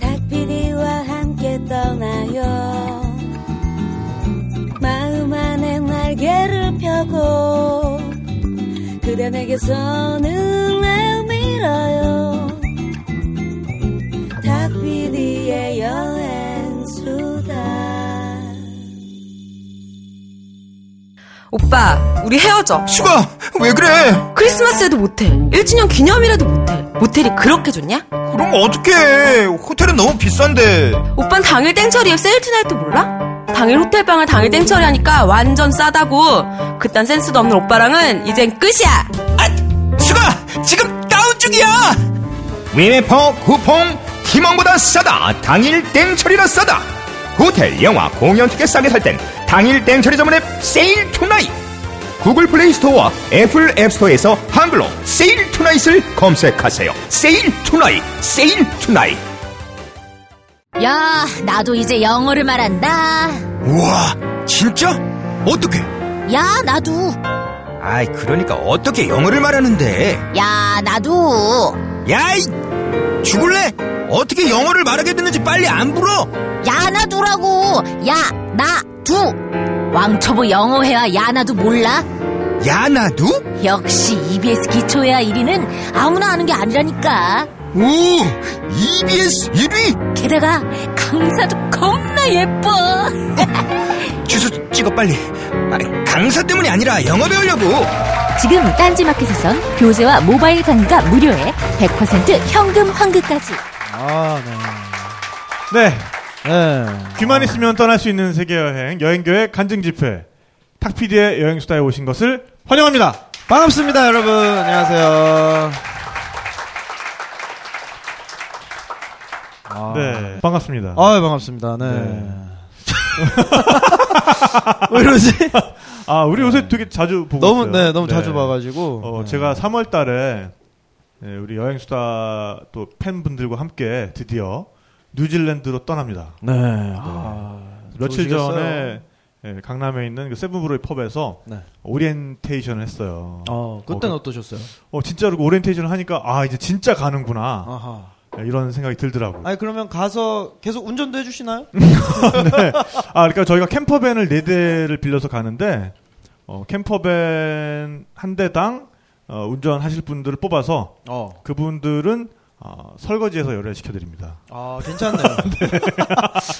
닭피디와 함께 떠나요 마음 안에 날개를 펴고 그대 내게 손을 내밀어요 닭피디의 여행수다 오빠, 우리 헤어져. 슈가 왜 그래 크리스마스에도 모텔, 1주년 기념이라도 모텔. 모텔이 그렇게 좋냐? 그럼 어떡해 호텔은 너무 비싼데 오빤 당일 땡처리에 세일 투나이트 몰라? 당일 호텔방을 당일 땡처리 하니까 완전 싸다고. 그딴 센스도 없는 오빠랑은 이젠 끝이야. 아 슈가 지금 다운 중이야 위메퍼 쿠폰 팀원보다 싸다 당일 땡처리라 싸다 호텔 영화 공연 티켓 싸게 살 땐 당일 땡처리점은 앱 세일 투나잇 구글 플레이 스토어와 애플 앱스토어에서 한글로 세일 투나잇을 검색하세요 세일 투나잇 세일 투나잇 야, 나도 이제 영어를 말한다. 우와 진짜? 어떻게? 야, 나도. 아이 그러니까 어떻게 영어를 말하는데 야, 나도. 야이 죽을래? 어떻게 영어를 말하게 됐는지 빨리 안 불어 야, 나도라고. 야, 나, 두. 왕초보 영어회화 야, 나도 몰라? 야나두? 역시 EBS 기초회화 1위는 아 아무나 아는 게 아니라니까. 오 E EBS 1위 게다가 강사도 겁나 예뻐. 주소 찍어 빨리 아, 강사 때문이 아니라 영어 배우려고 지금 딴지마켓에선 교재와 모바일 강의가 무료해 100% 현금 환급까지 아, 네. 네. 귀만 있으면 떠날 수 있는 세계 여행 여행교의 간증 집회 탁피디의 여행 수다에 오신 것을 환영합니다. 반갑습니다, 여러분. 안녕하세요. 아, 네, 반갑습니다. 아유, 반갑습니다. 네. 네. 왜 이러지? 아, 우리 요새 되게 자주 보고 너무, 있어요. 네, 너무 자주 봐가지고. 어, 네. 제가 3월 달에 예, 우리 여행 수다 또 팬분들과 함께 드디어 뉴질랜드로 떠납니다. 네. 아, 며칠 좋으시겠어요? 전에 예, 강남에 있는 그 세븐브로이 펍에서 네. 오리엔테이션을 했어요. 어, 그땐 어, 어, 떠셨어요 어, 진짜로 그 오리엔테이션을 하니까 아, 이제 진짜 가는구나. 아하. 예, 이런 생각이 들더라고요. 아니, 그러면 가서 계속 운전도 해주시나요? 아, 그러니까 저희가 캠퍼밴을 네대를 빌려서 가는데, 어, 캠퍼밴 한 대당, 어, 운전하실 분들을 뽑아서, 어. 그분들은, 어, 설거지에서 열애시켜드립니다. 아, 괜찮네요.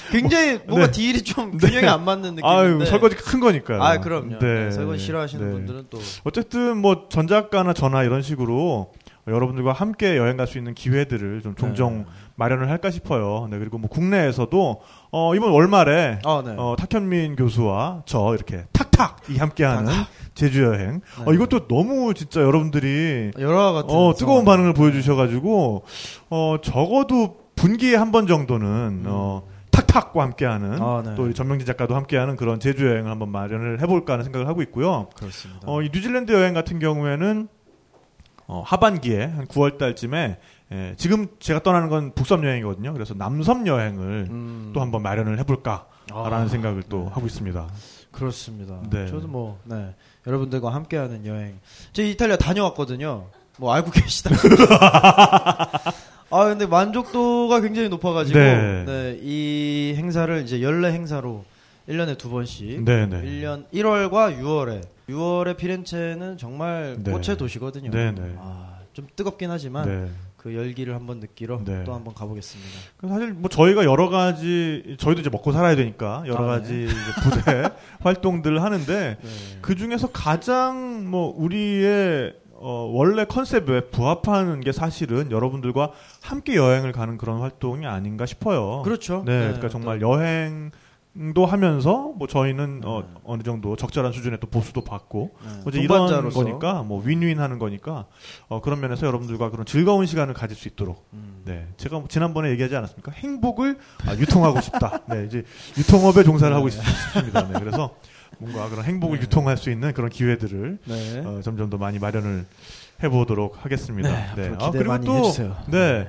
굉장히 뭔가 네. 딜이 좀 균형이 안 맞는 느낌인데. 아유, 설거지 큰 거니까요. 아, 그럼요. 네. 네, 설거지 싫어하시는 네. 분들은 또. 어쨌든, 뭐, 전작가나 전화 이런 식으로, 여러분들과 함께 여행 갈 수 있는 기회들을 좀 네. 종종 마련을 할까 싶어요. 네, 그리고 뭐 국내에서도, 어, 이번 월말에, 아, 네. 어, 탁현민 교수와 저 이렇게 탁탁 이 함께하는 제주 여행. 어, 네. 아, 이것도 너무 진짜 여러분들이 여러 같은. 어, 상황. 뜨거운 반응을 보여주셔가지고 어, 적어도 분기에 한 번 정도는 어, 탁탁과 함께하는 음. 아, 네. 또 우리 전명진 작가도 함께하는 그런 제주 여행을 한번 마련을 해볼까 하는 생각을 하고 있고요. 그렇습니다. 어, 이 뉴질랜드 여행 같은 경우에는 어, 하반기에 한 9월 달쯤에 예, 지금 제가 떠나는 건 북섬 여행이거든요. 그래서 남섬 여행을 음. 또 한번 마련을 해볼까. 아. 라는 생각을 또 하고 있습니다. 그렇습니다. 네. 저도 뭐 네. 여러분들과 함께하는 여행. 저 이탈리아 다녀왔거든요. 뭐 알고 계시다. 아 근데 만족도가 굉장히 높아가지고 네. 네. 이 행사를 이제 연례 행사로 1년에 두 번씩 네네. 1년 1월과 6월에 6월에 피렌체는 정말 네. 꽃의 도시거든요. 네네. 아, 좀 뜨겁긴 하지만 네. 그 열기를 한번 느끼러 네. 또 한번 가보겠습니다. 그 사실 뭐 저희가 여러 가지 저희도 이제 먹고 살아야 되니까 여러 아, 네. 가지 이제 부대 활동들을 하는데 네. 그 중에서 가장 뭐 우리의 어, 원래 컨셉에 부합하는 게 사실은 여러분들과 함께 여행을 가는 그런 활동이 아닌가 싶어요. 그렇죠. 네, 그러니까 정말 여행도 하면도 하면서 뭐 저희는 어, 어느 정도 적절한 수준의 또 보수도 받고 네. 뭐 이제 이런 동반자로서. 거니까 뭐 윈윈 하는 거니까 어, 그런 면에서 여러분들과 그런 즐거운 시간을 가질 수 있도록 음. 네 제가 뭐 지난번에 얘기하지 않았습니까 행복을 아, 유통하고 싶다 네 이제 유통업에 종사를 하고 있, 있습니다 네, 그래서 뭔가 그런 행복을 유통할 수 있는 그런 기회들을 네. 어, 점점 더 많이 마련을 해보도록 하겠습니다 어, 네, 앞으로 기대 많이 해주세요. 네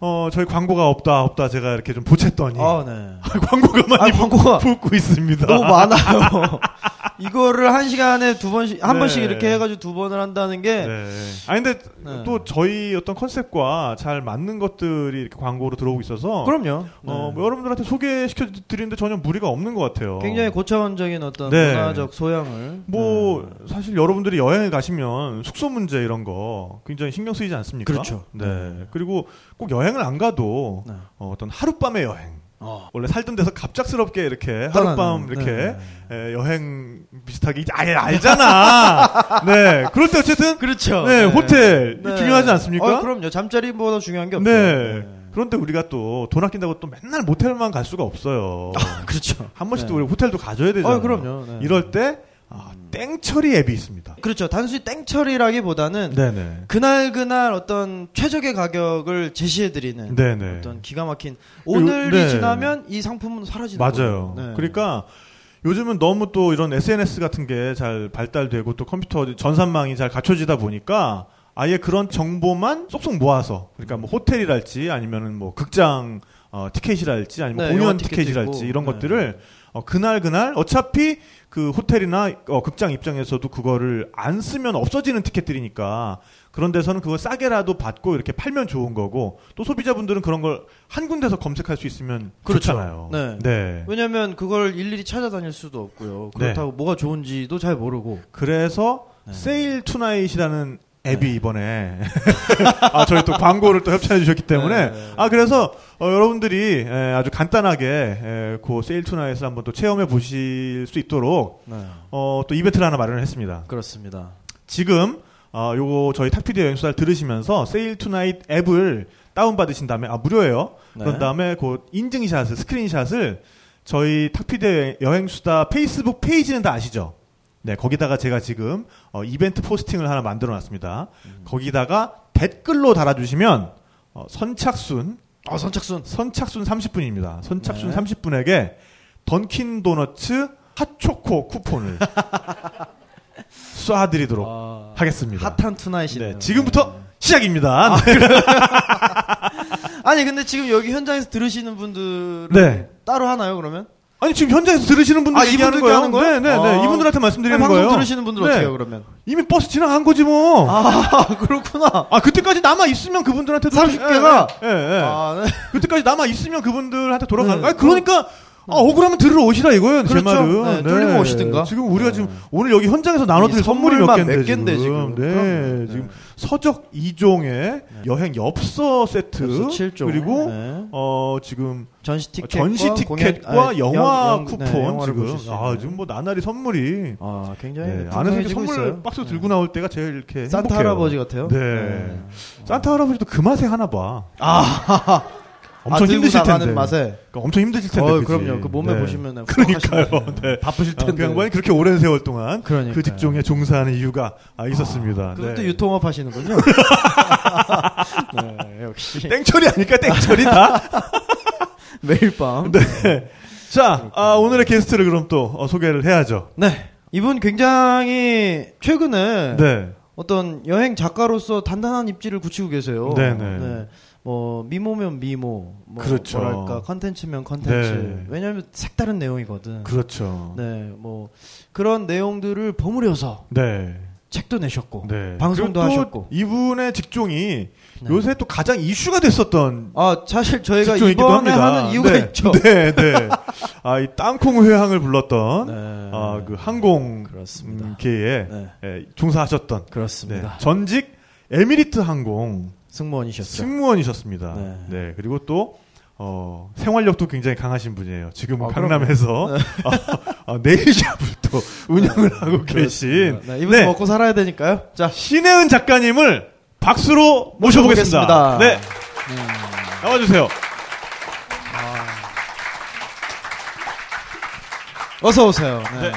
어, 저희 광고가 없다 없다 제가 이렇게 좀 보챘더니 아, 네. 광고가 많이 아, 광고가 붙고 있습니다 너무 많아요. 이거를 한 시간에 두 번씩 한 뭐. 네. 번씩 이렇게 해가지고 두 번을 한다는 게 네. 아니 근데 네. 또 저희 어떤 컨셉과 잘 맞는 것들이 이렇게 광고로 들어오고 있어서 그럼요. 어, 네. 뭐 여러분들한테 소개시켜 드리는데 전혀 무리가 없는 것 같아요. 굉장히 고차원적인 어떤 네. 문화적 소양을 뭐 네. 사실 여러분들이 여행을 가시면 숙소 문제 이런 거 굉장히 신경 쓰이지 않습니까? 그렇죠. 네. 그리고 꼭 여행을 안 가도 네. 어, 떤 하룻밤의 여행. 어. 원래 살던 데서 갑작스럽게 이렇게 하룻밤 떠나는, 이렇게 네. 에, 여행 비슷하게 이제 아예 알잖아. 네. 그럴 때 어쨌든 그렇죠. 네, 호텔 네. 중요하지 않습니까? 어, 그럼요. 잠자리보다 중요한 게 없죠. 네. 네. 그런데 우리가 또 돈 아낀다고 또 맨날 모텔만 갈 수가 없어요. 그렇죠. 한 번씩 또 네. 우리 호텔도 가져야 되잖아요. 어, 그럼요. 네. 이럴 때 아, 땡처리 앱이 있습니다. 그렇죠. 단순히 땡처리라기보다는 네네. 그날 그날 어떤 최적의 가격을 제시해드리는 네네. 어떤 기가 막힌 오늘이 네. 지나면 이 상품은 사라지는 맞아요. 거예요. 네. 그러니까 요즘은 너무 또 이런 SNS 같은 게 잘 발달되고 또 컴퓨터 전산망이 잘 갖춰지다 보니까 아예 그런 정보만 쏙쏙 모아서 그러니까 뭐 호텔이랄지 아니면은 뭐 극장 어, 티켓이랄지 아니면 네, 공연 영화 티켓도 티켓이랄지 있고. 이런 네. 것들을 어, 그날 그날 어차피 그 호텔이나 어, 극장 입장에서도 그거를 안 쓰면 없어지는 티켓들이니까 그런 데서는 그걸 싸게라도 받고 이렇게 팔면 좋은 거고 또 소비자분들은 그런 걸 한 군데서 검색할 수 있으면 그렇죠. 좋잖아요. 네. 네. 왜냐면 그걸 일일이 찾아다닐 수도 없고요. 그렇다고 뭐가 좋은지도 잘 모르고. 그래서 네. 세일 투나잇이라는 앱이 이번에 아 저희 또 광고를 또 협찬해 주셨기 때문에 네. 아 그래서 어, 여러분들이 에, 아주 간단하게 에, 그 세일 투나잇을 한번 또 체험해 보실 수 있도록 네. 어, 또 이벤트를 하나 마련을 했습니다. 그렇습니다. 지금 어, 요거 저희 탁피디 여행수다를 들으시면서 세일 투나잇 앱을 다운 받으신 다음에 아 무료예요. 네. 그런 다음에 그 인증샷을 스크린샷을 저희 탁피디 여행수다 페이스북 페이지는 다 아시죠? 네 거기다가 제가 지금 어, 이벤트 포스팅을 하나 만들어놨습니다. 거기다가 댓글로 달아주시면 어, 선착순 아 선착순. 선착순 30분입니다. 선착순 네. 30분에게 던킨 도너츠 핫초코 쿠폰을 쏴드리도록 아, 하겠습니다. 핫한 투나잇이네요. 아, 네, 지금부터 시작입니다. 네. 아니 근데 지금 여기 현장에서 들으시는 분들은 네. 따로 하나요 그러면? 아니 지금 현장에서 들으시는 분들 아, 얘기하는 이분들께 거예요. 하는 거예요? 네, 네, 네. 아. 이분들한테 말씀드리는 아니, 방송 거예요. 들으시는 분들 네. 어떻게 해요 그러면? 이미 버스 지나간 거지 뭐. 아, 아 그렇구나. 그때까지 남아 있으면 그분들한테 30 개가? 예, 예, 예. 아, 네. 그때까지 남아 있으면 그분들한테 돌아가는 네. 어. 거예요. 아니, 그러니까 아, 억울하면 들으러 오시라 이거예요. 제 그렇죠. 네, 말은. 뚫리면 오시든가. 지금 우리가 네. 지금 오늘 여기 현장에서 나눠드릴 이 선물이 몇 선물만 개인데, 몇 개인데, 지금. 네, 그럼요. 지금 네. 서적 2종의 여행 엽서 세트 엽서 칠 종. 그리고 네. 어 지금 전시 티켓, 전시 티켓과 아, 영화 네, 쿠폰 지금 아 지금 뭐 나날이 선물이 아 굉장히 네, 안에서 이렇게 풍성해지고 선물 있어요. 박스 네. 들고 나올 때가 제일 이렇게 산타 행복해요. 할아버지 같아요. 네. 네. 산타 할아버지도 그 맛에 하나 봐. 아, 엄청 들고 힘드실 나가는 텐데. 맛에. 그러니까 엄청 힘드실 텐데. 어, 그치? 그럼요. 그 몸에 네. 보시면 그러니까요. 네. 바쁘실 아, 그 텐데. 양반이 그렇게 오랜 세월 동안 그러니까요. 그 직종에 종사하는 이유가 아, 있었습니다. 그것도 네. 유통업 하시는군요. 네, 역시 땡처리 아닐까 땡처리다. 매일 밤. 네. 네. 자 아, 오늘의 게스트를 그럼 또 어, 소개를 해야죠. 네. 이분 굉장히 최근에 네. 어떤 여행 작가로서 단단한 입지를 굳히고 계세요. 네네. 뭐 미모면 미모, 뭐 그렇죠. 뭐랄까 컨텐츠면 컨텐츠. 네. 왜냐하면 색다른 내용이거든. 그렇죠. 네. 네, 뭐 그런 내용들을 버무려서 네. 책도 내셨고 방송도 그리고 또 하셨고. 이분의 직종이 네. 요새 또 가장 이슈가 됐었던 아 사실 저희가 직종이기도 이번에 합니다. 하는 이유가 네. 있죠. 네, 네. 아, 이 땅콩 회항을 불렀던 네. 아, 그 항공 그렇습니다. 음, 계에 네. 예, 종사하셨던 네, 그렇습니다. 전직 에미리트 항공 승무원이셨죠. 승무원이셨습니다. 네. 네. 그리고 또 어, 생활력도 굉장히 강하신 분이에요. 지금은 아, 강남에서 어, 어, 네일샵을 또 운영을 하고 계신 그렇습니다. 네, 이분 네. 먹고 살아야 되니까요. 자, 신혜은 작가님을 박수로 모셔보겠습니다. 모셔보겠습니다. 네. 나와주세요. 어서 오세요. 네. 네.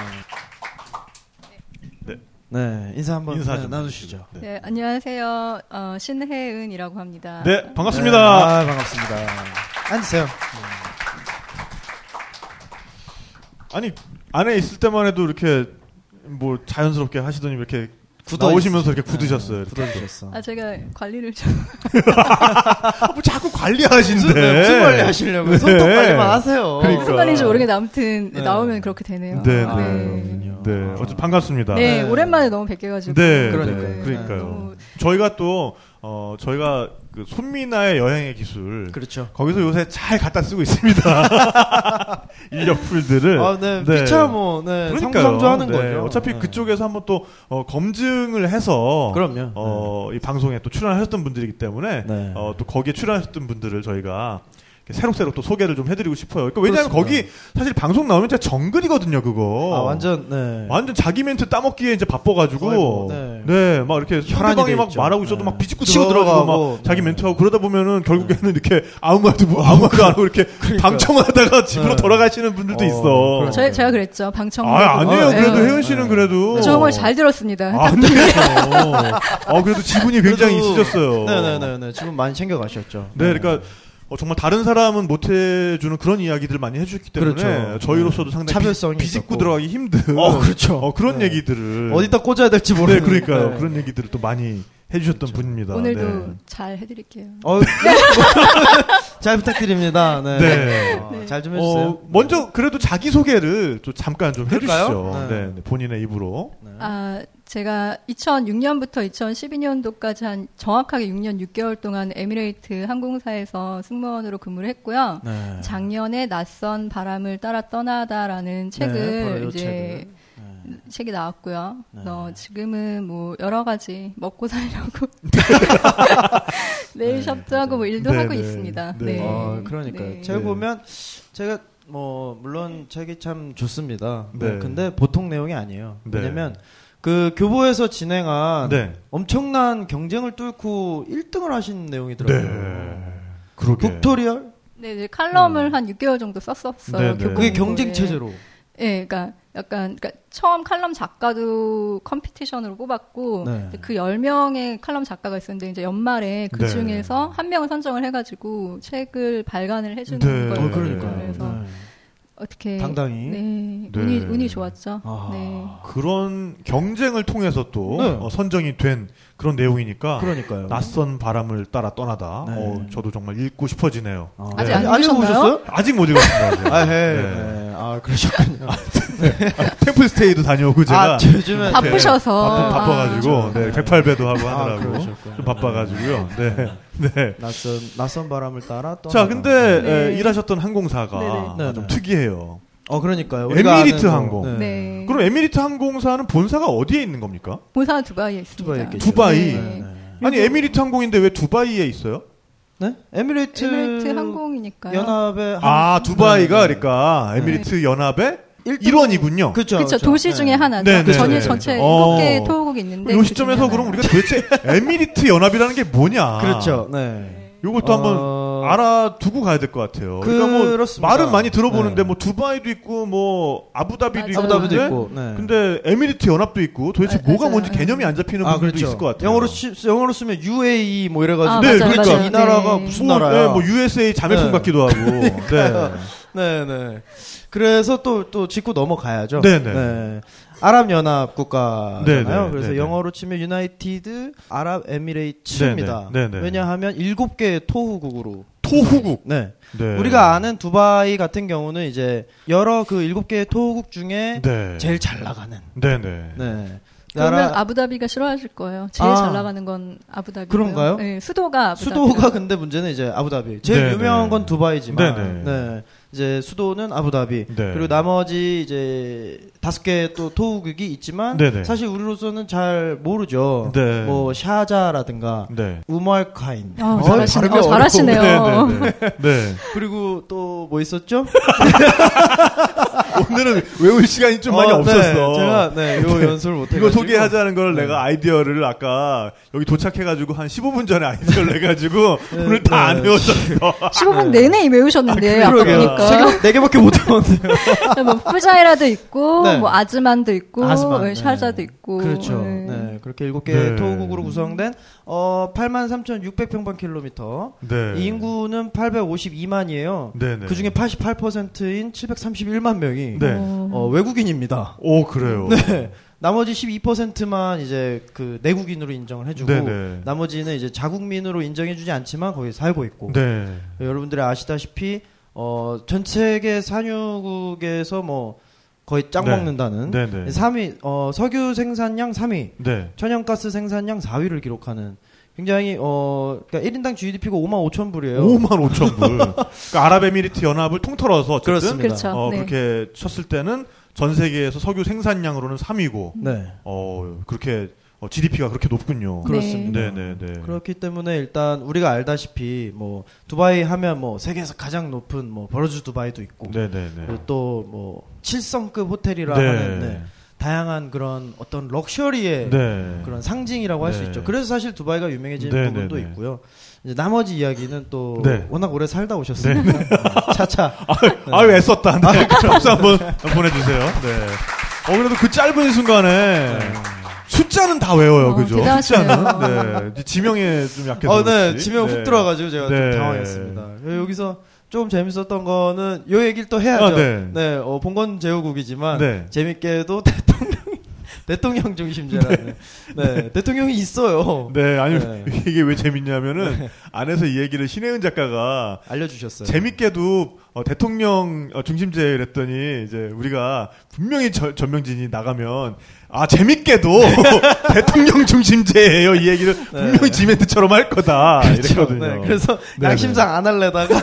네. 네. 인사 한번 인사 네, 좀 나누시죠. 네. 네, 안녕하세요. 어, 신혜은이라고 합니다. 네, 네, 반갑습니다. 아, 반갑습니다. 앉으세요. 아니, 안에 있을 때만 해도 이렇게 뭐 자연스럽게 하시더니 이렇게 굳어 나오시면서 이렇게 네. 굳으셨어요, 이렇게. 굳어주셨어. 아 제가 관리를 좀 뭐 자꾸 관리하신데. 무슨 관리 하시려고 네. 요 손톱 관리만 하세요. 그러니까. 무슨 말인지 모르겠는데 아무튼 네. 나오면 그렇게 되네요. 네, 아, 네. 그렇군요. 네. 어쨌든 반갑습니다. 네, 네. 오랜만에 너무 뵙게가지고. 네, 그러니까요. 네, 네. 그러니까요. 너무- 저희가 또, 어, 저희가 그 손미나의 여행의 기술. 그렇죠. 거기서 요새 잘 갖다 쓰고 있습니다. 인력풀들을. 아, 네. 피차 뭐, 네. 그러니까요. 상부상조하는 네, 거죠. 어차피 네. 그쪽에서 한번 또 어, 검증을 해서 그럼요. 어, 이 방송에 또 출연하셨던 분들이기 때문에 네. 어, 또 거기에 출연하셨던 분들을 저희가 이렇게 새록새록 또 소개를 좀 해드리고 싶어요. 그러니까 왜냐하면 그렇습니다. 거기 사실 방송 나오면 진짜 정글이거든요, 그거. 아, 완전, 네. 완전 자기 멘트 따먹기에 이제 바빠가지고 아이고, 네. 네막 이렇게 혈안이 상대방이 돼 막 있죠. 말하고 있어도 네. 막 비집고 치고 들어가고 들어가고, 막 자기 네. 멘트하고 그러다 보면은 결국에는 이렇게 아무 말도 못- 아무 말도 안 하고 이렇게 방청하다가 집으로 네. 돌아가시는 분들도 어, 있어. 그렇죠. 저, 네, 제가 그랬죠. 방청. 아 아니에요 네. 그래도 네. 혜연 씨는 네. 그래도 정말 잘 들었습니다. 아, 안 돼요. 어 그래도 지분이 굉장히 그래도- 있으셨어요. 네네네네. 지금 많이 챙겨가셨죠. 네, 그러니까 어, 정말 다른 사람은 못 해주는 그런 이야기들을 많이 해주셨기 때문에 그렇죠. 저희로서도 상당히 차별성이 비, 비집고 있었고. 들어가기 힘든 어, 그렇죠. 어, 그런 네. 얘기들을 어디다 꽂아야 될지 네, 모르겠어요. 그러니까요. 그런 얘기들을 또 많이 해주셨던 그렇죠. 분입니다. 오늘도 네. 잘 해드릴게요. 어, 네. 잘 부탁드립니다. 네. 네. 잘 좀 해주세요. 어, 먼저 그래도 자기 소개를 좀 잠깐 좀 그럴까요? 네. 해주시죠. 네, 네, 본인의 입으로. 아, 제가 2006년부터 2012년도까지 한 정확하게 6년 6개월 동안 에미레이트 항공사에서 승무원으로 근무를 했고요. 네. 작년에 낯선 바람을 따라 네, 떠나다라는 책을 바로 요 이제 책을. 책이 나왔고요. 네. 어, 지금은 뭐 여러 가지 먹고 살려고 네일 샵도 하고 뭐 일도 네, 하고 네. 있습니다. 네. 네. 어, 그러니까요. 네. 제가 네. 보면 제가 뭐 물론 책이 참 좋습니다. 네. 네, 근데 보통 내용이 아니에요. 네. 왜냐면 그 교보에서 진행한 네. 엄청난 경쟁을 뚫고 1등을 하신 내용이 네. 들어요. 그러게. 그렇죠. 북토리얼 네, 이제 칼럼을 한 6개월 정도 썼었어요. 네, 네. 교보문고에. 그게 경쟁 체제로. 예, 그러니까 약간 그러니까 처음 칼럼 작가도 컴피티션으로 뽑았고 네. 근데 그 10명의 칼럼 작가가 있었는데 이제 연말에 그 네. 중에서 한 명을 선정을 해 가지고 책을 발간을 해 주는 네. 거예요. 어, 그러니까요. 래서 네. 어떻게 당당히. 네, 네. 운이 운이 좋았죠. 아. 네. 그런 경쟁을 통해서 또 네. 어, 선정이 된 그런 내용이니까 아, 그러니까요. 낯선 바람을 따라 떠나다. 네. 어, 저도 정말 읽고 싶어지네요. 아, 아직 네. 안 아직 읽으셨나요? 보셨어요? 아직 못 읽었습니다. 아, 예. 네. 네. 아, 그러셨군요. 템플스테이도 다녀오고 제가 아, 요즘에 바쁘셔서 바빠, 바빠가지고 아, 네, 네. 108배도 하고 아, 하느라고 그러셨구나. 좀 바빠가지고요. 네, 네. 낯선 낯선 바람을 따라 떠나. 자, 근데 네. 에, 일하셨던 항공사가 아, 네, 네. 네, 좀 네. 특이해요. 어 그러니까요. 우리가 에미리트 아는 뭐, 항공. 거. 네. 음. 그럼 에미리트 항공사는 본사가 어디에 있는 겁니까? 본사는 두바이에 있습니다. 두바이에 계시죠. 두바이. 네. 음. 아니 에미리트 항공인데 왜 두바이에 있어요? 네? 에미레이트, 에미레이트 항공이니까요. 연합의 한- 아 두바이가 네, 네. 그러니까 에미리트 연합의 일등- 일원이군요. 그쵸, 그렇죠. 그쵸. 도시 네. 중에 하나죠. 네, 네, 전일 네. 전체 어. 일곱 개의 토호국이 있는데 요 그 시점에서 중에 그럼 하나예요. 우리가 도대체 에미리트 연합이라는 게 뭐냐? 네. 그렇죠. 네. 요것도 어, 한번 알아두고 가야 될 것 같아요. 그러니까 뭐 그렇습니다. 말은 많이 들어보는데 네. 뭐 두바이도 있고 뭐 아부다비도 맞아요. 있고 아부다비도 근데, 있고. 네. 근데 에미리트 연합도 있고 도대체 아, 뭐가 맞아요. 뭔지 개념이 안 잡히는 아, 분들도 그렇죠. 있을 것 같아요. 영어로 시, 영어로 쓰면 UAE 뭐 이래 가지고 아, 네, 맞아요, 그러니까. 맞아요. 이 나라가 네. 무슨 뭐, 나라야? 네, 뭐 USA 자매품 네. 같기도 하고. 네. 네, 네. 그래서 또 또 짚고 넘어가야죠. 네, 네. 아랍 연합 국가잖아요. 네, 네, 그래서 네, 네. 영어로 치면 유나이티드 아랍 에미레이츠입니다. 네, 네, 네, 네. 왜냐하면 일곱 개의 토후국으로 토후국. 네. 네. 우리가 아는 두바이 같은 경우는 이제 여러 그 일곱 개의 토호국 중에 네. 제일 잘 나가는 네, 네. 네. 그러면 나라 아부다비가 싫어하실 거예요. 제일 아. 잘 나가는 건 아부다비. 그런가요? 네, 수도가 아부다비. 수도가 근데 문제는 이제 아부다비. 제일 네, 유명한 네. 건 두바이지만 네, 네. 네. 이제 수도는 아부다비. 네. 그리고 나머지 이제 다섯 개 또 토호국이 있지만 네, 네. 사실 우리로서는 잘 모르죠. 네. 뭐 샤자라든가 네. 우말카인. 어, 어, 잘하시네. 발음이 어, 잘하시네요. 네, 네, 네. 네. 아, 그리고 또 뭐 있었죠? 오늘은 외울 시간이 좀 많이 어, 네. 없었어. 제가 네, 요 연습을 못 해가지고 네. 이거 소개하자는 걸 내가 아이디어를 아까 여기 도착해가지고 한 15분 전에 아이디어를 내가지고 오늘 다 안 네. 외웠었어. 15분 내내 외우셨는데 아, 까 그러게요. 세 보니까 개- 네 개밖에 못 외웠네요. 뭐 푸자이라도 있고 네. 뭐 아즈만도 있고 아즈만, 네. 샤자도 있고 그렇죠. 네. 네, 그렇게 일곱 개 네. 토국으로 구성된 어 83,600평방킬로미터. 네. 인구는 852만이에요. 네네. 그 중에 88%인 731만 명이 네. 어, 외국인입니다. 오 그래요. 네. 나머지 12%만 이제 그 내국인으로 인정을 해주고 네네. 나머지는 이제 자국민으로 인정해주지 않지만 거기 살고 있고 네. 여러분들이 아시다시피 어, 전 세계 산유국에서 뭐 거의 짱 네. 먹는다는 네네. 3위 어, 석유 생산량 3위, 네. 천연가스 생산량 4위를 기록하는 굉장히 어 그러니까 1인당 GDP가 5만 5천 불이에요. 5만 5천 불. 그러니까 아랍에미리트 연합을 통틀어서 어쨌든 그렇습니다. 그렇죠. 어, 네. 그렇게 쳤을 때는 전 세계에서 석유 생산량으로는 3위고 네. 어 그렇게 어, GDP가 그렇게 높군요. 그렇습니다. 네네네. 그렇기 때문에 일단 우리가 알다시피 뭐 두바이 하면 뭐 세계에서 가장 높은 뭐 버르주 두바이도 있고 네네네. 그리고 또뭐 7성급 호텔이라 네. 하는 네, 다양한 그런 어떤 럭셔리의 네. 그런 상징이라고 할 수 네. 있죠. 그래서 사실 두바이가 유명해진 네, 부분도 네, 네. 있고요. 이제 나머지 이야기는 또 네. 워낙 오래 살다 오셨으니까 어, 차차 아유 애썼다. 네. 박수 한번 보내주세요. 네. 어 그래도 그 짧은 순간에 네. 숫자는 다 외워요, 어, 그죠? 대단하시네요. 숫자는. 네. 지명에 좀 약해서. 어, 네, 그렇지. 지명 훅 들어가지고 제가 네. 좀 당황했습니다. 예, 여기서 조금 재밌었던 거는 요 얘기를 또 해야죠. 아, 네. 어, 본건 제후국이지만 네. 재밌게도 대통령 대통령 중심제라는 네. 대통령이 있어요. 네, 아니 네. 이게 왜 재밌냐면은 안에서 이 얘기를 신혜은 작가가 알려주셨어요. 재밌게도 어, 대통령 어, 중심제 이랬더니 이제 우리가 분명히 저- 전명진이 나가면 아 재밌게도 대통령 중심제예요 이 얘기를 분명히 지멘트처럼 할 거다 이랬거든요. 네, 그래서 네, 양심상 안 할래다가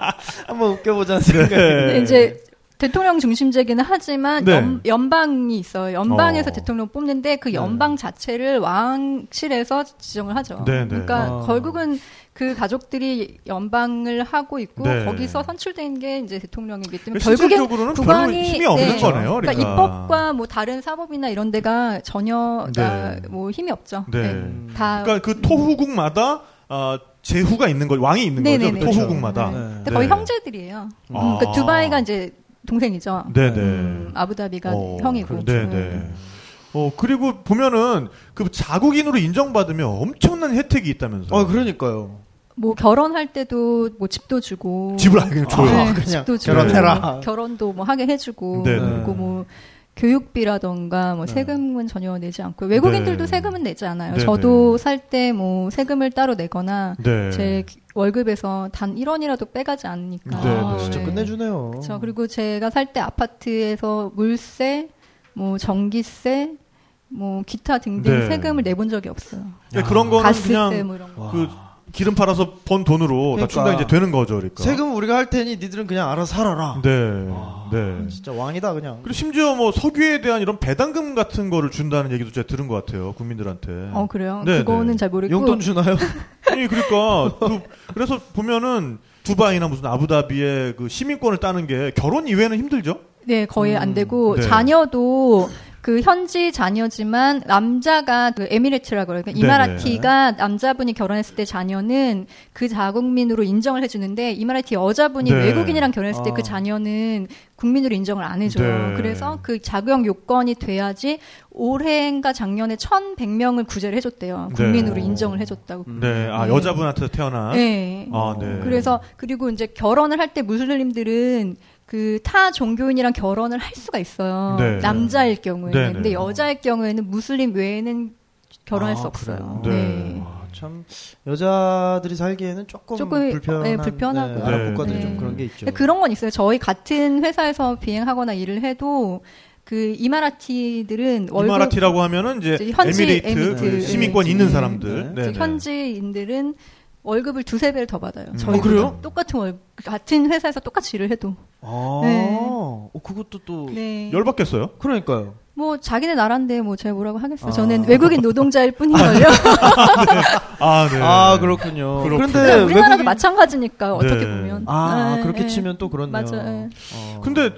한번 웃겨보자는 생각이 네. 근데 이제 대통령 중심제기는 하지만 네. 연, 방이 있어요. 연방에서 어. 대통령 뽑는데 그 연방 자체를 왕실에서 지정을 하죠. 네, 네. 그러니까 아. 결국은 그 가족들이 연방을 하고 있고 네. 그러니까 거기서 선출된 게 이제 대통령이기 때문에 결국엔 실질적으로는 별로 국왕이 힘이 없는 네. 거네요. 그러니까 그러니까, 입법과 뭐 다른 사법이나 이런 데가 전혀 다 네. 뭐 힘이 없죠. 네. 네. 음. 다 그러니까 그 토후국마다 아, 제후가 있는 거 왕이 있는 네, 거죠. 네, 그 네. 토후국마다. 네. 네. 근데 거의 네. 형제들이에요. 음, 아. 그러니까 두바이가 이제 동생이죠. 네네. 음, 아부다비가 어, 형이고. 네네. 음. 어 그리고 보면은 그 자국인으로 인정받으면 엄청난 혜택이 있다면서. 어, 그러니까요. 뭐 결혼할 때도 뭐 집도 주고 집을 아예 그냥 줘요. 네, 그냥 집도 주고 결혼해라. 결혼도 뭐 하게 해주고 네네. 그리고 뭐 교육비라던가 뭐 세금은 전혀 내지 않고 외국인들도 네. 세금은 내지 않아요. 네네. 저도 살 때 뭐 세금을 따로 내거나 네. 제 월급에서 단 1원이라도 빼가지 않으니까. 네, 아, 네. 진짜 끝내주네요. 그렇죠. 그리고 제가 살 때 아파트에서 물세, 뭐 전기세, 뭐 기타 등등 네. 세금을 내본 적이 없어요. 그러니까 그런 거는 가스세 그냥 뭐 이런 거. 와. 그 기름 팔아서 번 돈으로 다 그러니까. 충당 이제 되는 거죠, 그러니까. 세금 우리가 할 테니 니들은 그냥 알아서 살아라. 네, 네. 진짜 왕이다 그냥. 그리고 심지어 뭐 석유에 대한 이런 배당금 같은 거를 준다는 얘기도 제가 들은 것 같아요, 국민들한테. 어 그래요. 네, 그거는 네. 잘 모르고. 용돈 주나요? 아니 그러니까 그, 래서 보면은 두바이나 무슨 아부다비의 그 시민권을 따는 게 결혼 이외에는 힘들죠. 네, 거의 안 되고 네. 자녀도 그 현지 자녀지만 남자가 그 에미레트라 그래요. 그러니까 이마라티가 남자분이 결혼했을 때 자녀는 그 자국민으로 인정을 해주는데 이마라티 여자분이 네. 외국인이랑 결혼했을 때 그 아. 자녀는 국민으로 인정을 안 해줘요. 네. 그래서 그 자격 요건이 돼야지 올해인가 작년에 1,100명을 구제를 해줬대요. 국민으로 네. 인정을 해줬다고. 음. 네, 아 네. 여자분한테 태어난. 네. 아, 네. 그래서 그리고 이제 결혼을 할 때 무슬림들은 그 타 종교인이랑 결혼을 할 수가 있어요. 네. 남자일 경우에는. 네, 네. 근데 여자일 경우에는 무슬림 외에는 결혼할 아, 수 없어요. 그래요? 네. 아, 참 여자들이 살기에는 조금, 조금, 불편한 네, 불편하고요. 네, 아랍 국가들 네. 좀 그런 게 있죠. 근데 그런 건 있어요. 저희 같은 회사에서 비행하거나 일을 해도 그 이마라티들은 월급 이마라티라고 하면은 이제 저기 현지 에미레이트, 에미레이트, 그 네. 시민권 네. 있는 사람들. 네. 네, 즉 네. 현지인들은 월급을 두세 배를 더 음. 받아요. 저희 어, 그래요? 똑같은 월 같은 회사에서 똑같이 일을 해도. 아, 네. 어, 그것도 또 네. 열받겠어요. 그러니까요. 뭐 자기네 나라인데 뭐 제가 뭐라고 하겠어요. 아. 저는 외국인 노동자일 뿐이걸요. 아, 네. 아 그렇군요. 그렇군요. 그런데 우리나라도 네, 외국인 마찬가지니까 어떻게 네. 보면. 아 네, 그렇게 네. 치면 또 그렇네요. 맞아요. 어. 근데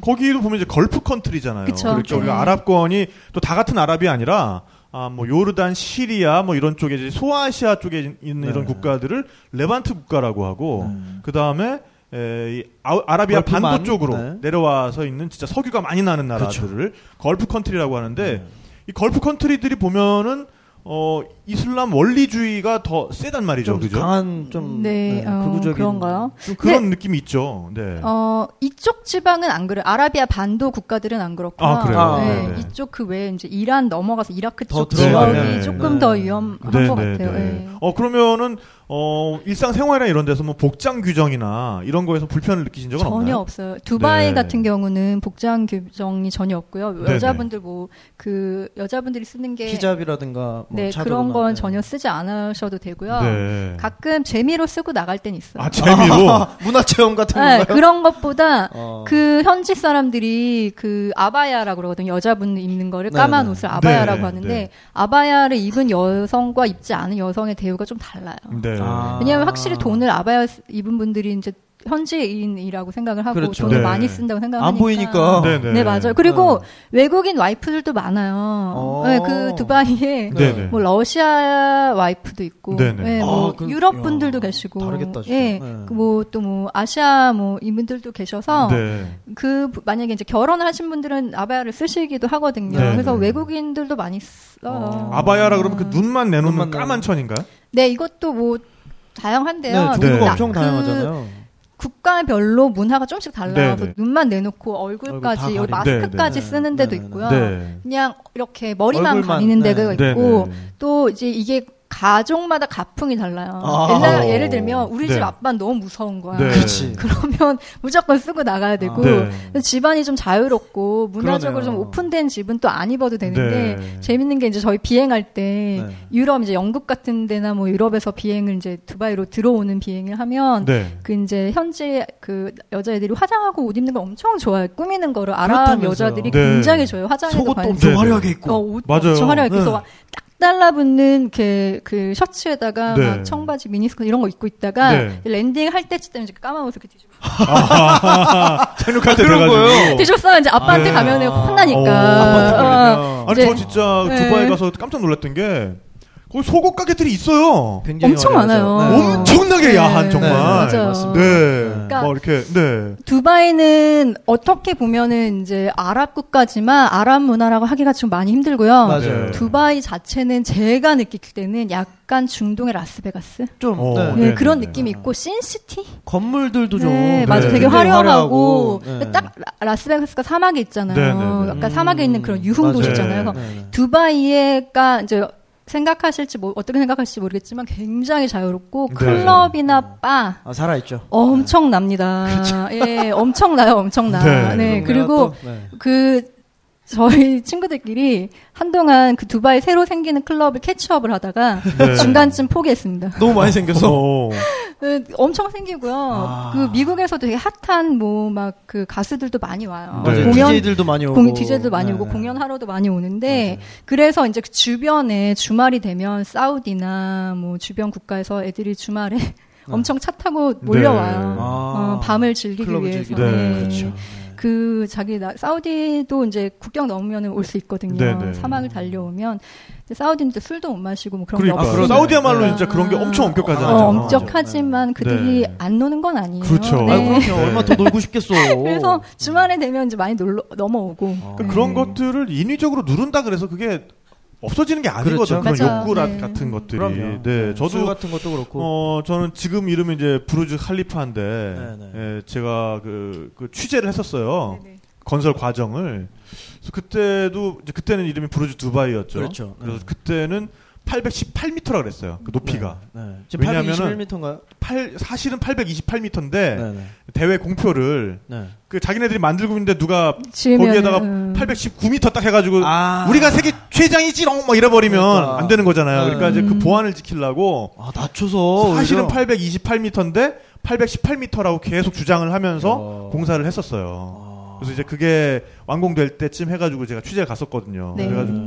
거기도 보면 이제 걸프 컨트리잖아요. 그쵸. 그렇죠. 네. 우리가 아랍권이 또 다 같은 아랍이 아니라 아 뭐 요르단, 시리아 뭐 이런 쪽에 이제 소아시아 쪽에 있는 네. 이런 국가들을 레반트 국가라고 하고 네. 그 다음에 이 아- 아라비아 걸프만, 반도 쪽으로 네. 그렇죠. 내려와서 있는 진짜 네. 석유가 많이 나는 나라들을 걸프 컨트리라고 하는데 이 걸프 컨트리들이 보면은 어, 이슬람 원리주의가 더 세단 말이죠. 좀 그죠? 강한 좀 네, 네, 어, 극우적인 그런가요? 좀 그런 느낌이 있죠. 네. 어, 이쪽 지방은 안 그래요. 아라비아 반도 국가들은 안 그렇구나. 아, 그래요? 아, 네, 네네. 이쪽 그 외에 이제 이란 넘어가서 이라크 더 쪽 지역이 들어가네. 조금 네. 더 위험한 네, 것 네, 같아요. 네. 네. 어 그러면은 어 일상 생활이나 이런 데서 뭐 복장 규정이나 이런 거에서 불편을 느끼신 적은 전혀 없나요? 없어요. 두바이 네. 같은 경우는 복장 규정이 전혀 없고요. 네네. 여자분들 뭐 그 여자분들이 쓰는 게 히잡이라든가 뭐 네, 차도나, 그런 네. 건 전혀 쓰지 않으셔도 되고요. 네. 가끔 재미로 쓰고 나갈 땐 있어요. 아 재미로. 아, 문화 체험 같은 네, 건가요? 그런 것보다 어. 그 현지 사람들이 그 아바야라고 그러거든요. 여자분 입는 거를 까만 네네. 옷을 아바야라고 네, 하는데 네. 아바야를 입은 여성과 입지 않은 여성의 대우가 좀 달라요. 네. 아. 왜냐하면 확실히 돈을 아바야 입은 분들이 이제 현지인이라고 생각을 하고 그렇죠. 돈을 네. 많이 쓴다고 생각하니까 안 보이니까. 네, 네. 네 맞아요. 그리고 어. 외국인 와이프들도 많아요. 어. 네, 그 두바이에 네, 네. 뭐 러시아 와이프도 있고, 네네. 예, 뭐 아, 그- 유럽 분들도 야, 계시고, 다르겠다, 진짜. 예, 네. 뭐 또 뭐 아시아 뭐 이분들도 계셔서 네. 그 부- 만약에 이제 결혼을 하신 분들은 아바야를 쓰시기도 하거든요. 네네. 그래서 외국인들도 많이 써요. 아. 아바야라 그러면 그 눈만 내놓는 눈만 까만 내놓는- 천인가요? 네, 이것도 뭐 네, 다양한데요. 종류가 네. 엄청 그 다양하잖아요. 국가별로 문화가 조금씩 달라서 네네. 눈만 내놓고 얼굴 얼굴까지 다 여기 가리고. 마스크까지 네네. 쓰는 데도 네네네. 있고요. 네. 그냥 이렇게 머리만 얼굴만, 가리는 네. 데가 네, 아. 있고 네, 네. 또 이제 이게 가족마다 가풍이 달라요. 아. 옛날 예를 들면 우리 집 네. 앞반 너무 무서운 거야. 네. 그렇지. 그러면 무조건 쓰고 나가야 되고 네. 그래서 집안이 좀 자유롭고 문화적으로 그러네요. 좀 오픈된 집은 또 안 입어도 되는데 네. 재밌는 게 이제 저희 비행할 때 네. 유럽 이제 영국 같은 데나 뭐 유럽에서 비행을 이제 두바이로 들어오는 비행을 하면 네. 그 이제 현지 그 여자애들이 화장하고 옷 입는 걸 엄청 좋아해 꾸미는 거를 아랍 그렇다면서요. 여자들이 네. 굉장히 좋아해요 화장에도 속옷도 관심 엄청 네, 네. 화려하게 어, 입고. 옷 맞아요. 엄청 화려하게 네. 그래서 막딱 달라붙는 그, 그 셔츠에다가 네. 막 청바지 미니스커트 이런 거 입고 있다가 네. 랜딩 할 때쯤 이제 까만 옷을 이렇게 뒤집어 착륙할 때 아, 그런 돼가지고. 거예요? 뒤집어서 이제 아빠한테 아. 가면 어, 아빠한테 혼나니까 어, 아니 저 이제 진짜 네. 두바이 가서 깜짝 놀랐던 게 거기 속옷 가게들이 있어요. 굉장히 엄청 화려하죠. 많아요. 네. 엄청나게 야한 정말. 네, 맞아요. 맞습니다. 네. 그러니까- 막 이렇게 네. 두바이는 어떻게 보면은 이제 아랍 국가지만 아랍 문화라고 하기가 좀 많이 힘들고요 맞아요. 네. 두바이 자체는 제가 느낄 때는 약간 중동의 라스베가스 좀 네. 어, 네, 네네네. 그런 느낌이 있고 신시티 건물들도 좀 네, 맞아. 네. 되게 굉장히 화려하고, 네. 딱 라- 라스베가스가 사막에 있잖아요. 네, 네, 네. 아까 사막에 있는 그런 유흥 맞아요. 도시잖아요. 그래서 네, 네. 두바이에가 이제 생각하실지 뭐 어떻게 생각하실지 모르겠지만 굉장히 자유롭고 네. 클럽이나 바 아, 어, 살아있죠. 엄청납니다. 예, 엄청나요, 엄청나. 네. 네, 그러네요, 그리고 또. 네. 그 저희 친구들끼리 한동안 그 두바이 새로 생기는 클럽을 캐치업을 하다가 네. 중간쯤 포기했습니다. 너무 많이 생겼어. 어. 네, 엄청 생기고요. 아. 그 미국에서도 되게 핫한 뭐 막 그 가수들도 많이 와요. 네. 어, 맞아요. 공연 DJ들도 많이 오고. 공연 DJ도 많이 네, 오고 네. 공연하러도 많이 오는데 그래서 이제 그 주변에 주말이 되면 사우디나 뭐 주변 국가에서 애들이 주말에 엄청 차 타고 몰려와요. 네. 아. 어, 밤을 즐기기 클럽을 위해서. 즐기기 위해서. 네, 예. 그렇죠. 그 자기 나, 사우디도 이제 국경 넘으면 올 수 있거든요. 네, 네. 사막을 달려오면 근데 사우디는 이제 술도 못 마시고 뭐 그런 그러니까 게 그러네. 없으니까 사우디야말로 네. 진짜 그런 게 엄청 엄격하잖아요. 맞아, 맞아. 어, 엄격하지만 그들이 네. 안 노는 건 아니에요. 그렇죠. 아유, 네. 아이고. 그럼요. 네. 얼마 더 놀고 싶겠어. 그래서 주말에 되면 이제 많이 놀러 넘어오고. 그런 음. 것들을 인위적으로 누른다 그래서 그게 없어지는 게 아니거든요. 그런 그렇죠. 맞아요. 욕구라 네. 같은 것들이. 그럼요. 네, 술 저도 같은 것도 그렇고. 어 저는 지금 이름이 이제 브루즈 칼리파인데 네, 네. 예, 제가 그, 그 취재를 했었어요. 네네. 건설 과정을. 그래서 그때도 이제 그때는 이름이 브루즈 두바이였죠. 그렇죠. 래서 네. 그때는 818m라 그랬어요. 그 높이가. 네. 네. 지금 왜냐면은- 821m인가요? 팔- 사실은 828m인데 네. 네. 대회 공표를 네. 그 자기네들이 만들고 있는데 누가 지으면은, 거기에다가 음. 819m 딱 해가지고 아. 우리가 세계 최장이지롱 막 이래버리면 그러니까. 안 되는 거잖아요. 그러니까 이제 그 음. 보안을 지키려고 아, 낮춰서. 사실은 오히려. 828m인데 818m라고 계속 주장을 하면서 어. 공사를 했었어요. 아. 그래서 이제 그게 완공될 때쯤 해가지고 제가 취재를 갔었거든요. 네. 음. 그래가지고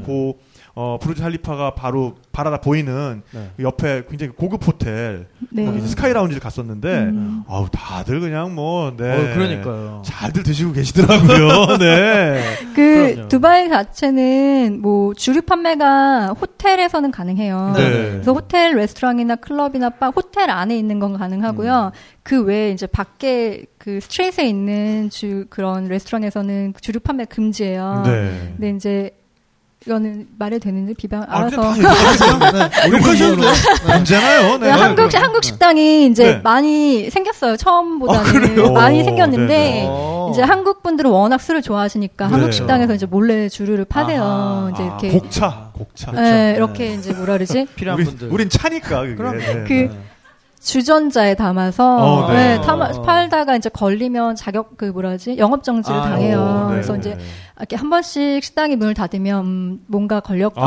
그 어, 브루즈 할리파가 바로 바라다 보이는 네. 그 옆에 굉장히 고급 호텔 네. 거기 이제 스카이 라운지를 갔었는데 음. 아우 다들 그냥 뭐 네. 어, 그러니까요. 잘들 드시고 계시더라고요. 네. 그 그럼요. 두바이 자체는 뭐 주류 판매가 호텔에서는 가능해요. 네. 그래서 호텔 레스토랑이나 클럽이나 바 호텔 안에 있는 건 음. 가능하고요. 그 외에 이제 밖에 그 스트릿에 그 어. 있는 주 그런 레스토랑에서는 주류 판매 금지예요. 네. 근데 이제 이거는 말해도 되는지 비방 아, 근데 다 알아서. 욕하세요. 네, 욕하셔도 돼요. 괜찮아요. 네, 한국 한국 식당이 이제 네. 아, 많이 생겼어요. 처음보다는 그래요? 많이 오, 생겼는데 네네. 이제 한국 분들은 워낙 술을 좋아하시니까 네. 한국 식당에서 이제 몰래 주류를 파대요. 아하. 이제 아, 이렇게 곡차, 곡차. 예, 그렇죠. 이렇게 네. 이제 뭐라 그러지? 필요한 우린, 분들. 우린 차니까 그게. 그럼. 네, 그- 네. 주전자에 담아서 어, 네. 예, 담아- 어. 팔다가 이제 걸리면 자격 그 뭐라 그러지? 영업 정지를 아, 당해요. 오, 네, 그래서 네. 이제 이렇게 한 번씩 식당이 문을 닫으면 음, 뭔가 걸렸고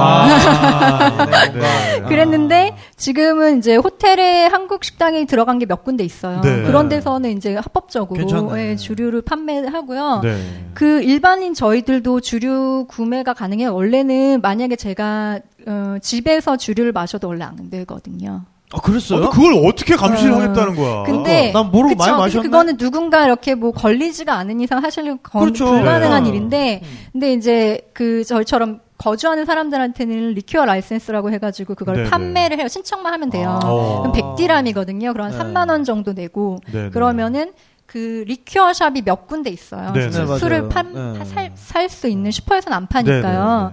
아, 네, 뭔가. 네. 그랬는데 지금은 이제 호텔에 한국 식당이 들어간 게 몇 군데 있어요. 네. 그런 데서는 이제 합법적으로 괜찮네. 예, 주류를 판매하고요. 네. 그 일반인 저희들도 주류 구매가 가능해요. 원래는 만약에 제가 어, 집에서 주류를 마셔도 원래 안 되거든요. 아, 그랬어요? 아, 그걸 어떻게 감시를 어. 하겠다는 거야? 근데 난 모르고 많이 그쵸? 마셨네. 그거는 누군가 이렇게 뭐 걸리지가 않은 이상 사실 건 그렇죠. 불가능한 네. 일인데 근데 이제 그 저희처럼 거주하는 사람들한테는 리큐어 라이센스라고 해가지고 그걸 네네. 판매를 해요. 신청만 하면 돼요. 어. 그럼 100디람이거든요. 그럼 네. 3만 원 정도 내고 네네. 그러면은 그 리큐어 샵이 몇 군데 있어요. 네네. 네, 술을 맞아요. 네. 팔살 수 있는 슈퍼에서는 안 파니까요.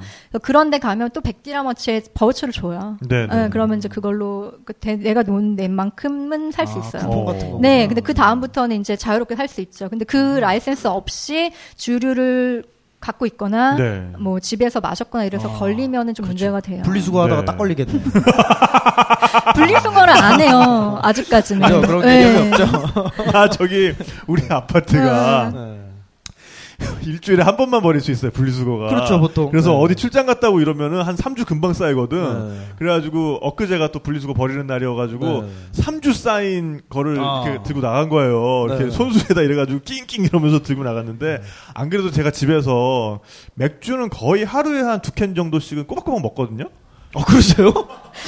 네네. 그래서 그런데 가면 또 100디람어치의 버우처를 줘요. 네네. 예, 그러면 이제 그걸로 그 대- 내가 돈 낸 만큼은 살 수 있어요. 어. 쿠폰 아, 같은 거. 네, 근데 그 다음부터는 이제 자유롭게 살 수 있죠. 근데 음. 그 라이센스 없이 주류를 갖고 있거나 네. 뭐 집에서 마셨거나 이래서 걸리면은 좀 문제가 돼요. 아, 분리수거하다가 네. 딱 걸리겠네. 분리수거를 안 해요. 아직까지는. 그죠? 그런 네. 개념이 없죠. 아 저기 우리 아파트가 어. 네. 일주일에 한 번만 버릴 수 있어요 분리수거가. 그렇죠, 보통. 그래서 네. 어디 출장 갔다고 이러면은 한 3주 금방 쌓이거든. 네. 그래가지고 엊그제가 또 분리수거 버리는 날이어가지고 네. 3주 쌓인 거를 아. 이렇게 들고 나간 거예요. 이렇게 네. 손수에다 이래가지고 낑낑 이러면서 들고 나갔는데 안 그래도 제가 집에서 맥주는 거의 하루에 한 두 캔 정도씩은 꼬박꼬박 먹거든요. 어, 그러세요? 어.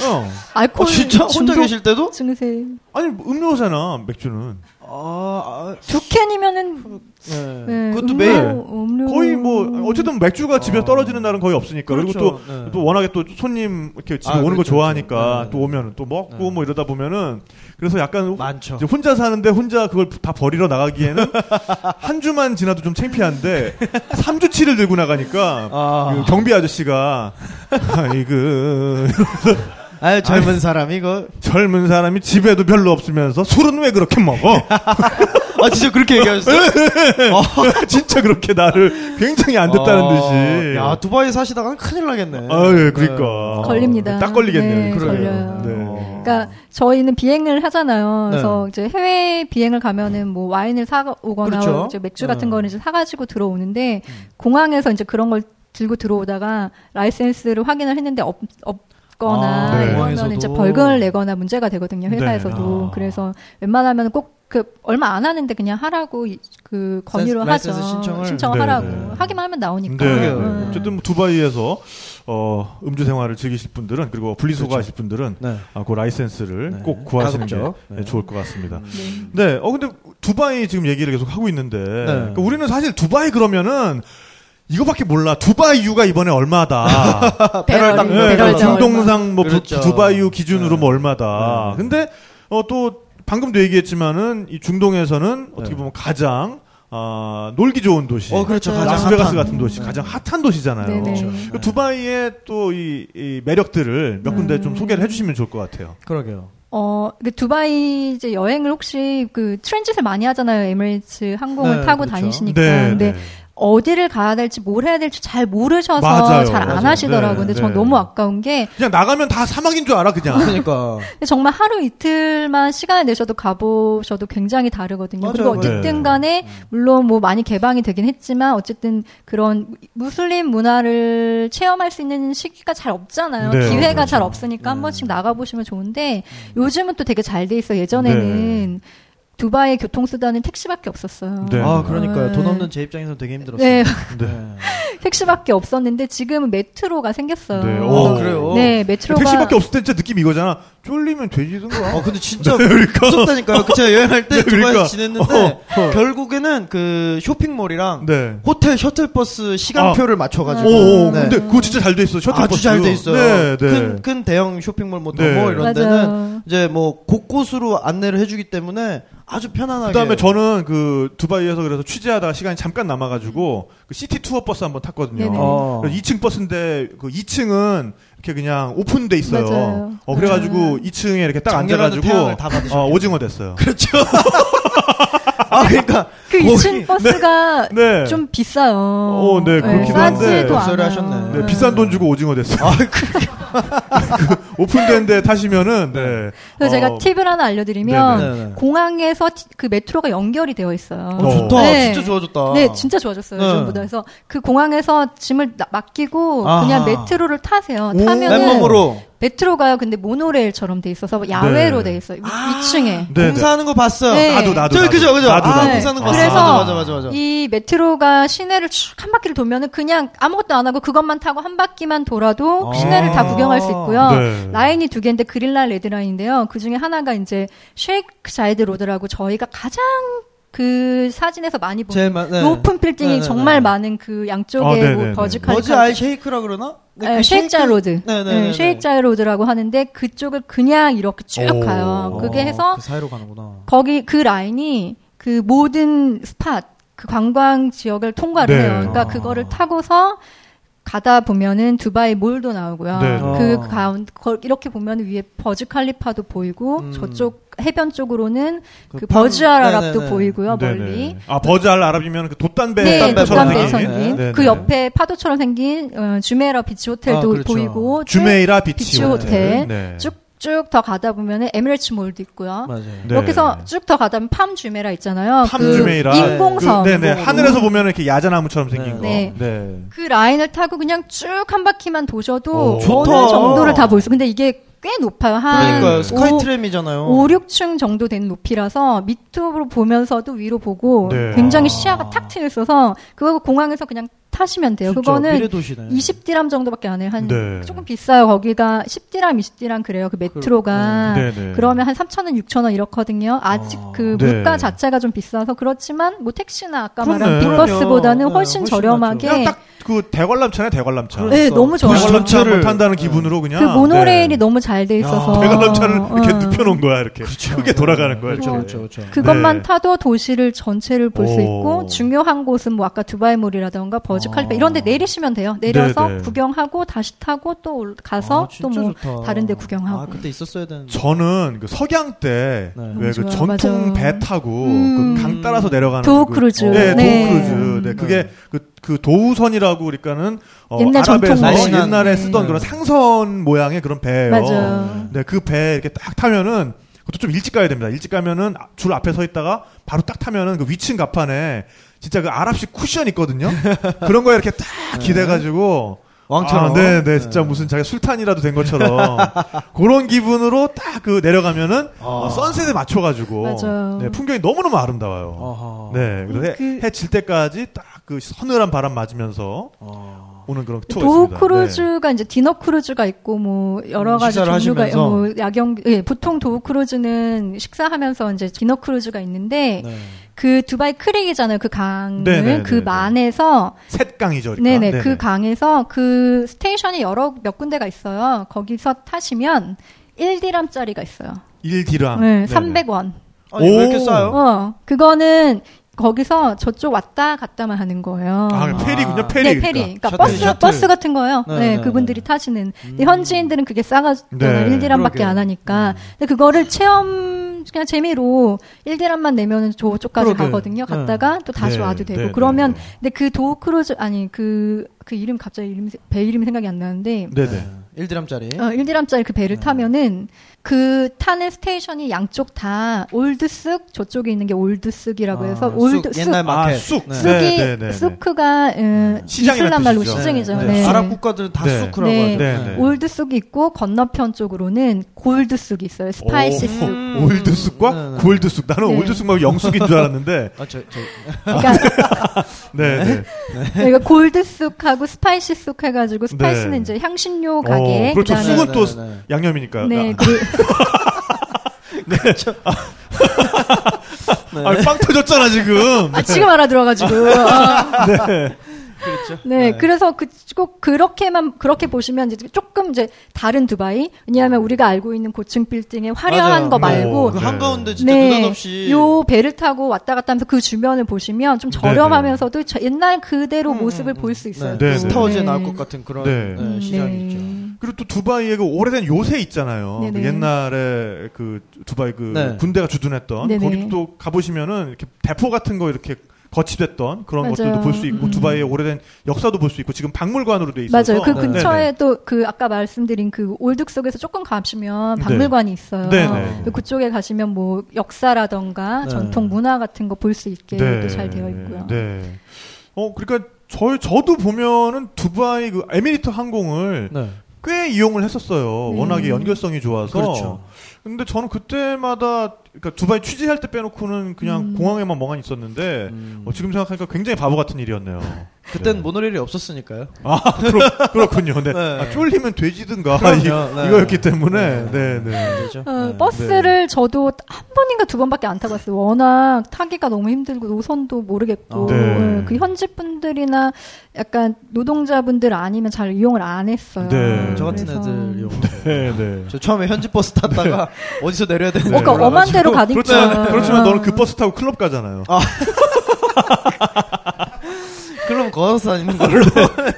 어, 알코올 진짜? 혼자 중독 계실 때도? 증세 아니 뭐 음료잖아 맥주는 아, 아 두 캔이면은 네. 네, 그것도 음료, 매일. 음료 거의 뭐 어쨌든 맥주가 집에 어. 떨어지는 날은 거의 없으니까 그리고 또 그렇죠. 네. 또 워낙에 또 손님 이렇게 집에 아, 오는 거 그렇죠, 좋아하니까 그렇죠. 또 오면 또 먹고 네. 뭐 이러다 보면은 그래서 약간 많죠. 이제 혼자 사는데 혼자 그걸 다 버리러 나가기에는 한 주만 지나도 좀 창피한데 3주치를 들고 나가니까 아. 그 경비 아저씨가 아이고 아유, 젊은 사람, 이거. 젊은 사람이 집에도 별로 없으면서 술은 왜 그렇게 먹어? 아, 진짜 그렇게 얘기하셨어요? 진짜 그렇게 나를 굉장히 안 됐다는 아, 듯이 야, 두바이 사시다가는 큰일 나겠네. 아, 예, 그러니까. 걸립니다. 딱 걸리겠네요. 네, 그러게요. 걸려요. 네. 그러니까 저희는 비행을 하잖아요. 음. 그래서 네. 이제 해외 비행을 가면은 뭐 와인을 사 오거나 그렇죠. 이제 맥주 같은 네. 음. 거는 이제 사가지고 들어오는데 공항에서 이제 그런 걸 들고 들어오다가 라이센스를 확인을 했는데 없, 없거나 아, 네. 이러면 공항에서도. 이제 벌금을 내거나 문제가 되거든요. 회사에서도. 네. 아. 그래서 웬만하면 꼭 그 얼마 안 하는데 그냥 하라고 이- 그 권유를 하죠. 라이센스 신청을. 하라고 네, 네. 하기만 하면 나오니까. 네. 음. 그러게요. 네. 어쨌든 뭐 두바이에서 어, 음주 생활을 즐기실 분들은 그리고 분리수거 하실 분들은 네. 아, 그 라이센스를 네. 꼭 구하시는 게 가급적. 네, 네. 좋을 것 같습니다. 음. 네. 어 근데 두바이 지금 얘기를 계속 하고 있는데 네. 그러니까 우리는 사실 두바이 그러면은 이거밖에 몰라. 두바이유가 이번에 얼마다. 배럴 딱- 네, 배럴 당 중동상 뭐 부- 그렇죠. 두바이유 네. 기준으로 뭐 얼마다. 네. 근데 어 또 방금도 얘기했지만은 이 중동에서는 어떻게 네. 보면 가장 아 놀기 좋은 도시. 어, 그렇죠. 가장 라스베가스 핫한. 같은 도시, 네. 가장 핫한 도시잖아요. 네네. 그렇죠. 그 두바이의 또 이 매력들을 몇 군데 좀 소개를 해주시면 좋을 것 같아요. 그러게요. 어, 그 두바이 이제 여행을 혹시 그 트랜짓을 많이 하잖아요. 에미레이츠 항공을 네, 타고 그렇죠. 다니시니까. 네, 근데 네. 어디를 가야 될지 뭘 해야 될지 잘 모르셔서 맞아요, 잘 맞아요. 안 하시더라고요. 네, 근데 네. 전 너무 아까운 게 그냥 나가면 다 사막인 줄 알아 그냥. 그러니까. 근데 정말 하루 이틀만 시간을 내셔도 가보셔도 굉장히 다르거든요. 맞아요, 그리고 맞아요. 네. 어쨌든 간에 물론 뭐 많이 개방이 되긴 했지만 어쨌든 그런 무슬림 문화를 체험할 수 있는 시기가 잘 없잖아요. 네, 기회가 그렇죠. 잘 없으니까 한 번씩 나가보시면 좋은데 요즘은 또 되게 잘 돼 있어. 예전에는 두바이 교통수단은 택시밖에 없었어요. 네. 아, 그러니까요. 돈 네. 없는 제 입장에서는 되게 힘들었어요. 네, 네. 택시밖에 없었는데 지금은 메트로가 생겼어요. 네, 어, 오. 그래요. 네, 메트로가 택시밖에 없을 때 진짜 느낌 이거잖아. 쫄리면 돼지든가. 어, 근데 진짜 그러니까. 무섭다니까요. 그 제가 여행할 때 네, 두바이에서 그러니까. 지냈는데 어, 어. 결국에는 그 쇼핑몰이랑 네. 아. 호텔 셔틀버스 시간표를 맞춰가지고. 오, 오, 네. 근데 그거 진짜 잘 돼 있어. 셔틀버스. 아주 잘 돼 있어요. 네, 네. 큰, 큰 대형 쇼핑몰 뭐 도모 네. 이런 데는 맞아요. 이제 뭐 곳곳으로 안내를 해주기 때문에 아주 편안하게. 그다음에 저는 그 두바이에서 그래서 취재하다가 시간이 잠깐 남아가지고 그 시티 투어 버스 한번 탔거든요. 네네. 어. 그래서 2층 버스인데 그 2층은 이렇게 그냥 오픈돼 있어요. 맞아요. 어 그래가지고 2층에 이렇게 딱 작년에도 태양을 앉아가지고 다 받으셨겠네. 어, 오징어 됐어요. 그렇죠. 아 그러니까 그 거기- 2층 버스가 네. 좀 비싸요. 어, 네, 아, 그렇긴 한데. 싸지도 목소리 않아요. 하셨네. 네, 비싼 돈 주고 오징어 됐어요. 아, 그 오픈된데 타시면은 네. 그래서 제가 어, 팁을 하나 알려드리면 네네. 네네. 공항에서 티- 그 메트로가 연결이 되어 있어요. 어, 좋다. 네. 진짜 좋아졌다. 네, 진짜 좋아졌어요. 네. 전보다. 그래서 그 공항에서 짐을 나- 맡기고 아하. 그냥 메트로를 타세요. 오, 타면은 맨몸으로 메트로가요. 근데 모노레일처럼 돼 있어서 야외로 네. 돼 있어요. 위, 아. 층에 네, 네. 공사하는 거 봤어요. 네. 나도 나도 저기 나도. 그죠 그죠. 나도 아, 나도. 공사하는 거 아. 봤어요. 그래서 맞아 맞아 맞아. 맞아. 이 메트로가 시내를 쭉 한 바퀴를 돌면은 그냥 아무것도 안 하고 그것만 타고 한 바퀴만 돌아도 아. 시내를 다 구경할 수 있고요. 네. 라인이 두 개인데 그릴라 레드라인인데요. 그 중에 하나가 이제 쉐이크 자이드 로드라고 저희가 가장 그 사진에서 많이 보는 제일 마- 네. 높은 빌딩이 네, 네, 정말 네. 많은 그 양쪽에 아, 네, 뭐 네, 네. 버즈칼리파 뭐지 아이 쉐이크라 그러나? 네, 그 쉐이크 자이 로드. 네네네. 쉐이크 자이 로드라고 하는데 그쪽을 그냥 이렇게 쭉 오. 가요. 그게 해서 그 사이로 가는구나. 거기 그 라인이 그 모든 스팟 그 관광 지역을 통과를 네. 해요. 그러니까 아. 그거를 타고서 가다 보면은 두바이 몰도 나오고요. 네. 그 어. 가운데 거- 이렇게 보면 위에 버즈 칼리파도 보이고 음. 저쪽 해변 쪽으로는 그, 그 버즈 판- 알아랍도 네네네. 보이고요 네네. 멀리. 아 버즈 알 아랍이면 그 돛단배 네, 돛단배 돛단배처럼 독감대 선생님. 생긴. 선인. 네, 그 네. 옆에 파도처럼 생긴 어, 주메라 비치 호텔도 아, 그렇죠. 보이고 쭉 주메이라 비치, 비치 호텔 네. 쭉쭉 더 가다 보면은 에미레츠 몰도 있고요. 맞아요. 네. 여기서 쭉 더 가다면 팜 주메라 있잖아요. 팜 그 주메이라. 인공섬. 그, 그, 네네 하늘에서 보면 이렇게 야자나무처럼 생긴 네. 거. 네. 라인을 타고 그냥 쭉 한 바퀴만 도셔도 오, 어느 좋다. 정도를 다 볼 수. 근데 이게 꽤 높아요. 그러니까요. 한 네. 오- 스카이트램이잖아요. 5, 6층 정도 된 높이라서 밑으로 보면서도 위로 보고 네. 굉장히 아. 시야가 탁 트여 있어서 그거 공항에서 그냥 타시면 돼요. 진짜 그거는 미래도시네. 20디람 정도밖에 안 해요. 한 네. 조금 비싸요. 거기가 10디람, 20디람 그래요. 그 메트로가. 네, 네. 그러면 한 3,000원, 6,000원 이렇거든요. 아직 아, 그 네. 물가 자체가 좀 비싸서 그렇지만 뭐 택시나 아까 그렇네. 말한 빅버스보다는 그럼요. 훨씬 네, 훨씬 저렴하게 그냥 딱 그 대관람차네 대관람차. 네, 너무 좋아요. 그렇죠. 대관람차를 전체를- 탄다는 네. 기분으로 그냥. 그 모노레일이 네. 너무 잘 돼 있어서 대관람차를 이렇게 어. 그렇죠. 눕혀놓은 거야 이렇게. 크게 돌아가는 거야. 그렇죠, 이렇게. 그렇죠, 그렇죠. 그것만 네. 타도 도시를 전체를 볼 수 오. 있고 중요한 곳은 뭐 아까 두바이몰이라던가 버즈 칼리파 이런 데 내리시면 돼요. 내려서 아. 네, 네. 구경하고 다시 타고 또 올- 가서 아, 진짜 또 뭐 좋다. 다른 데 구경하고. 아, 그때 있었어야 되는데. 저는 그 석양 때 네. 왜 그 좋아요. 전통 맞아요. 배 타고 음. 그 강 따라서 내려가는 도우 그- 크루즈. 네, 네. 도우크루즈. 네, 그게 그, 그 도우선이라고 그러니까는 어, 옛날 아랍에서 전통 날씬한- 옛날에 네. 쓰던 그런 상선 모양의 그런 배예요. 맞아요. 네, 그 배 이렇게 딱 타면은 그것도 좀 일찍 가야 됩니다. 일찍 가면은 아, 줄 앞에 서 있다가 바로 딱 타면은 그 위층 갑판에 진짜 그 아랍식 쿠션 있거든요. 그런 거에 이렇게 딱 기대가지고 왕처럼. 아, 네, 네, 진짜 무슨 자기 술탄이라도 된 것처럼 그런 기분으로 딱 그 내려가면은 아. 어, 선셋에 맞춰가지고 맞아요. 네, 풍경이 너무 너무 아름다워요. 어허. 네, 그래서 해- 그- 해질 때까지 딱 그 서늘한 바람 맞으면서 어. 오는 그런 투어가 도우 있습니다. 네. 크루즈가 이제 디너 크루즈가 있고 뭐 여러 가지 식사를 종류가 하시면서. 뭐 야경 예, 보통 도우 크루즈는 식사하면서 이제 디너 크루즈가 있는데 네. 그 두바이 크릭이잖아요. 그 강을 네, 네, 그 네, 네. 만에서 셋강이죠, 그러니까. 네네, 네네. 그 강에서 그 스테이션이 여러 몇 군데가 있어요. 거기서 타시면 1디람짜리가 있어요. 1디람. 아, 네네. 네, 300원. 아니, 왜 이렇게 오. 싸요? 어, 그거는 거기서 저쪽 왔다 갔다만 하는 거예요. 아, 페리군요, 아. 페리. 네, 페리. 그러니까 셔틀, 버스, 셔틀. 버스 같은 거예요. 네, 네, 네, 그분들이 네. 타시는. 근데 현지인들은 그게 네, 싸가지고는 1디람밖에 그러게요. 음. 안 하니까. 근데 그거를 체험, 그냥 재미로 1디람만 내면은 저쪽까지 그러게요. 가거든요. 네. 갔다가 또 다시 네, 와도 되고. 네, 네, 그러면, 네. 근데 그 도우 크루즈, 아니, 그, 그 이름 갑자기 이름, 배 이름이 생각이 안 나는데. 네네. 1드람짜리. 어, 1디람짜리 그 음. 배를 타면은 그 타는 스테이션이 양쪽 다 올드쑥 저쪽에 있는 게 올드쑥이라고 해서 올드쑥 아, 옛날 마켓. 아, 쑥. 네. 쑥. 쑥이 네, 네, 네, 네. 쑥크가 음, 시장이라는 이슬람 말로 뜻이죠. 시장이죠. 네. 네. 아랍 국가들은 다 네. 수크라고 네. 하죠. 네, 네. 올드쑥이 있고 건너편 쪽으로는 골드쑥이 있어요. 스파이시 쑥. 오, 올드쑥과 음. 네, 네. 골드쑥. 나는 네. 올드쑥 말고 영쑥인 줄 알았는데. 아, 저, 저, 그러니까 네. 네. 그러니까 골드쑥하고 스파이시 쑥 해가지고 스파이시는 네. 이제 향신료 어, 가게. 그렇죠. 그다음에- 쑥은 또 네, 네, 네. 양념이니까요. 네, 아, 그, 아, 빵 터졌잖아, 지금. 아, 지금 알아들어가지고. 어. 있죠. 네, 그래서 그 꼭 그렇게만 그렇게 보시면 이제 조금 이제 다른 두바이 왜냐하면 우리가 알고 있는 고층 빌딩의 화려한 맞아요. 거 네. 말고 그 네. 한가운데 진짜 느닷없이 네, 요 배를 타고 왔다 갔다 하면서 그 주변을 보시면 좀 저렴하면서도 저- 옛날 그대로 음, 모습을 볼 수 있어요. 네, 네. 스타워즈에 네. 나올 것 같은 그런 네. 네, 음, 시장이 네. 있죠. 그리고 또 두바이의 그 오래된 요새 있잖아요. 네네. 그 옛날에 그 두바이 그 네. 군대가 주둔했던 네네. 거기 또 가보시면은 이렇게 대포 같은 거 이렇게 거치됐던 그런 맞아요. 것들도 볼 수 있고 음. 두바이의 오래된 역사도 볼 수 있고 지금 박물관으로 돼 있어서 맞아요. 그 네. 근처에 또 그 아까 말씀드린 그 올득 속에서 조금 가시면 박물관이 있어요. 네. 네네. 그쪽에 가시면 뭐 역사라던가 네. 전통 문화 같은 거 볼 수 있게 네. 또 잘 되어 있고요. 네. 어 그러니까 저 저도 보면은 두바이 그 에미리트 항공을 네. 꽤 이용을 했었어요. 네. 워낙에 연결성이 좋아서. 음. 그렇죠. 근데 저는 그때마다 그러니까 두바이 취재할 때 빼놓고는 그냥 음. 공항에만 멍하니 있었는데 어, 지금 생각하니까 굉장히 바보 같은 일이었네요. 그땐 네. 모노레일이 없었으니까. 아 그렇, 그렇군요. 네. 네. 아, 쫄리면 돼지든가 그럼요. 이- 네. 이거였기 때문에 네. 네네. 네. 그죠? 어, 네. 버스를 저도 한 번인가 두 번밖에 안 타봤어요. 워낙 타기가 너무 힘들고 노선도 모르겠고 아, 네. 어, 그 현지 분들이나 약간 노동자분들 아니면 잘 이용을 안 했어요. 네. 저 같은 그래서- 애들 이용. 네, 네. 저 처음에 현지 버스 탔다가 어디서 내려야 되는지 어, 그러니까 몰라가지고. 그렇죠. 네. 엄한 대로 가니까. 아. 그렇지만, 그렇지만 너는 그 버스 타고 클럽 가잖아요. 그럼 걸어서 다니는 걸로.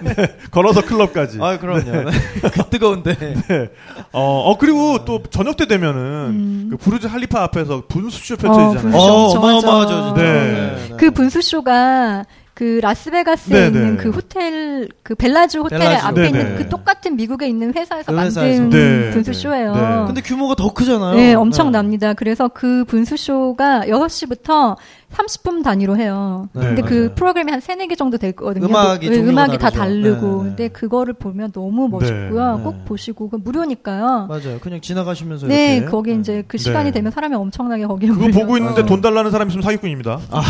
네. 걸어서 클럽까지. 아 그럼요. 그 뜨거운데. 네. 어, 어, 아. 그리고 또 저녁 때 되면은 음. 그 부르즈 할리파 앞에서 분수쇼 펼쳐지잖아요. 분수쇼. 어, 엄청 어마어마하죠 하죠. 진짜. 네. 그렇죠. 그 분수쇼가 그 라스베가스에 네, 있는 네. 그 호텔 그 벨라주 호텔 벨라주. 앞에 네, 있는 네. 그 똑같은 미국에 있는 회사에서 그 회사에서. 만든 네, 분수쇼예요. 네, 네. 근데 규모가 더 크잖아요. 네, 엄청납니다. 그래서 그 분수쇼가 6시부터 30분 단위로 해요. 네, 근데 그 맞아요. 프로그램이 한 세네 개 정도 되거든요. 음악이 네, 종류가 음악이 다 다르죠. 다르고. 네, 네. 근데 그거를 보면 너무 멋있고요. 네. 꼭 보시고. 그 무료니까요. 맞아요. 그냥 지나가시면서 네, 이렇게. 거기 이제 그 시간이 네. 되면 사람이 엄청나게 거기에 그거 몰려서. 보고 있는데 돈 달라는 사람 있으면 사기꾼입니다. 아,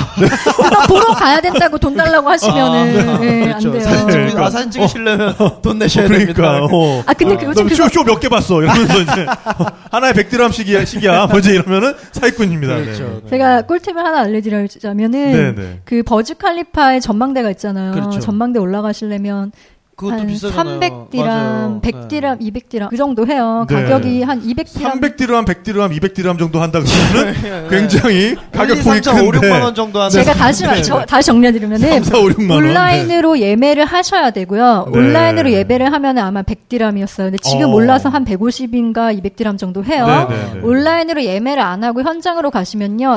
그거 보러 가야 된다고 돈 달라고 하시면은 아, 예, 그렇죠. 안 돼요. 사진 찍으 그러니까. 어, 아, 사진 찍으시려면 돈 내셔야 그러니까. 네, 됩니다. 그렇죠. 어. 아 근데 그 요즘 너 그거 쇼, 쇼 몇 개 봤어. 이러면서 이제 하나에 100드람씩이야, 식이야. 뭐지 이러면은 사기꾼입니다. 그렇죠. 네. 제가 꿀팁을 하나 알려드리자면은 네, 네. 그 버즈 칼리파의 전망대가 있잖아요. 그렇죠. 전망대 올라가시려면 그것도 한 비싸잖아요. 네. 300디람, 100디람, 200디람 그 정도 해요. 네. 가격이 한 200디람. 300드람, 100드람, 200드람 정도 한다 예, 그러면은 네. 굉장히 가격폭이 5, 6만 큰데. 네. 원 정도 하는 제가 다시 말- 저- 네. 다시 정리해드리면은 3, 4, 5, 6만 원. 온라인으로 예매를 하셔야 되고요. 네. 온라인으로 예매를 하면 아마 100디람이었어요. 근데 지금 어. 올라서 한 150인가 200디람 정도 해요. 네, 네, 네. 온라인으로 예매를 안 하고 현장으로 가시면요.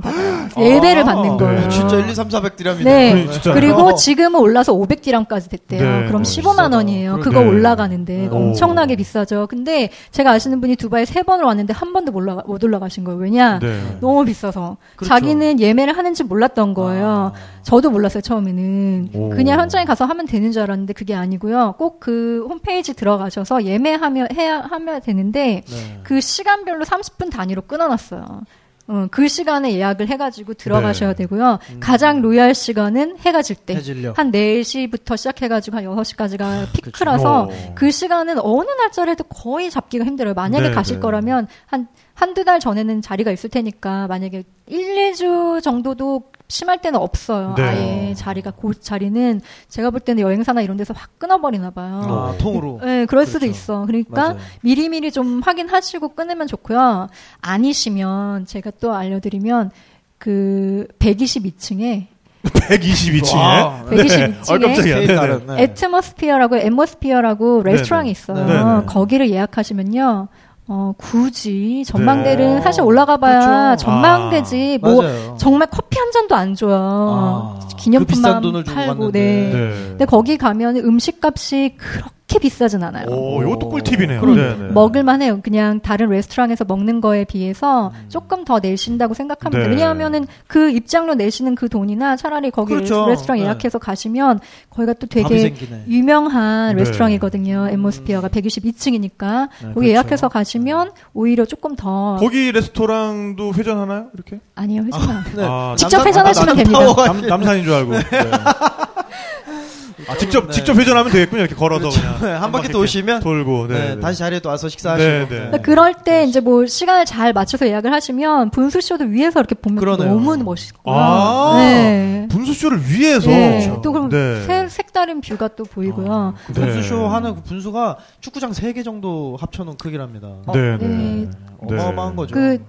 받아요. 예매를 받는 거예요. 네. 진짜 1, 2, 3, 400디람이네요. 어. 네. 네, 진짜. 그리고 지금은 올라서 500디람까지 네, 됐대요. 그럼 어, 15만 원이에요. 비싸다. 그거 네. 올라가는데 오. 엄청나게 비싸죠. 근데 제가 아시는 분이 두바이 세 번을 왔는데 한 번도 못, 올라가, 못 올라가신 거예요. 왜냐? 네. 너무 비싸서. 그렇죠. 아. 자기는 예매를 하는지 몰랐던 거예요. 저도 몰랐어요, 처음에는. 오. 그냥 현장에 가서 하면 되는 줄 알았는데 그게 아니고요. 꼭 그 홈페이지 들어가셔서 예매하면, 해야, 하면 되는데 네. 그 시간별로 30분 단위로 끊어놨어요. 어, 그 시간에 예약을 해가지고 들어가셔야 네. 되고요. 가장 로얄 시간은 해가 질 때. 음. 해질녘. 한 4시부터 시작해가지고 한 아, 6시까지가 피크라서 어. 오. 그 시간은 어느 날짜라도 거의 잡기가 힘들어요. 만약에 네, 가실 네. 거라면 한, 한두 달 전에는 자리가 있을 테니까 만약에 1, 2주 정도도 심할 때는 없어요. 네. 아예 자리가, 그 자리는 제가 볼 때는 여행사나 이런 데서 확 끊어버리나 봐요. 아, 통으로. 네, 그럴 수도 그렇죠. 있어. 그러니까 맞아요. 미리미리 좀 확인하시고 끊으면 좋고요. 아니시면 제가 또 알려드리면 그 122층에 네. 네. 122층에. 와. 네. 122층에 어, 깜짝이야. 케이크 네, 네. 다른, 네. 애트머스피어라고 앰머스피어라고 레스토랑이 있어요. 네네. 거기를 예약하시면요. 어, 굳이 전망대는 네. 사실 올라가 봐야 그렇죠. 전망대지 뭐 맞아요. 정말 커피 한 잔도 안 줘요. 아, 그 비싼 기념품만 돈을 주고 팔고 갔는데. 네. 네. 근데 거기 가면 음식값이 그렇게 비싸진 않아요. 오, 이것도 꿀팁이네요. 그럼요. 뭐. 네, 네. 먹을만 해요. 그냥 다른 레스토랑에서 먹는 거에 비해서 음. 조금 더 내신다고 생각합니다. 네. 왜냐하면은 그 입장료 내시는 그 돈이나 차라리 거기 그렇죠. 레스토랑 네. 예약해서 가시면 거기가 또 밥이 되게 생기네. 음. 유명한 네. 레스토랑이거든요. 엠모스피어가 122층이니까 네, 거기 그렇죠. 예약해서 가시면 오히려 조금 더 거기 레스토랑도 회전하나요? 이렇게? 아니요 회전안 해요. 네. 아, 직접 남산- 회전하시면 아, 남산 됩니다. 타워가 남, 남산인 줄 알고. 네. 아, 직접 네. 직접 회전하면 되겠군요. 이렇게 걸어서 그렇죠. 그냥 네, 한 바퀴 이렇게 도시면 돌고 네, 네, 네. 다시 자리에 또 와서 식사하시고 네, 네. 네. 그러니까 그럴 때 이제 뭐 시간을 잘 맞춰서 예약을 하시면 분수 쇼도 위에서 이렇게 보면 그러네요. 너무 멋있고. 아. 네. 분수쇼를 위해서 네. 또 그럼 네. 새- 색다른 뷰가 또 보이고요. 네. 분수쇼 하는 그 분수가 축구장 3개 정도 합쳐놓은 크기랍니다. 네, 네. 네. 어마어마한 거죠. 그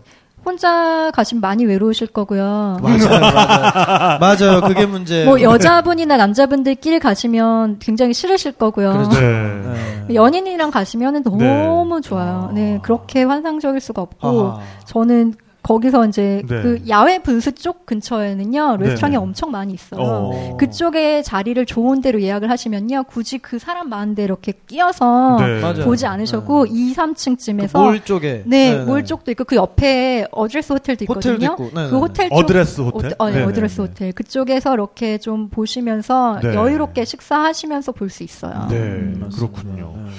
혼자 가시면 많이 외로우실 거고요. 맞아요, 맞아요. 맞아요. 그게 문제. 뭐 여자분이나 남자분들끼리 가시면 굉장히 싫으실 거고요. 그렇죠. 네. 연인이랑 가시면 너무 좋아요. 네, 그렇게 환상적일 수가 없고 저는 거기서 이제 네. 그 야외 분수 쪽 근처에는요 레스토랑이 네, 네. 엄청 많이 있어요. 어. 그쪽에 자리를 좋은 데로 예약을 하시면요 굳이 그 사람 많은데 이렇게 끼어서 네. 맞아요. 보지 않으셔고 네. 2, 3층쯤에서 몰 쪽에. 네, 네네. 몰 쪽도 있고 그 옆에 어드레스 호텔도 있거든요. 호텔도 있고. 네네. 그 호텔 쪽 음. 어드레스 호텔. 어, 네, 네, 드레스 네. 호텔 그쪽에서 이렇게 좀 보시면서 네. 여유롭게 식사하시면서 볼 수 있어요. 네, 아, 맞습니다. 그렇군요. 네.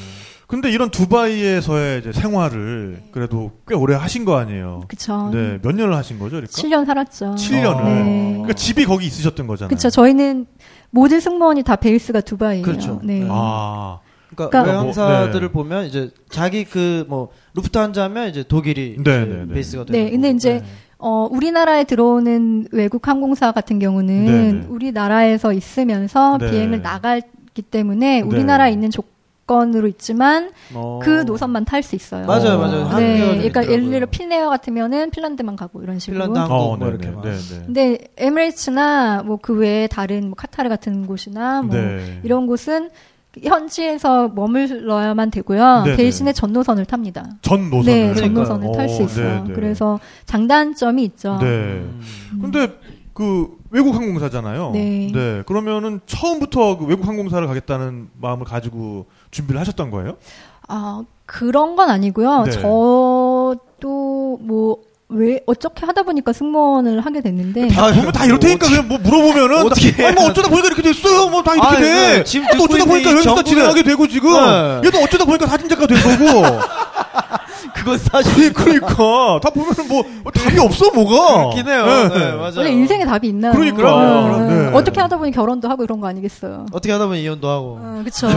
근데 이런 두바이에서의 이제 생활을 그래도 꽤 오래 하신 거 아니에요? 그쵸. 네, 몇 년을 하신 거죠, 그러니까? 7년 살았죠. 칠년을 네. 그러니까 집이 거기 있으셨던 거잖아요. 그쵸. 저희는 모든 승무원이 다 베이스가 두바이예요. 그렇죠. 네. 아, 그러니까 그러니까 외항사들을 뭐, 보면 이제 자기 그 뭐 루프트 한자면 이제 독일이 이제 네네네. 베이스가 되는 네, 근데 거고. 이제 네. 어, 우리나라에 들어오는 외국 항공사 같은 경우는 네네. 우리나라에서 있으면서 네. 비행을 나가기 네. 때문에 우리나라에 있는 조건으로 있지만 어. 그 노선만 탈 수 있어요. 맞아요, 맞아요. 어. 한국에가 네, 좀 그러니까 있더라고요. 예를 들어 핀에어 같으면은 핀란드만 가고 이런 식으로. 핀란드 한국 뭐 어, 네, 이렇게 네, 막. 네, 네. 근데 에미레이츠나 뭐 그 외에 다른 뭐 카타르 같은 곳이나 뭐 네. 이런 곳은 현지에서 머물러야만 되고요. 네네. 대신에 전노선을 탑니다. 전 노선을. 네, 그러니까요. 전노선을 탈 수 어, 있어요. 네, 네. 그래서 장단점이 있죠. 네. 음. 근데 그 외국 항공사잖아요. 네. 그러면은 처음부터 그 외국 항공사를 가겠다는 마음을 가지고 준비를 하셨던 거예요? 아, 그런 건 아니고요. 네. 저도 뭐, 왜, 어떻게 하다 보니까 승무원을 하게 됐는데. 다 보면 다 이럴 테니까 그냥 뭐 물어보면은 아, 어떻게 나- 아니 뭐 어쩌다 보니까 이렇게 됐어요. 뭐 다 이렇게 아니, 돼. 네. 지금 아, 또 듣고 어쩌다 있는 보니까 이 여기서 정부는- 진행하게 되고 지금 네. 얘도 어쩌다 보니까 사진작가 된 거고. 네, 그건 사실 그러니까 다 보면은 뭐, 뭐 답이 없어 뭐가. 웃기네요 네. 맞아요. 원래 인생에 답이 있나요? 그러니까요. 어, 네. 어떻게 하다 보니 결혼도 하고 이런 거 아니겠어요. 어떻게 하다 보면 이혼도 하고. 어, 그쵸.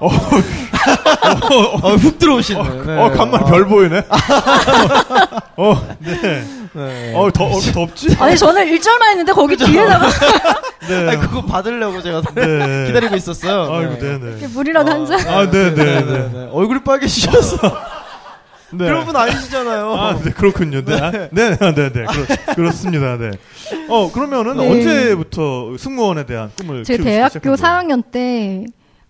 어, 훅 들어오시네. 네. 아, 어 간만에 별 보이네. 어, 네. 어, 더, 어, 덥지? 아니, 저는 일절만 했는데 거기 뒤에다가 네. 아니, 그거 받으려고 제가 네. 기다리고 있었어요. 아이고, 네. 네네. 이렇게 물이라도 한 잔. 아, 네네네. 네. 네. 얼굴이 빨개지셨어. 네. 그런 분 아니시잖아요. 아, 네, 그렇군요. 네, 아, 네, 네, 네, 네. 그렇, 그렇습니다. 네. 어, 그러면은 네. 언제부터 승무원에 대한 꿈을 제그 키우기 시작한 거예요? 대학교 4학년 때,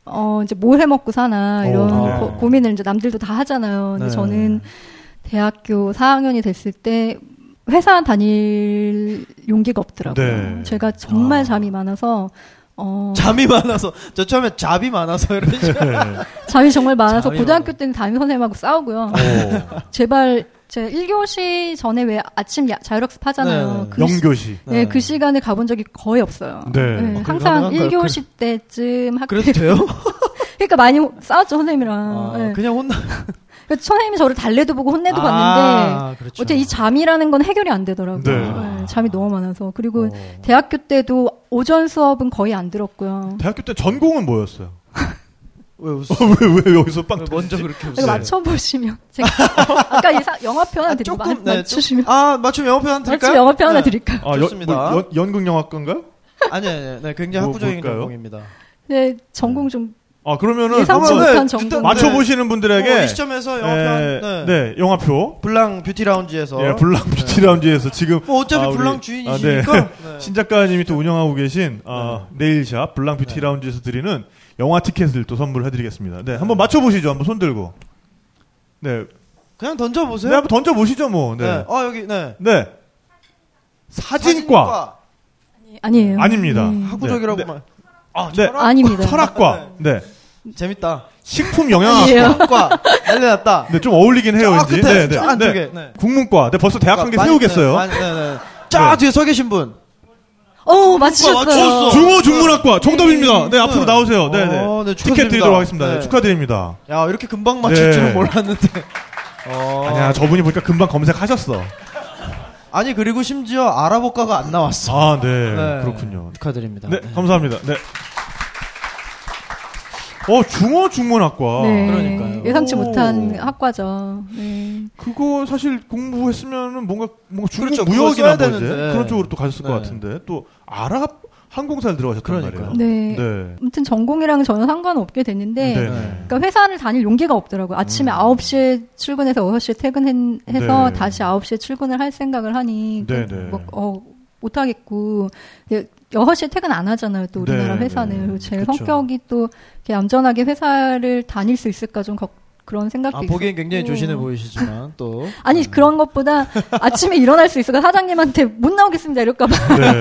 어, 이제 뭘 해먹고 사나, 이런 오, 네. 고, 민을 이제 남들도 다 하잖아요. 근데 네. 저는 대학교 4학년이 됐을 때, 회사 다닐 용기가 없더라고요. 네. 제가 정말 잠이 많아서, 어, 잠이 많아서 저 처음에 잡이 많아서 이런 식으로 잠이 정말 많아서 잠이 고등학교 많아. 때는 담임 선생님하고 싸우고요. 네. 제발, 제 1교시 전에 왜 아침 야- 자율학습 네, 하잖아요. 네. 아, 그 시- 영교시. 네, 그 시간에 가본 적이 거의 없어요. 네. 어, 항상 가능한가요? 그- 1교시 때쯤 학교 그래도 돼요? 그러니까 많이 호- 싸웠죠 선생님이랑. 아, 네. 그냥 혼나. 그래서 선생님이 저를 달래도 보고 혼내도 봤는데 아, 그렇죠. 어째 이 잠이라는 건 해결이 안 되더라고요. 네. 네, 잠이 너무 많아서 그리고 어. 대학교 때도 오전 수업은 거의 안 들었고요. 대학교 때 전공은 뭐였어요? 왜 어, 웃어? 왜, 왜 여기서 빵 왜 먼저 터지지? 그렇게 이거 웃어? 맞춰보시면 제가 아까 이 사- 영화 편 하나 드릴까요? 맞- 맞추시면 아 맞춤 영어 표현 드릴까요? 네. 맞춤 영화 편 하나 드릴까요? 아, 여, 좋습니다. 뭐, 연, 연극영화과인가요? 아니 아니, 아니 네, 굉장히 뭐, 학구적인 뭘까요? 전공입니다. 네 전공 좀 아, 그러면은 예상치 네. 한번 못한 일단 전공 맞춰보시는 분들에게 어, 이 시점에서 영어 네, 표현. 네. 네, 영화표. 블랑 뷰티 라운지에서. 네. 예, 블랑 뷰티 라운지에서 지금 뭐 어차피 아, 우리- 블랑 주인이시니까. 아, 네. 네. 신 작가님이 또 운영하고 계신 아, 네일샵 블랑 뷰티 라운지에서 드리는 영화 티켓을 또 선물해드리겠습니다. 네, 한번 맞춰보시죠. 한번 손 들고. 네, 그냥 던져 네, 보세요. 한번 던져보시죠, 뭐. 네. 네, 어 여기 네. 네. 사진과 네. 아니에요. 아닙니다. 네. 학구적이라고 네. 만 아, 네. 아닙니다. 철학과, 네, 재밌다. 식품 아니에요. 영양학과, 과 난리났다. 네, 좀 어울리긴 해요, 아, 왠지. 끝에, 네, 네, 저 안쪽에. 네. 네. 국문과, 네, 벌써 대학 한 개 많이- 세우겠어요. 많이- 네, 네. 쫙 네. 뒤에 서 계신 분. 오 맞추셨어요. 맞췄어. 중어 중문학과 정답입니다. 네 앞으로 나오세요. 네, 네. 어, 네, 티켓 축하드립니다. 드리도록 하겠습니다. 네, 네. 축하드립니다. 야 이렇게 금방 맞출 네. 줄은 몰랐는데. 어. 아니야 저분이 보니까 금방 검색하셨어. 아니 그리고 심지어 아랍어가가 안 나왔어. 아, 네. 그렇군요. 축하드립니다. 네, 감사합니다. 네. 어, 중어 중문학과. 네. 아, 그러니까요. 예상치 오. 못한 학과죠. 네. 그거 사실 공부했으면은 뭔가 뭔가 중국 그렇죠, 그거 무역이나 써야 뭐 이제 되는데. 그런 쪽으로 또 가셨을 것 네. 같은데 또 아랍 항공사를 들어가셨단 그러니까요. 말이에요. 네. 네. 아무튼 전공이랑 전혀 상관없게 네. 됐는데 그러니까 회사를 다닐 용기가 없더라고요. 아침에 음. 9시에 출근해서 6시에 퇴근해서 네. 다시 9시에 출근을 할 생각을 하니 네, 그 네. 뭐, 어, 못하겠고 6시에 퇴근 안 하잖아요. 또 우리나라 네, 회사는. 네. 그리고 제 그쵸. 성격이 또 이렇게 얌전하게 회사를 다닐 수 있을까 좀 걱- 그런 생각도 아, 있고 보기엔 음. 굉장히 조신해 보이시지만 네. 또 아니 그런 것보다 아침에 일어날 수 있을까 사장님한테 못 나오겠습니다 이럴까 봐 네.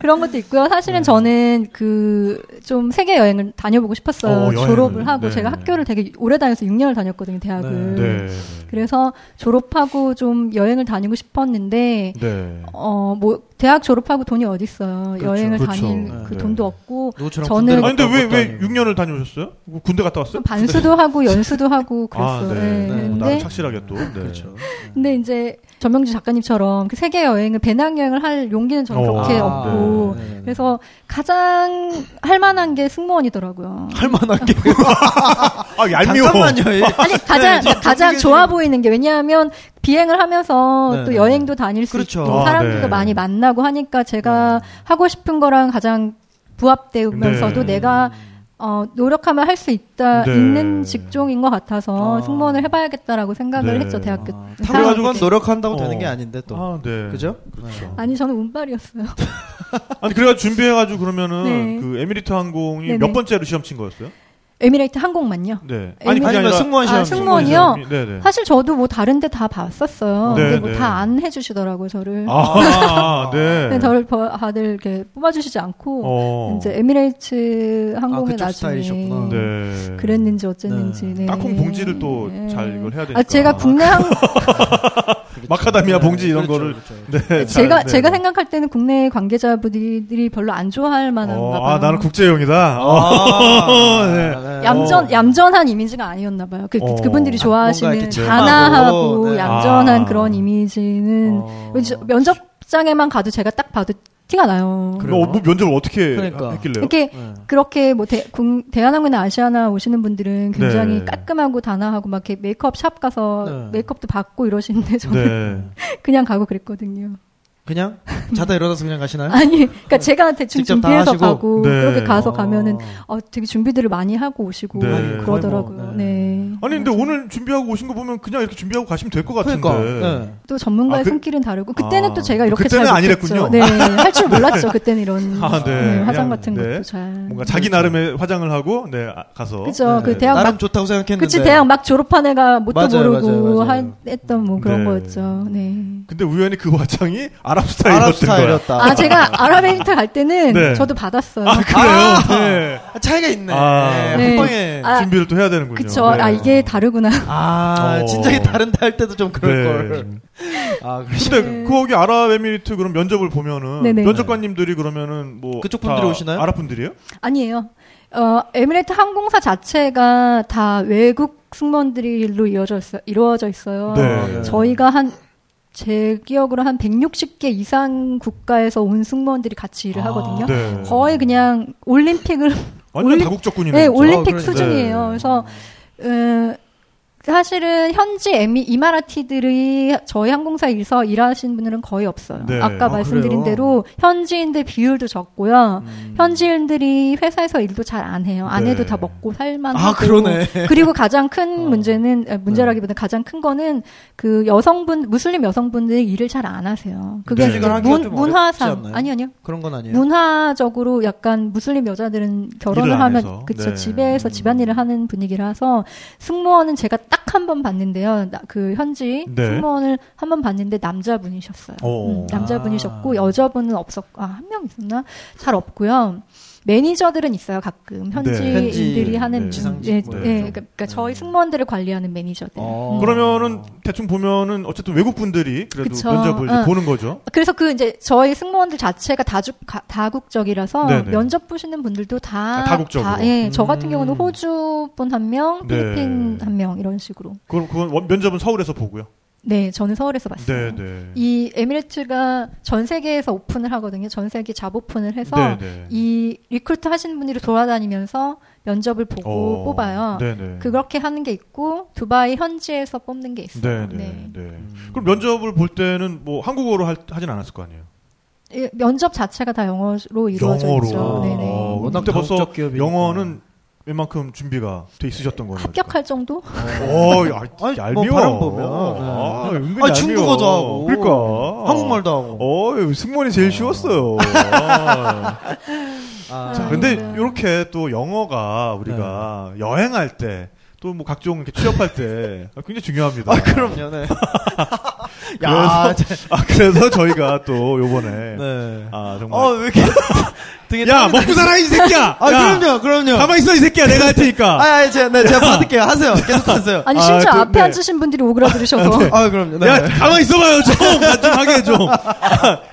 그런 것도 있고요. 사실은 저는 그 좀 세계 여행을 다녀보고 어, 싶었어요. 여행을. 졸업을 하고 네. 제가 학교를 되게 오래 다녀서 6년을 다녔거든요 대학을. 네. 그래서 졸업하고 좀 여행을 다니고 싶었는데 네. 어 뭐 대학 졸업하고 돈이 어디 있어요. 그렇죠. 여행을 그렇죠. 다닐 네. 그 네. 돈도 없고 노처럼 저는- 아니 근데 왜 왜 년 6년을 다녀오셨어요? 뭐 군대 갔다 왔어요? 반수도 하고 연수도 하고 네. 그랬어요. 아, 네. 네. 네. 근데 나름 착실하게 또. 네. 그렇죠. 근데 이제 전명주 작가님처럼 그 세계 여행을 배낭 여행을 할 용기는 저는 어. 그렇게 아, 없고 네, 네, 네. 그래서 가장 할 만한 게 승무원이더라고요. 할 만한 게 아, 얄미워. 잠깐만요. 예. 아니 가장 네, 이제 가장 한국에 좋아 보이는 게 왜냐하면 비행을 하면서 네, 또 네. 여행도 다닐 수 그렇죠. 있고 아, 사람들도 네. 많이 만나고 하니까 제가 하고 싶은 거랑 가장 부합되면서도 네. 내가 어, 노력하면 할 수 있다 네. 있는 직종인 것 같아서 아. 승무원을 해봐야겠다라고 생각을 네. 했죠 대학교. 아, 때. 타고난 건 그래가지고- 노력한다고 어. 되는 게 아닌데 또 아, 네. 그죠? 그렇죠. 아니 저는 운빨이었어요. 아니 그래가 준비해 가지고 그러면은 네. 그 에미리트 항공이 네네. 몇 번째로 시험 친 거였어요? 에미레이트 항공만요. 네. 에미리트- 그게 아니면 아니라- 승무원 시험 아, 승무원이요? 네, 네. 사실 저도 뭐 다른데 다 봤었어요. 네, 근데 뭐 네. 다 안 해주시더라고요 저를. 아, 네. 근데 저를 버- 다들 이렇게 뽑아주시지 않고 어. 이제 에미레이츠 항공에 아, 그쪽 나중에 스타일이셨구나. 네. 그랬는지 어쨌는지 네. 땅콩 봉지를 또 네. 잘 이걸 해야 되니까. 아 제가 국내 항 그렇죠. 마카다미아 봉지 이런 거를- 그렇죠. 네, 잘- 제가 네. 제가 생각할 때는 국내 관계자분들이 별로 안 좋아할 만한가 어, 봐요. 아, 나는 국제용이다. 어. 아, 네. 얌전 어. 얌전한 이미지가 아니었나 봐요. 그, 어. 분들 뭔가 이 좋아하시는 이렇게 단아하고 참하고, 네. 얌전한 아. 그런 이미지는 어. 왠지 면접장에만 가도 제가 딱 봐도 티가 나요. 그래요? 뭐, 뭐 면접을 어떻게 그러니까. 했길래요? 이렇게 네. 그렇게 뭐 대, 국- 대한항공이나 아시아나 오시는 분들은 굉장히 네. 깔끔하고 단아하고 막 이렇게 메이크업 샵 가서 네. 메이크업도 받고 이러시는데 저는 네. 그냥 가고 그랬거든요. 그냥 자다 일어나서 그냥 가시나요? 아니, 그러니까 제가 대충 직접 다 준비해서 하시고? 가고 네. 그렇게 가서 어. 가면은 어, 되게 준비들을 많이 하고 오시고 네. 어? 그러더라고요. 거의 뭐, 네. 아니 근데 오늘 준비하고 오신 거 보면 그냥 이렇게 준비하고 가시면 될 것 같은데. 그러니까. 네. 또 전문가의 아, 그- 손길은 다르고 그때는 아. 또 제가 이렇게 그때는 잘 아니랬군요. 못했죠. 네, 할 줄 몰랐죠. 그때는 이런 아, 네. 네, 화장 그냥, 같은 네. 것도 잘. 뭔가 자기 그렇죠. 나름의 화장을 하고 네 아, 가서. 그죠. 네. 그 대학 나름 막 좋다고 생각했는데. 그치 대학 막 졸업한 애가 뭣도 맞아요, 모르고 맞아요, 맞아요. 한- 했던 뭐 그런 네. 거였죠. 네. 근데 우연히 그 화장이 아랍 스타일이었던 아랍 거야. 스타일이었다. 아 제가 아랍에이터 갈 때는 네. 저도 받았어요. 그래요. 네. 아, 차이가 있네. 아. 네. 네. 국방에. 아, 준비를 또 해야 되는군요. 그쵸. 네. 아 이게 다르구나. 아, 어. 진작에 다른 데 할 때도 좀 그럴 네. 걸. 아, 그러시- 근데 거기 아랍에미리트 그럼 면접을 보면은 네. 네네. 면접관님들이 그러면은 뭐 그쪽 다 분들이 오시나요? 아랍 분들이에요? 아니에요. 어 에미레이트 항공사 자체가 다 외국 승무원들로 이어져 있어, 이루어져 있어요. 아, 네. 저희가 한 제 기억으로 한 160개 이상 국가에서 온 승무원들이 같이 일을 아, 하거든요. 네. 거의 그냥 올림픽을 완전 올림- 다국적군이네. 네, 진짜. 아, 올림픽 그러네. 수준이에요. 네. 그래서 음, 사실은 현지 에미, 이마라티들이 저희 항공사에서 일하시는 분들은 거의 없어요. 네. 아까 아, 말씀드린 그래요? 대로 현지인들 비율도 적고요. 음. 현지인들이 회사에서 일도 잘 안 해요. 안 네. 해도 다 먹고 살만. 아, 하고. 그러네. 그리고 가장 큰 어. 네. 문제는 아, 문제라기보다 가장 큰 거는 그 여성분 무슬림 여성분들이 일을 잘 안 하세요. 그게 취직을 이제 하기가 문, 네. 좀 어렵지 문화상 않나요? 아니 아니요. 그런 건 아니에요. 문화적으로 약간 무슬림 여자들은 일을 결혼을 안 하면 해서. 그쵸 네. 집에서 집안일을 하는 분위기라서 승무원은 제가 딱 한 번 봤는데요 나- 그 현지 네. 승무원을 한 번 봤는데 남자분이셨어요 오. 음, 남자분이셨고 아. 여자분은 없었 아한 명 있었나 잘 없고요 매니저들은 있어요 가끔 현지인들이 현지, 하는 네. 지상직 예, 뭐 예, 이런 그러니까 저희 승무원들을 관리하는 매니저들 어. 그러면은 대충 보면은 어쨌든 외국 분들이 그래도 그쵸. 면접을 이제 응. 보는 거죠. 그래서 그 이제 저희 승무원들 자체가 다주, 가- 다국적이라서 네네. 면접 보시는 분들도 다, 아, 다국적으로. 다- 예, 저 같은 음. 경우는 호주 분 한 명, 네. 필리핀 한 명 이런 식으로. 그럼 그건 원- 면접은 서울에서 보고요. 네, 저는 서울에서 봤어요. 네, 네. 이 에미레이트가 전 세계에서 오픈을 하거든요. 전 세계 잡 오픈을 해서 네, 네. 이 리크루트 하시는 분들이 돌아다니면서 면접을 보고 어, 뽑아요. 네, 네. 그렇게 하는 게 있고 두바이 현지에서 뽑는 게 네, 있어요. 네, 네. 네. 음. 그럼 면접을 볼 때는 뭐 한국어로 할, 하진 않았을 거 아니에요. 예, 면접 자체가 다 영어로 이루어져 있죠. 네네. 어, 워낙 그때 벌써 다국적 음, 기업이니까. 영어는 웬만큼 준비가 돼 있으셨던 거예요. 합격할 정도? 어, 야, 아니, 얄미워. 뭐 바람 보면. 아, 네. 은근히 아니, 얄미워. 중국어도 하고. 그러니까. 한국말도 네. 하고. 어, 승무원이 제일 쉬웠어요. 아. 아, 네. 자, 근데 이렇게 또 영어가 우리가 네. 여행할 때 또 뭐 각종 이렇게 취업할 때 굉장히 중요합니다. 아, 그럼요. 네. 그래서- 야, 자, 아, 그래서 저희가 또 요번에 네. 아 정말 어, 왜 이렇게 등에 야 땀이 먹고 나지? 살아 이 새끼야. 아, 야, 그럼요. 그럼요. 가만 있어 이 새끼야 내가 할 아, 테니까. 아, 제가 네, 제가 받을게요. 하세요. 계속 하세요. 아니 아, 심지어 그, 앞에 네. 앉으신 분들이 오그라들으셔서 아, 그럼요. 네. 야 가만 있어봐요 좀나좀 하게 좀.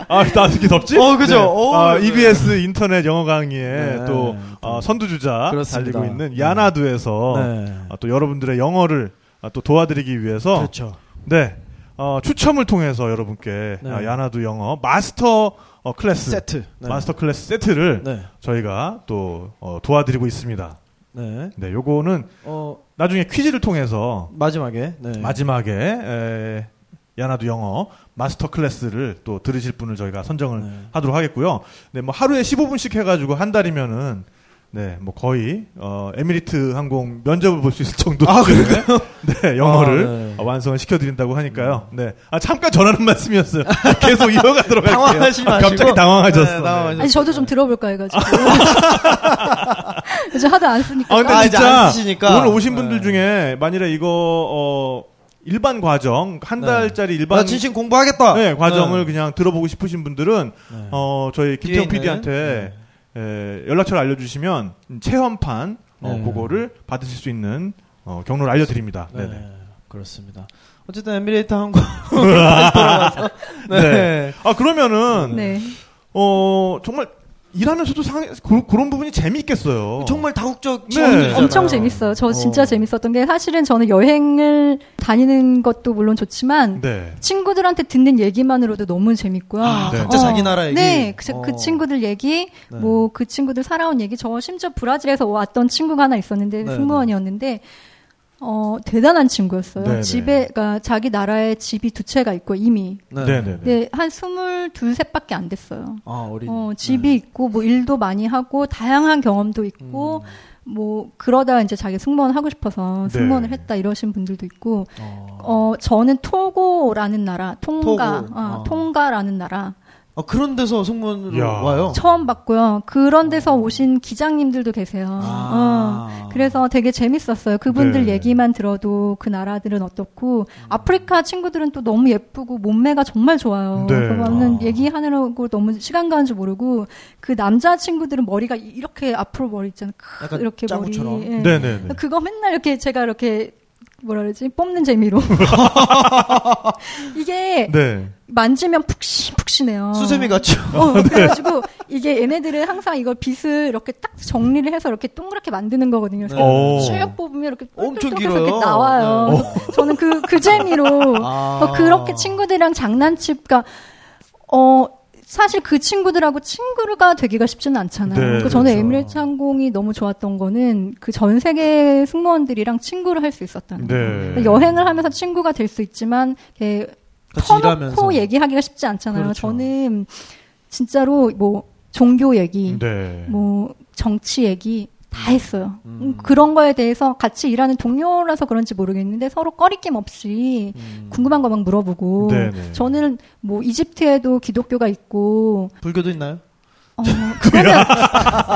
아나 이렇게 덥지? 어, 그죠? 어, 아, 네. EBS 인터넷 영어 강의에 네. 또 아, 선두주자 그렇습니다. 달리고 있는 야나두에서 네. 아, 또 여러분들의 영어를 아, 또 도와드리기 위해서 그렇죠. 네. 어, 추첨을 통해서 여러분께 네. 아, 야나두 영어 마스터 어, 클래스 세트. 네. 마스터 클래스 세트를 네. 저희가 또 어, 도와드리고 있습니다. 네. 네, 요거는 어, 나중에 퀴즈를 통해서 마지막에. 네. 마지막에 에, 야나두 영어 마스터 클래스를 또 들으실 분을 저희가 선정을 네. 하도록 하겠고요. 네, 뭐 하루에 15분씩 해가지고 한 달이면은 네, 뭐 거의 어, 에미리트 항공 면접을 볼 수 있을 정도. 로 네, 영어를 아, 네. 음. 어, 완성을 시켜드린다고 하니까요. 네, 아 잠깐 전하는 말씀이었어요. 계속 이어가도록 할게요. 당황하지 아, 마시고. 갑자기 당황하셨어. 네, 당황하셨어요. 아니 저도 좀 들어볼까 해가지고 요즘 하도 안 쓰니까 아, 근데 아, 이제 진짜 안 쓰시니까. 오늘 오신 분들 네. 중에 만일에 이거 어 일반 과정 한 네. 달짜리 나 일반 진심 공부하겠다. 네, 과정을 네. 그냥 들어보고 싶으신 분들은 네. 어 저희 뒤에 김태형 있는, PD한테 에, 연락처를 알려주시면 체험판 어, 네. 그거를 받으실 수 있는 어, 경로를 알려드립니다. 네. 네. 네 그렇습니다. 어쨌든 에미레이트 항공 다시 돌아와서 네. 네. 아 음. 그러면은 네. 어 정말 일하면서도 상, 그, 그런 부분이 재미있겠어요. 정말 다국적 네. 취업이잖아요. 음, 엄청 재밌어요. 저 진짜 어. 재밌었던 게 사실은 저는 여행을 다니는 것도 물론 좋지만 네. 친구들한테 듣는 얘기만으로도 너무 재밌고요. 아, 네. 각자 자기 나라 얘기. 네, 그, 어. 그 친구들 얘기, 네. 뭐 그 친구들 살아온 얘기. 저 심지어 브라질에서 왔던 친구가 하나 있었는데 네, 승무원이었는데 어 대단한 친구였어요. 네, 네. 집에 가 자기 나라에 집이 두 채가 있고 이미 네. 네, 네, 네. 네, 한 스물둘 셋밖에 안 됐어요. 아, 어린. 어, 집이 있고 뭐 일도 많이 하고 다양한 경험도 있고 음. 뭐 그러다 이제 자기 승무원 하고 싶어서 네. 승무원을 했다 이러신 분들도 있고 어. 어 저는 토고라는 나라 통가 토고. 어, 아. 통가라는 나라 아, 그런 데서 승무원으로 야. 와요. 처음 봤고요 그런 데서 오신 기장님들도 계세요 어. 아. 어, 그래서 되게 재밌었어요 그분들 네. 얘기만 들어도 그 나라들은 어떻고 아프리카 친구들은 또 너무 예쁘고 몸매가 정말 좋아요 네. 그거는 아. 얘기하느라고 너무 시간 가는 줄 모르고 그 남자 친구들은 머리가 이렇게 앞으로 머리 있잖아요 크- 약간 이렇게 짜구처럼. 머리 예. 네, 네, 네. 그거 맨날 이렇게 제가 이렇게 뭐라 그러지 뽑는 재미로 이게 네. 만지면 푹신푹신해요. 수세미 같죠. 어, 그래가지고 이게 얘네들은 항상 이걸 빗을 이렇게 딱 정리를 해서 이렇게 동그랗게 만드는 거거든요. 그래서 오. 쭉 뽑으면 이렇게 엄청 똘똘똘해서 이렇게 길어요. 나와요. 네. 그래서 저는 그, 그 재미로 아. 어, 그렇게 친구들이랑 장난치니까 어 사실 그 친구들하고 친구가 되기가 쉽지는 않잖아요. 네, 그러니까 저는 그렇죠. 에미레이트 항공이 너무 좋았던 거는 그 전 세계 승무원들이랑 친구를 할 수 있었다는 거. 네. 그 여행을 하면서 친구가 될 수 있지만 이렇게 같이 터놓고 일하면서. 얘기하기가 쉽지 않잖아요. 그렇죠. 저는 진짜로 뭐 종교 음, 얘기, 네. 뭐 정치 얘기 다 했어요. 음, 그런 거에 대해서 같이 일하는 동료라서 그런지 모르겠는데 서로 꺼리낌 없이 음. 궁금한 거 막 물어보고 네네. 저는 뭐 이집트에도 기독교가 있고 불교도 있나요? 어, 그거는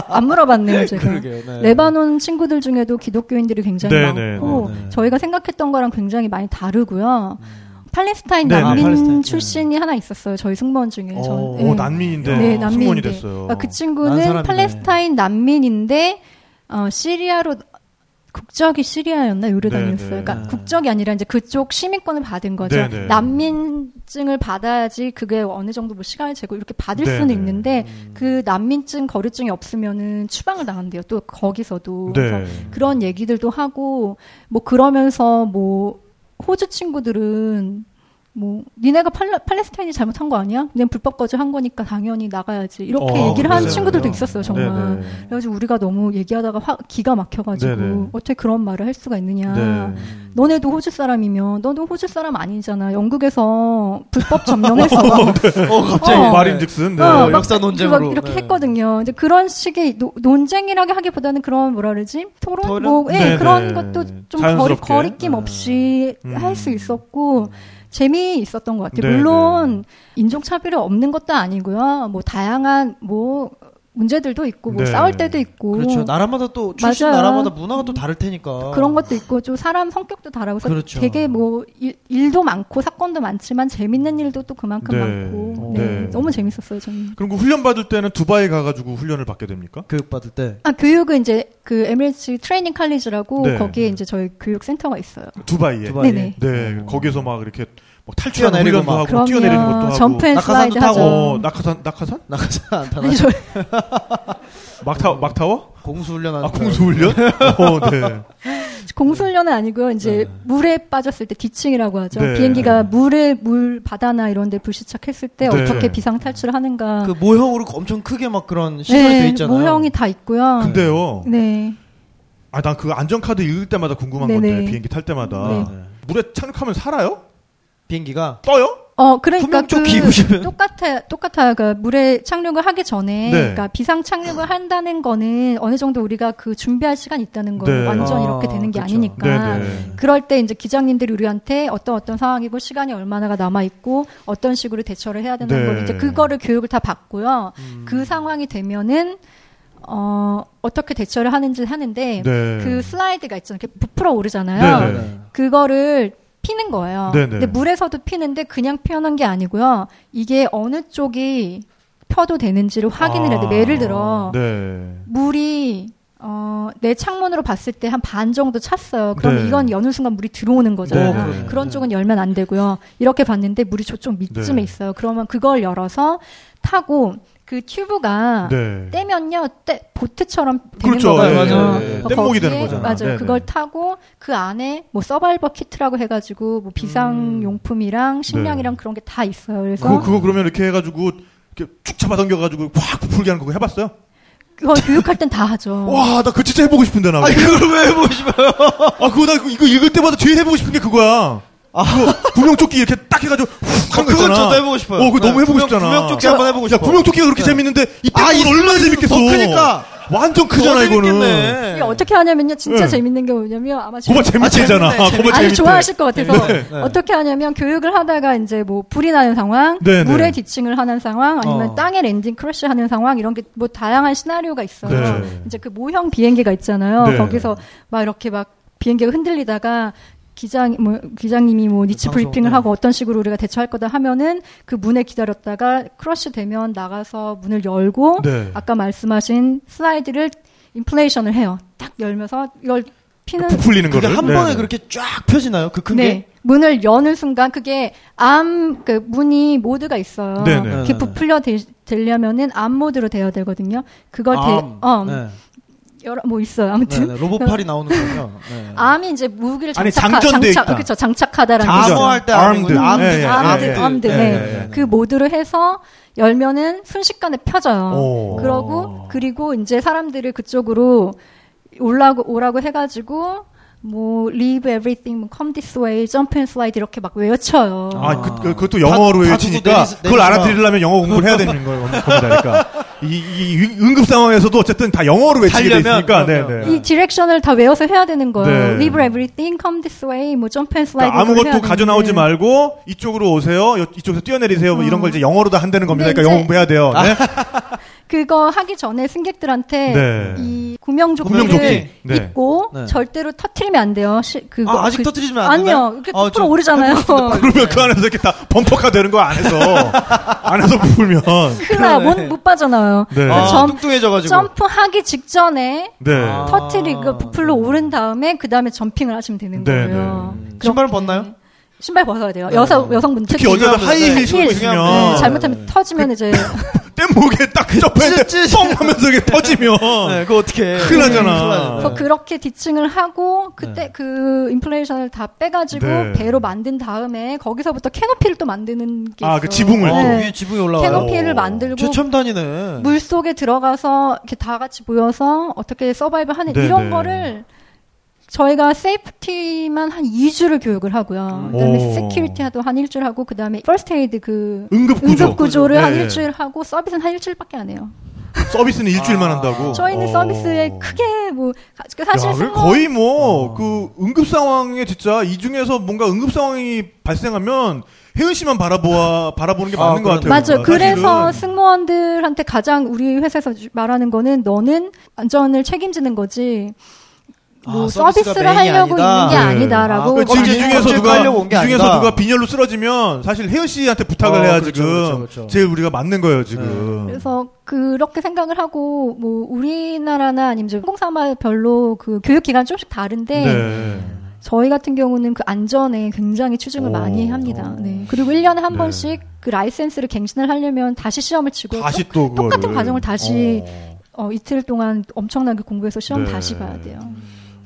안 물어봤네요 제가. 그러게요. 네. 레바논 친구들 중에도 기독교인들이 굉장히 네네, 많고 네네. 저희가 생각했던 거랑 굉장히 많이 다르고요. 음. 팔레스타인 네네. 난민 아, 팔레스타인, 출신이 하나 있었어요. 저희 승무원 중에 어, 전. 오, 난민인데 네, 승무원이 난민인데. 됐어요. 그러니까 그 난 친구는 사람이네. 팔레스타인 난민인데 어, 시리아로 국적이 시리아였나 요르단이었어요. 네네. 그러니까 국적이 아니라 이제 그쪽 시민권을 받은 거죠. 네네. 난민증을 받아야지 그게 어느 정도 뭐 시간을 재고 이렇게 받을 수는 네네. 음. 있는데 그 난민증 거류증이 없으면은 추방을 당한대요. 또 거기서도 그래서 네. 그런 얘기들도 하고 뭐 그러면서 뭐 호주 친구들은 뭐 니네가 팔라, 팔레스타인이 잘못한 거 아니야? 그냥 불법 거주한 거니까 당연히 나가야지 이렇게 어, 얘기를 하는 그러네요. 친구들도 있었어요 정말. 네, 네. 그래가지고 우리가 너무 얘기하다가 화, 기가 막혀가지고 네네. 어떻게 그런 말을 할 수가 있느냐. 네. 너네도 호주 사람이면 너도 호주 사람 아니잖아. 영국에서 불법 점령해서 어 갑자기 어. 말인즉슨 네. 어, 막 역사 논쟁으로 막 이렇게 네. 했거든요. 이제 그런 식의 노- 논쟁이라고 하기보다는 그런 뭐라 그러지 토론, 토론? 뭐 예, 네네. 그런 것도 좀 거리, 자연스럽게. 네. 거리낌 없이 음. 할 수 있었고 재미 있었던 것 같아요. 네네. 물론 인종차별이 없는 것도 아니고요. 뭐 다양한 뭐 문제들도 있고 뭐 네. 싸울 때도 있고 그렇죠. 나라마다 또 출신 맞아요. 음. 나라마다 문화가 또 다를 테니까. 그런 것도 있고 좀 사람 성격도 다르고 그래서 그렇죠. 되게 뭐 일, 일도 많고 사건도 많지만 재밌는 일도 또 네. 그만큼 많고 네. 네, 너무 재밌었어요 저는. 그럼 그 훈련 받을 때는 두바이 가가지고 훈련을 받게 됩니까? 교육 받을 때. 아 교육은 이제 그 에미레이츠 트레이닝 칼리지라고 네. 거기에 이제 저희 교육 센터가 있어요. 두바이에. 두바이. 네네. 네, 어. 거기서 막 이렇게 막 탈출하는 뛰어내리고 훈련도 막. 하고 그럼요. 아, 뛰어내리는 것도 하고 점프 앤 낙하산도 슬라이드 타고. 하죠. 어, 낙하산 낙하산? 나가지 않다. 아니 저 어. 막타 막타워? 공수훈련 하는 아 공수 훈련? 어, 네. 공수훈련은 아니고요. 이제 물에 빠졌을 때 디칭이라고 하죠. 네. 비행기가 물에 물 바다나 이런 데 불시착했을 때 네. 어떻게 비상 탈출하는가. 그 모형으로 엄청 크게 막 그런 시설이 돼 있잖아요. 네, 그 모형이 다 있고요. 근데요. 네. 아, 난 그 안전카드 읽을 때마다 궁금한 네네. 건데 비행기 탈 때마다 네. 물에 착륙하면 살아요? 비행기가 떠요? 어, 투명 그러니까 그 조끼입으시면. 똑같아, 똑같아요. 그러니까 물에 착륙을 하기 전에, 네. 그러니까 비상 착륙을 한다는 거는 어느 정도 우리가 그 준비할 시간이 있다는 거예요. 네. 완전 아, 이렇게 되는 게 그쵸. 아니니까. 네네. 그럴 때 이제 기장님들이 우리한테 어떤 어떤 상황이고 시간이 얼마나가 남아 있고 어떤 식으로 대처를 해야 되는 네. 걸 이제 그거를 교육을 다 받고요. 음. 그 상황이 되면은 어 어떻게 대처를 하는지 하는데 네. 그 슬라이드가 있잖아요. 이렇게 부풀어 오르잖아요. 네. 그거를 피는 거예요. 네네. 근데 물에서도 피는데 그냥 피는 게 아니고요. 이게 어느 쪽이 펴도 되는지를 확인을 해야 돼. 예를 아. 들어 네. 물이 어, 내 창문으로 봤을 때 한 반 정도 찼어요. 그럼 네. 이건 여느 순간 물이 들어오는 거잖아요. 네, 네, 네. 그런 네. 쪽은 열면 안 되고요. 이렇게 봤는데 물이 저쪽 밑쯤에 네. 있어요. 그러면 그걸 열어서 타고 그 튜브가 네. 떼면요, 떼, 보트처럼 되는 그렇죠. 거잖아요. 네, 맞아요. 네, 네. 어, 뗏목이 거기에- 되는 거잖아. 맞아요. 네네. 그걸 타고 그 안에 뭐 서바이벌 키트라고 해가지고 뭐 비상 용품이랑 식량이랑 그런 게 다 있어요. 음. 네. 그거, 그래서 그거 그러면 이렇게 해가지고 이렇게 쭉 잡아당겨가지고 확 부풀게 하는 그거 해봤어요? 그거 교육할 땐 다 하죠. 와, 나 그 진짜 해보고 싶은데 나. 어. 아니 그걸 왜 해보시면? 아, 그거 나 이거 읽을 때마다 제일 해보고 싶은 게 그거야. 아, 그거 구명조끼 이렇게 딱 해가지고 훅 하는 거 그건 있잖아. 저도 해보고 싶어요. 어, 그거 네, 너무 해보고 구명- 싶잖아. 구명조끼 한번 해보고 야, 싶어. 구명조끼 그렇게 네. 재밌는데 이때 아, 이 얼마나 슬라이드는 재밌겠어. 더 크니까. 완전 크잖아 이거는. 이게 어떻게 하냐면요, 진짜 네. 재밌는 게 뭐냐면 아마 고바 지금- 재밌잖아. 재밌네, 재밌네. 고바 아주 재밌대. 좋아하실 것 같아서 네, 네. 어떻게 하냐면 교육을 하다가 이제 뭐 불이 나는 상황, 네, 네. 물에 뒤칭을 하는 상황, 아니면 어. 땅에 랜딩 크러쉬 하는 상황 이런 게 뭐 다양한 시나리오가 있어요. 네. 이제 그 모형 비행기가 있잖아요. 네. 거기서 막 이렇게 막 비행기가 흔들리다가 기장 뭐 기장님이 뭐 니치 방송, 브리핑을 네. 하고 어떤 식으로 우리가 대처할 거다 하면은 그 문에 기다렸다가 크러쉬 되면 나가서 문을 열고 네. 아까 말씀하신 슬라이드를 인플레이션을 해요. 딱 열면서 이걸 피는 부풀리는 그게 거를. 한 네. 번에 그렇게 쫙 펴지나요? 그 네. 큰 게? 문을 여는 순간 그게 암 그 문이 모드가 있어요. 네네. 이렇게 부풀려 되, 되려면은 암 모드로 돼야 되거든요. 그걸 대, 어, 네. 여러 뭐 있어요. 네, 아무튼 네. 로봇팔이 나오는군요. 네. 암이 이제 무기를 아니, 장착하, 장전돼 장착, 있다. 그렇죠. 장착하다라는 장전. 거 암호할 때 Armed. 아니군요. 암드. 예, 예, 암드, 암드, 예, 네. 예, 예. 그 모드로 해서 열면은 순식간에 펴져요. 오. 그러고 그리고 이제 사람들을 그쪽으로 올라고 오라고 해가지고 뭐 leave everything, 뭐, come this way, jump and slide 이렇게 막 외쳐요. 아, 그, 그, 그것도 영어로 다- 다 외치니까 두고 내리- 그걸 내리지 알아들으려면 영어 공부를 해야 되는 거- 겁니다. 그러니까 이, 이 위- 응급 상황에서도 어쨌든 다 영어로 외치게 돼 살려면 있으니까 네, 그러면. 네. 이 디렉션을 다 외워서 해야 되는 거예요. 네. Leave everything, come this way, 뭐 jump and slide. 그러니까 아무것도 가져 나오지 말고 이쪽으로 오세요. 여- 이쪽에서 뛰어내리세요. 뭐 이런 걸 이제 영어로 다 한다는 겁니다. 근데 그러니까 영어 이제- 공부해야 돼요. 네. 그거 하기 전에 승객들한테 네. 이 구명조끼를 구명조끼. 네. 입고 네. 절대로 터트리면 안 돼요. 시, 그거 아, 아직 그- 터뜨리지면 안 되나요? 아니요. 이렇게 아, 아, 좀 로 오르잖아요. 네. 그러면 그 안에서 이렇게 다 범퍼카 되는 거 안에서 안에서 부풀면 큰일 나요. 못, 못 빠져나와요. 그 네. 아, 점- 뚱뚱해져가지고. 아. 점프하기 직전에 아. 네. 터트리고 부풀로 오른 다음에 그 다음에 점핑을 하시면 되는 네, 거예요. 네. 그렇게- 신발은 벗나요? 네. 신발 벗어야 돼요. 여성 여성분 특히 여자들 중요합니다. 하이힐 그 네. 신고 네, 있으면 잘못하면 터지면 이제 그때 목에 딱 접했는데 찌- 찌- 뻥 하면서 이게 터지면 네, 그거 어떻게 큰일 나잖아. 그래서 그렇게 디칭을 하고 그때 그 인플레이션을 다 빼가지고 네. 배로 만든 다음에 거기서부터 캐노피를 또 만드는 게 아, 있어요. 그 지붕을 어, 네. 위에 지붕이 올라와요. 캐노피를 오. 만들고 최첨단이네. 물 속에 들어가서 이렇게 다 같이 모여서 어떻게 서바이브 하는 네, 이런 네. 거를 저희가 세이프티만 한 2주를 교육을 오. 하고요. 그다음에 세큐리티도 한 일주일 하고 그다음에 퍼스트 에이드 그 응급구조. 응급 구조를 한 예, 예. 일주일 하고 서비스는 한 일주일밖에 안 해요. 서비스는 일주일만 한다고. 아, 저희는 어. 서비스에 크게 뭐 가- 그 사실 어. 야, 그 승무원 거의 뭐 그 응급 상황에 진짜 이 중에서 뭔가 응급 상황이 발생하면 혜은 씨만 바라보아 바라보는 게 아, 맞는 것 같아요. 그러네. 맞아요. 뭔가. 그래서 사실은. 승무원들한테 가장 우리 회사에서 주- 말하는 거는 너는 안전을 책임지는 거지. 뭐 아, 서비스가 서비스를 메인이 하려고 아니다. 있는 게 네. 아니다라고 그 지금 이 어찌- 중에서 어찌 누가 깔려고 온 이 게 중에서 아니다. 누가 빈혈로 쓰러지면 사실 혜은 씨한테 부탁을 어, 해야 그렇죠, 지금 그렇죠, 네. 그렇죠. 제일 우리가 맞는 거예요 지금. 그래서 그렇게 생각을 하고 뭐 우리나라나 아니면 이제 항공사마별로 그 교육 기간 조금씩 네. 다른데 저희 같은 경우는 그 안전에 굉장히 추중을 오. 많이 합니다. 네. 그리고 1년에 한 네. 번씩 그 라이센스를 갱신을 하려면 다시 시험을 네. 치고 다시 또 똑같은 그거를. 과정을 다시 어. 어, 이틀 동안 엄청나게 공부해서 시험 네. 다시 봐야 돼요.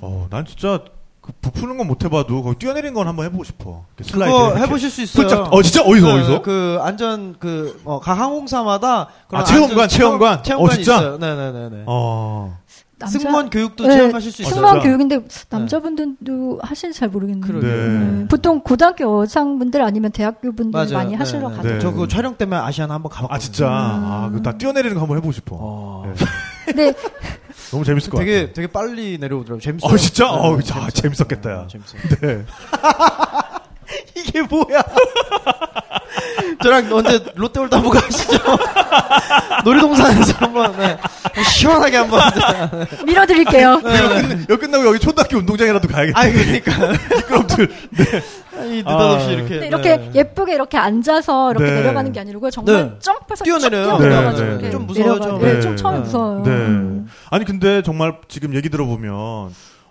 어, 난 진짜 그 부푸는 건 못 해봐도 거기 뛰어내린 건 한번 해보고 싶어. 이렇게 슬라이드 그거 이렇게. 해보실 수 있어요. 살짝- 어 진짜 어디서 어디서? 그 안전 그각 항공사마다 그런 아, 체험관, 안전- 체험관? 체험관이 어, 진짜? 있어요. 네네네네. 어. 남자- 승무원 교육도 네, 체험하실 수 있어요. 네. 승무원 진짜? 교육인데 남자분들도 하시는지 잘 모르겠는데 그러게요. 네. 네. 보통 고등학교 여성분들 아니면 대학교 분들 이 맞아요. 많이 하시러 네, 가죠. 네. 가죠. 저 그거 촬영 때문에 아시아나 한번 가봤거든요. 음. 아 진짜 아, 그나 뛰어내리는 거 한번 해보고 음. 싶어. 어. 네. 근데 너무 재밌을 것 되게 같아. 되게 빨리 내려오더라고. 재밌어. 어 진짜 어우 자 재밌었겠다. 야. 재밌어. 네. 이게 뭐야? 저랑 언제 롯데월드 한번 가시죠. 놀이동산에서 한번 네. 시원하게 한번. 네. 밀어드릴게요. 네. 여기 끝나고 여기 초등학교 운동장이라도 가야겠다. 아이 그러니까 미끄럼틀. 네. 이 느닷없이 아, 이렇게 근데 이렇게 네. 예쁘게 이렇게 앉아서 이렇게 네. 내려가는 게 아니고 정말 네. 점프해서 뛰어내려요. 쭉 뛰어내려가지고 네, 네. 이렇게 좀 무서워요, 내려가요. 좀. 네, 네. 좀 처음에 무서워요. 네. 음. 아니 근데 정말 지금 얘기 들어보면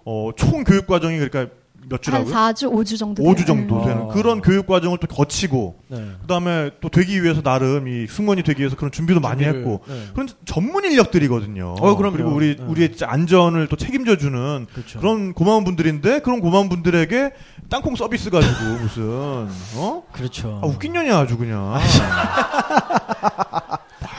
어, 총 교육 과정이 그러니까 몇 한 주라고요? 4주, 5주 정도. 돼요. 5주 정도 네. 되는 아. 그런 교육 과정을 또 거치고 네. 그다음에 또 되기 위해서 나름 이 승무원이 되기 위해서 그런 준비도 많이 준비를, 했고 네. 그런 전문 인력들이거든요. 어, 그럼요. 그리고 우리 네. 우리의 진짜 안전을 또 책임져 주는 그렇죠. 그런 고마운 분들인데 그런 고마운 분들에게 땅콩 서비스 가지고 무슨 어? 그렇죠. 아, 웃긴 년이야 아주 그냥.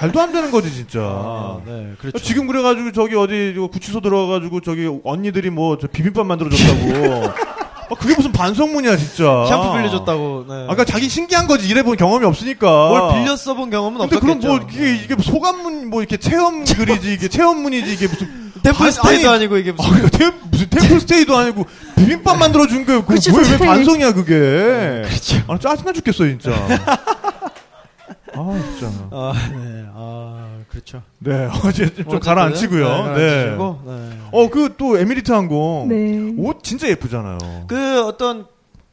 말도 안 되는 거지 진짜. 아, 네, 그렇죠. 지금 그래가지고 저기 어디 저 구치소 들어가가지고 저기 언니들이 뭐 저 비빔밥 만들어줬다고. 아, 그게 무슨 반성문이야 진짜. 샴푸 빌려줬다고. 네. 아. 아까 그러니까 자기 신기한 거지 일해본 경험이 없으니까. 뭘 빌려 써본 경험은 근데 없었겠죠. 네. 그럼 뭐 이게 이게 소감문 뭐 이렇게 체험 글이지 이게 체험문이지 이게 무슨 템플 스테이도 아니, 아니고 이게 아, 무슨 이거 템, 무슨 템플 스테이도 아니고 비빔밥 만들어 준 거예요. 그치, 그왜왜 스테이. 반성이야 그게? 네, 그렇죠. 아, 나 짜증나 죽겠어 진짜. 아 진짜. 아, 네. 아, 그렇죠. 네 어제 좀뭐 어쨌든, 가라앉히고요. 네. 가라앉히시고, 네. 어 그 또 에미리트 항공 네. 옷 진짜 예쁘잖아요. 그 어떤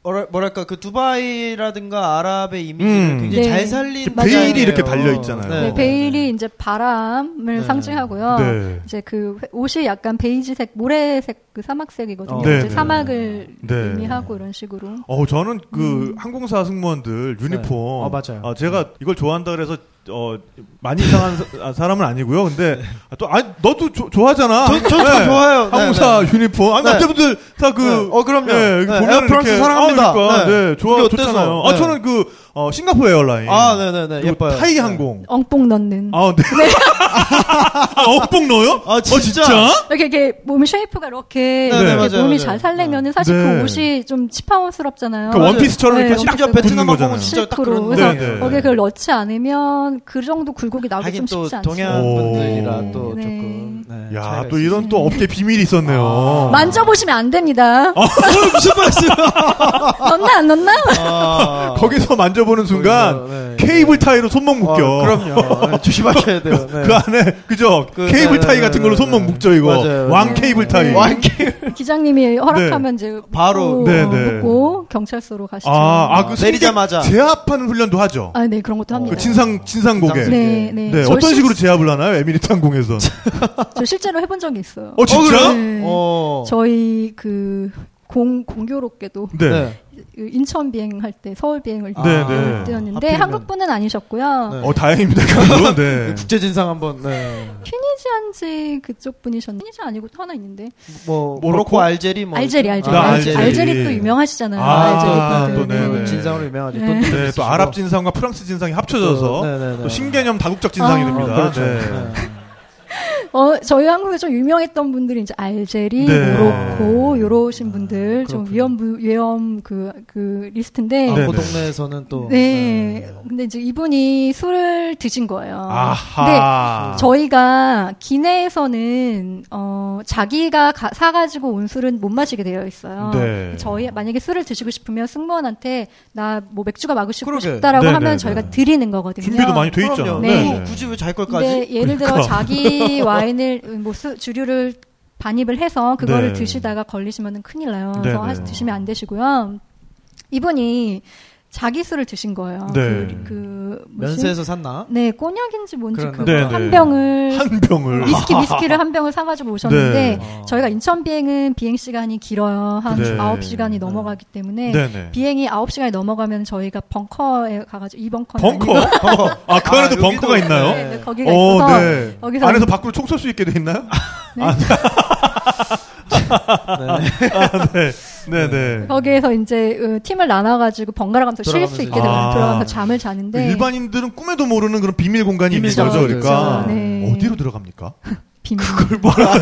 뭐라- 뭐랄까 그 두바이라든가 아랍의 이미지를 음. 굉장히 네. 잘 살린 베일이 디자인이에요. 이렇게 달려 있잖아요. 네, 네. 베일이 이제 바람을 네. 상징하고요. 네. 이제 그 옷이 약간 베이지색, 모래색, 그 사막색이거든요. 어. 네, 이제 네. 사막을 네. 의미하고 이런 식으로. 어 저는 그 항공사 승무원들 네. 유니폼 아, 맞아요. 아, 제가 이걸 좋아한다 그래서 어 많이 이상한 사- 아, 사람은 아니고요. 근데 또 아니 너도 조- 좋아하잖아. 네. 저- 저도 좋아해요. 네, 항공사 네. 유니폼. 아 네. 남자분들 다 그 네. 어, 그럼요. 예, 네. 보면은 에어 프랑스 이렇게- 사랑합니다. 아, 그러니까. 네. 네. 좋아 그게 어때서? 좋잖아요. 아 네. 저는 그 어, 싱가포르 에어라인. 아, 네, 네, 네. 그리고 예뻐요. 타이 네. 항공. 엉뽕 넣는. 아, 네. 아, 어뽕 넣어요? 아, 진짜? 어, 진짜? 이렇게, 이렇게 몸 쉐이프가 네, 이렇게, 네, 이렇게 맞아요, 몸이 맞아요. 잘 살려면은 사실 네. 그 옷이 좀 치파오스럽잖아요. 그러니까 원피스처럼 네, 이렇게 원피스. 딱 심지어 붙는 베트남 거잖아요. 항공은 네, 진짜 딱 그런 실크로. 그래서 모양이에요. 거기에 거기에 그걸 넣지 않으면 그 정도 굴곡이 나오기 네. 하긴 좀 또 쉽지 않죠. 동양 않습니다. 분들이라 또 오. 네. 조금 네, 야, 차이가 있어요. 또 아. 이런 또 업계 비밀이 있었네요. 아, 어, 만져보시면 안 됩니다. 무슨 말씀? 넣나 안 넣나? 아, 거기서 만져보는 순간 거기서, 네. 케이블 타이로 손목 묶여. 어, 그럼요. 네, 조심하셔야 돼요. 네. 그 안에 그죠? 그- 케이블 네, 타이 네, 같은 네, 걸로 네, 손목 네. 묶죠 이거. 맞아요. 네. 왕 케이블 타이. 완쾌. 기장님이 허락하면 이제 바로. 묶고, 네, 네. 묶고 경찰서로 가시죠. 아, 아, 그 내리자마자. 승객 제압하는 훈련도 하죠. 아, 네 그런 것도 합니다. 그 진상 진상 고개. 진상 네. 고개. 네, 네. 저 어떤 실- 식으로 제압을 하나요? 에미리트 항공에서. 네. 저 실제로 해본 적이 있어요. 어 진짜? 네. 어. 저희 그 공, 공교롭게도 네. 네. 그 인천 비행할 때 서울 비행을 아, 네, 네. 뛰었는데 하필이면. 한국 분은 아니셨고요. 네. 어 다행입니다. 그건. 네. 국제 진상 한번. 네. 튀니지한지 그쪽 분이셨나? 튀니지 아니고 또 하나 있는데 뭐 모로코? 모로코 알제리 뭐 알제리 알제리 아, 알제리. 알제리. 알제리 또 유명하시잖아요. 아, 알제리 또 네네. 그 진상으로 유명하죠. 네. 돈 네, 좀 또 있으시고. 아랍 진상과 프랑스 진상이 합쳐져서 또, 네, 네, 네. 또 신개념 다국적 진상이 아, 됩니다. 그렇죠. 네. 어, 저희 한국에 좀 유명했던 분들이 이제 알제리, 네. 모로코 요러신 분들 좀 그렇군요. 위험 부- 위험 그 그 리스트인데 네. 안고 아, 동네에서는 또 네. 근데 이제 이분이 술을 드신 거예요. 아하. 어. 근데 저희가 기내에서는 어 자기가 가- 사가지고 온 술은 못 마시게 되어 있어요. 네. 저희 만약에 술을 드시고 싶으면 승무원한테 나 뭐 맥주가 마시고 그러게. 싶다라고 네, 하면 네, 저희가 네. 드리는 거거든요. 준비도 많이 돼 그럼요. 있잖아요. 뭐 네. 굳이 왜 자기 근데 걸까지? 예를 들어 그러니까. 자기 와인을 뭐 수- 주류를 반입을 해서 네. 그거를 드시다가 걸리시면 큰일 나요. 네, 그래서 네. 하- 드시면 안 되시고요. 이분이 자기 술을 드신 거예요. 네. 그, 그 뭐지? 면세에서 샀나? 네 꼬냑인지 뭔지 그러나 그거 봐요. 네, 네. 한 병을 한 병을 위스키 위스키를 한 병을 사가지고 오셨는데 네. 저희가 인천 비행은 비행 시간이 길어요 한 네. 아홉 시간이 넘어가기 때문에 아, 네네. 비행이 아홉 시간이 넘어가면 저희가 벙커에 가가지고 이 벙커 벙커? 아, 그 아, 안에도 여기도- 벙커가 있나요? 네, 네, 거기가 어, 있어서 네. 거기서 아, 안에서 밖으로 총 쏠 수 있게 돼 있나요? 네. 네, 네. 거기에서 이제 어, 팀을 나눠가지고 번갈아가면서 쉴 수 있게 되고 아. 그 들어가서 잠을 자는데 일반인들은 꿈에도 모르는 그런 비밀 공간이 있는 비밀 거죠. 공간이죠. 그러니까 네. 어디로 들어갑니까? 비밀 그걸 뭐라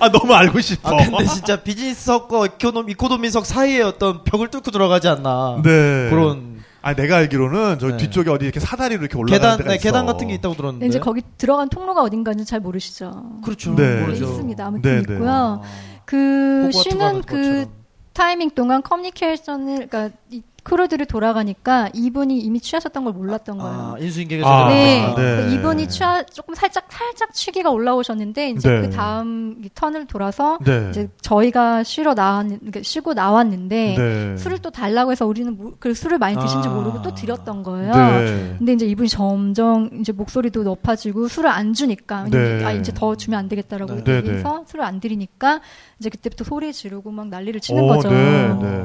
아, 너무 알고 싶어. 아 근데 진짜 비즈니스석과 이코노, 이코노미석 사이에 어떤 벽을 뚫고 들어가지 않나 네. 그런 아, 내가 알기로는 저 네. 뒤쪽에 어디 이렇게 사다리로 이렇게 올라가는 계단 데가 네, 있어. 계단 같은 게 있다고 들었는데 네, 이제 거기 들어간 통로가 어딘가는 잘 모르시죠. 그렇죠 네. 네, 모르죠 있습니다. 네, 아무튼 네. 있고요. 그 호그와트 쉬는 가는 그 것처럼. 타이밍 동안 커뮤니케이션을 그러니까 이 크루들이 돌아가니까 이분이 이미 취하셨던 걸 몰랐던 아 거예요. 인수인계가 아, 네. 아, 네. 이분이 취하 조금 살짝 살짝 취기가 올라오셨는데 이제 네. 그 다음 이 턴을 돌아서 네. 이제 저희가 쉬러 나왔 그러니까 쉬고 나왔는데 네. 술을 또 달라고 해서 우리는 모- 그 술을 많이 드신지 아. 모르고 또 드렸던 거예요. 네. 근데 이제 이분이 점점 이제 목소리도 높아지고 술을 안 주니까 네. 아 이제 더 주면 안 되겠다라고 네, 얘기해서 술을 안 드리니까 이제 그때부터 소리 지르고 막 난리를 치는 오, 거죠. 네, 네.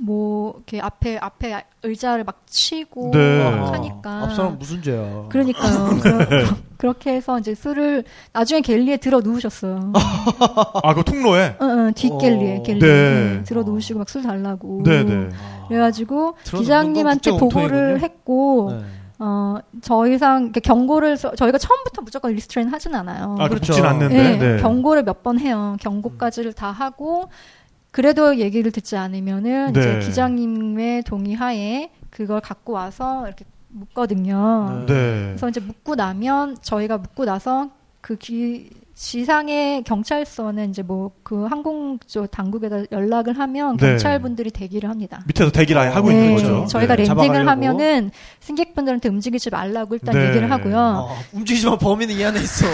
뭐 이렇게 앞에 앞에 의자를 막 치고 네. 막 하니까 아, 앞사람 뭐. 무슨 죄야 그러니까요. 그러, 그렇게 해서 이제 술을 나중에 갤리에 들어 누우셨어요. 아, 그 통로에? 어, 어, 뒷갤리에 어. 갤리에 네. 들어 누우시고 막 술 달라고. 네, 네. 아, 그래가지고 들어놓는 기장님한테 건 국제 보고를 원통이군요. 했고 네. 어, 더 이상 이렇게 경고를 써- 저희가 처음부터 무조건 리스트레인 하진 않아요. 아, 그 그렇죠. 붙진 않는데. 네, 네. 어. 경고를 몇 번 해요. 경고까지를 다 하고 그래도 얘기를 듣지 않으면은 네. 이제 기장님의 동의하에 그걸 갖고 와서 이렇게 묶거든요. 네. 그래서 이제 묶고 나면 저희가 묶고 나서 그 기, 지상의 경찰서는 이제 뭐 그 항공 쪽 당국에다 연락을 하면 네. 경찰분들이 대기를 합니다. 밑에서 대기를 아예 하고 네. 있는 거죠. 저희가 네, 렌징을 잡아가려고. 하면은 승객분들한테 움직이지 말라고 일단 네. 얘기를 하고요. 아, 움직이지만 범인은 이 안에 있어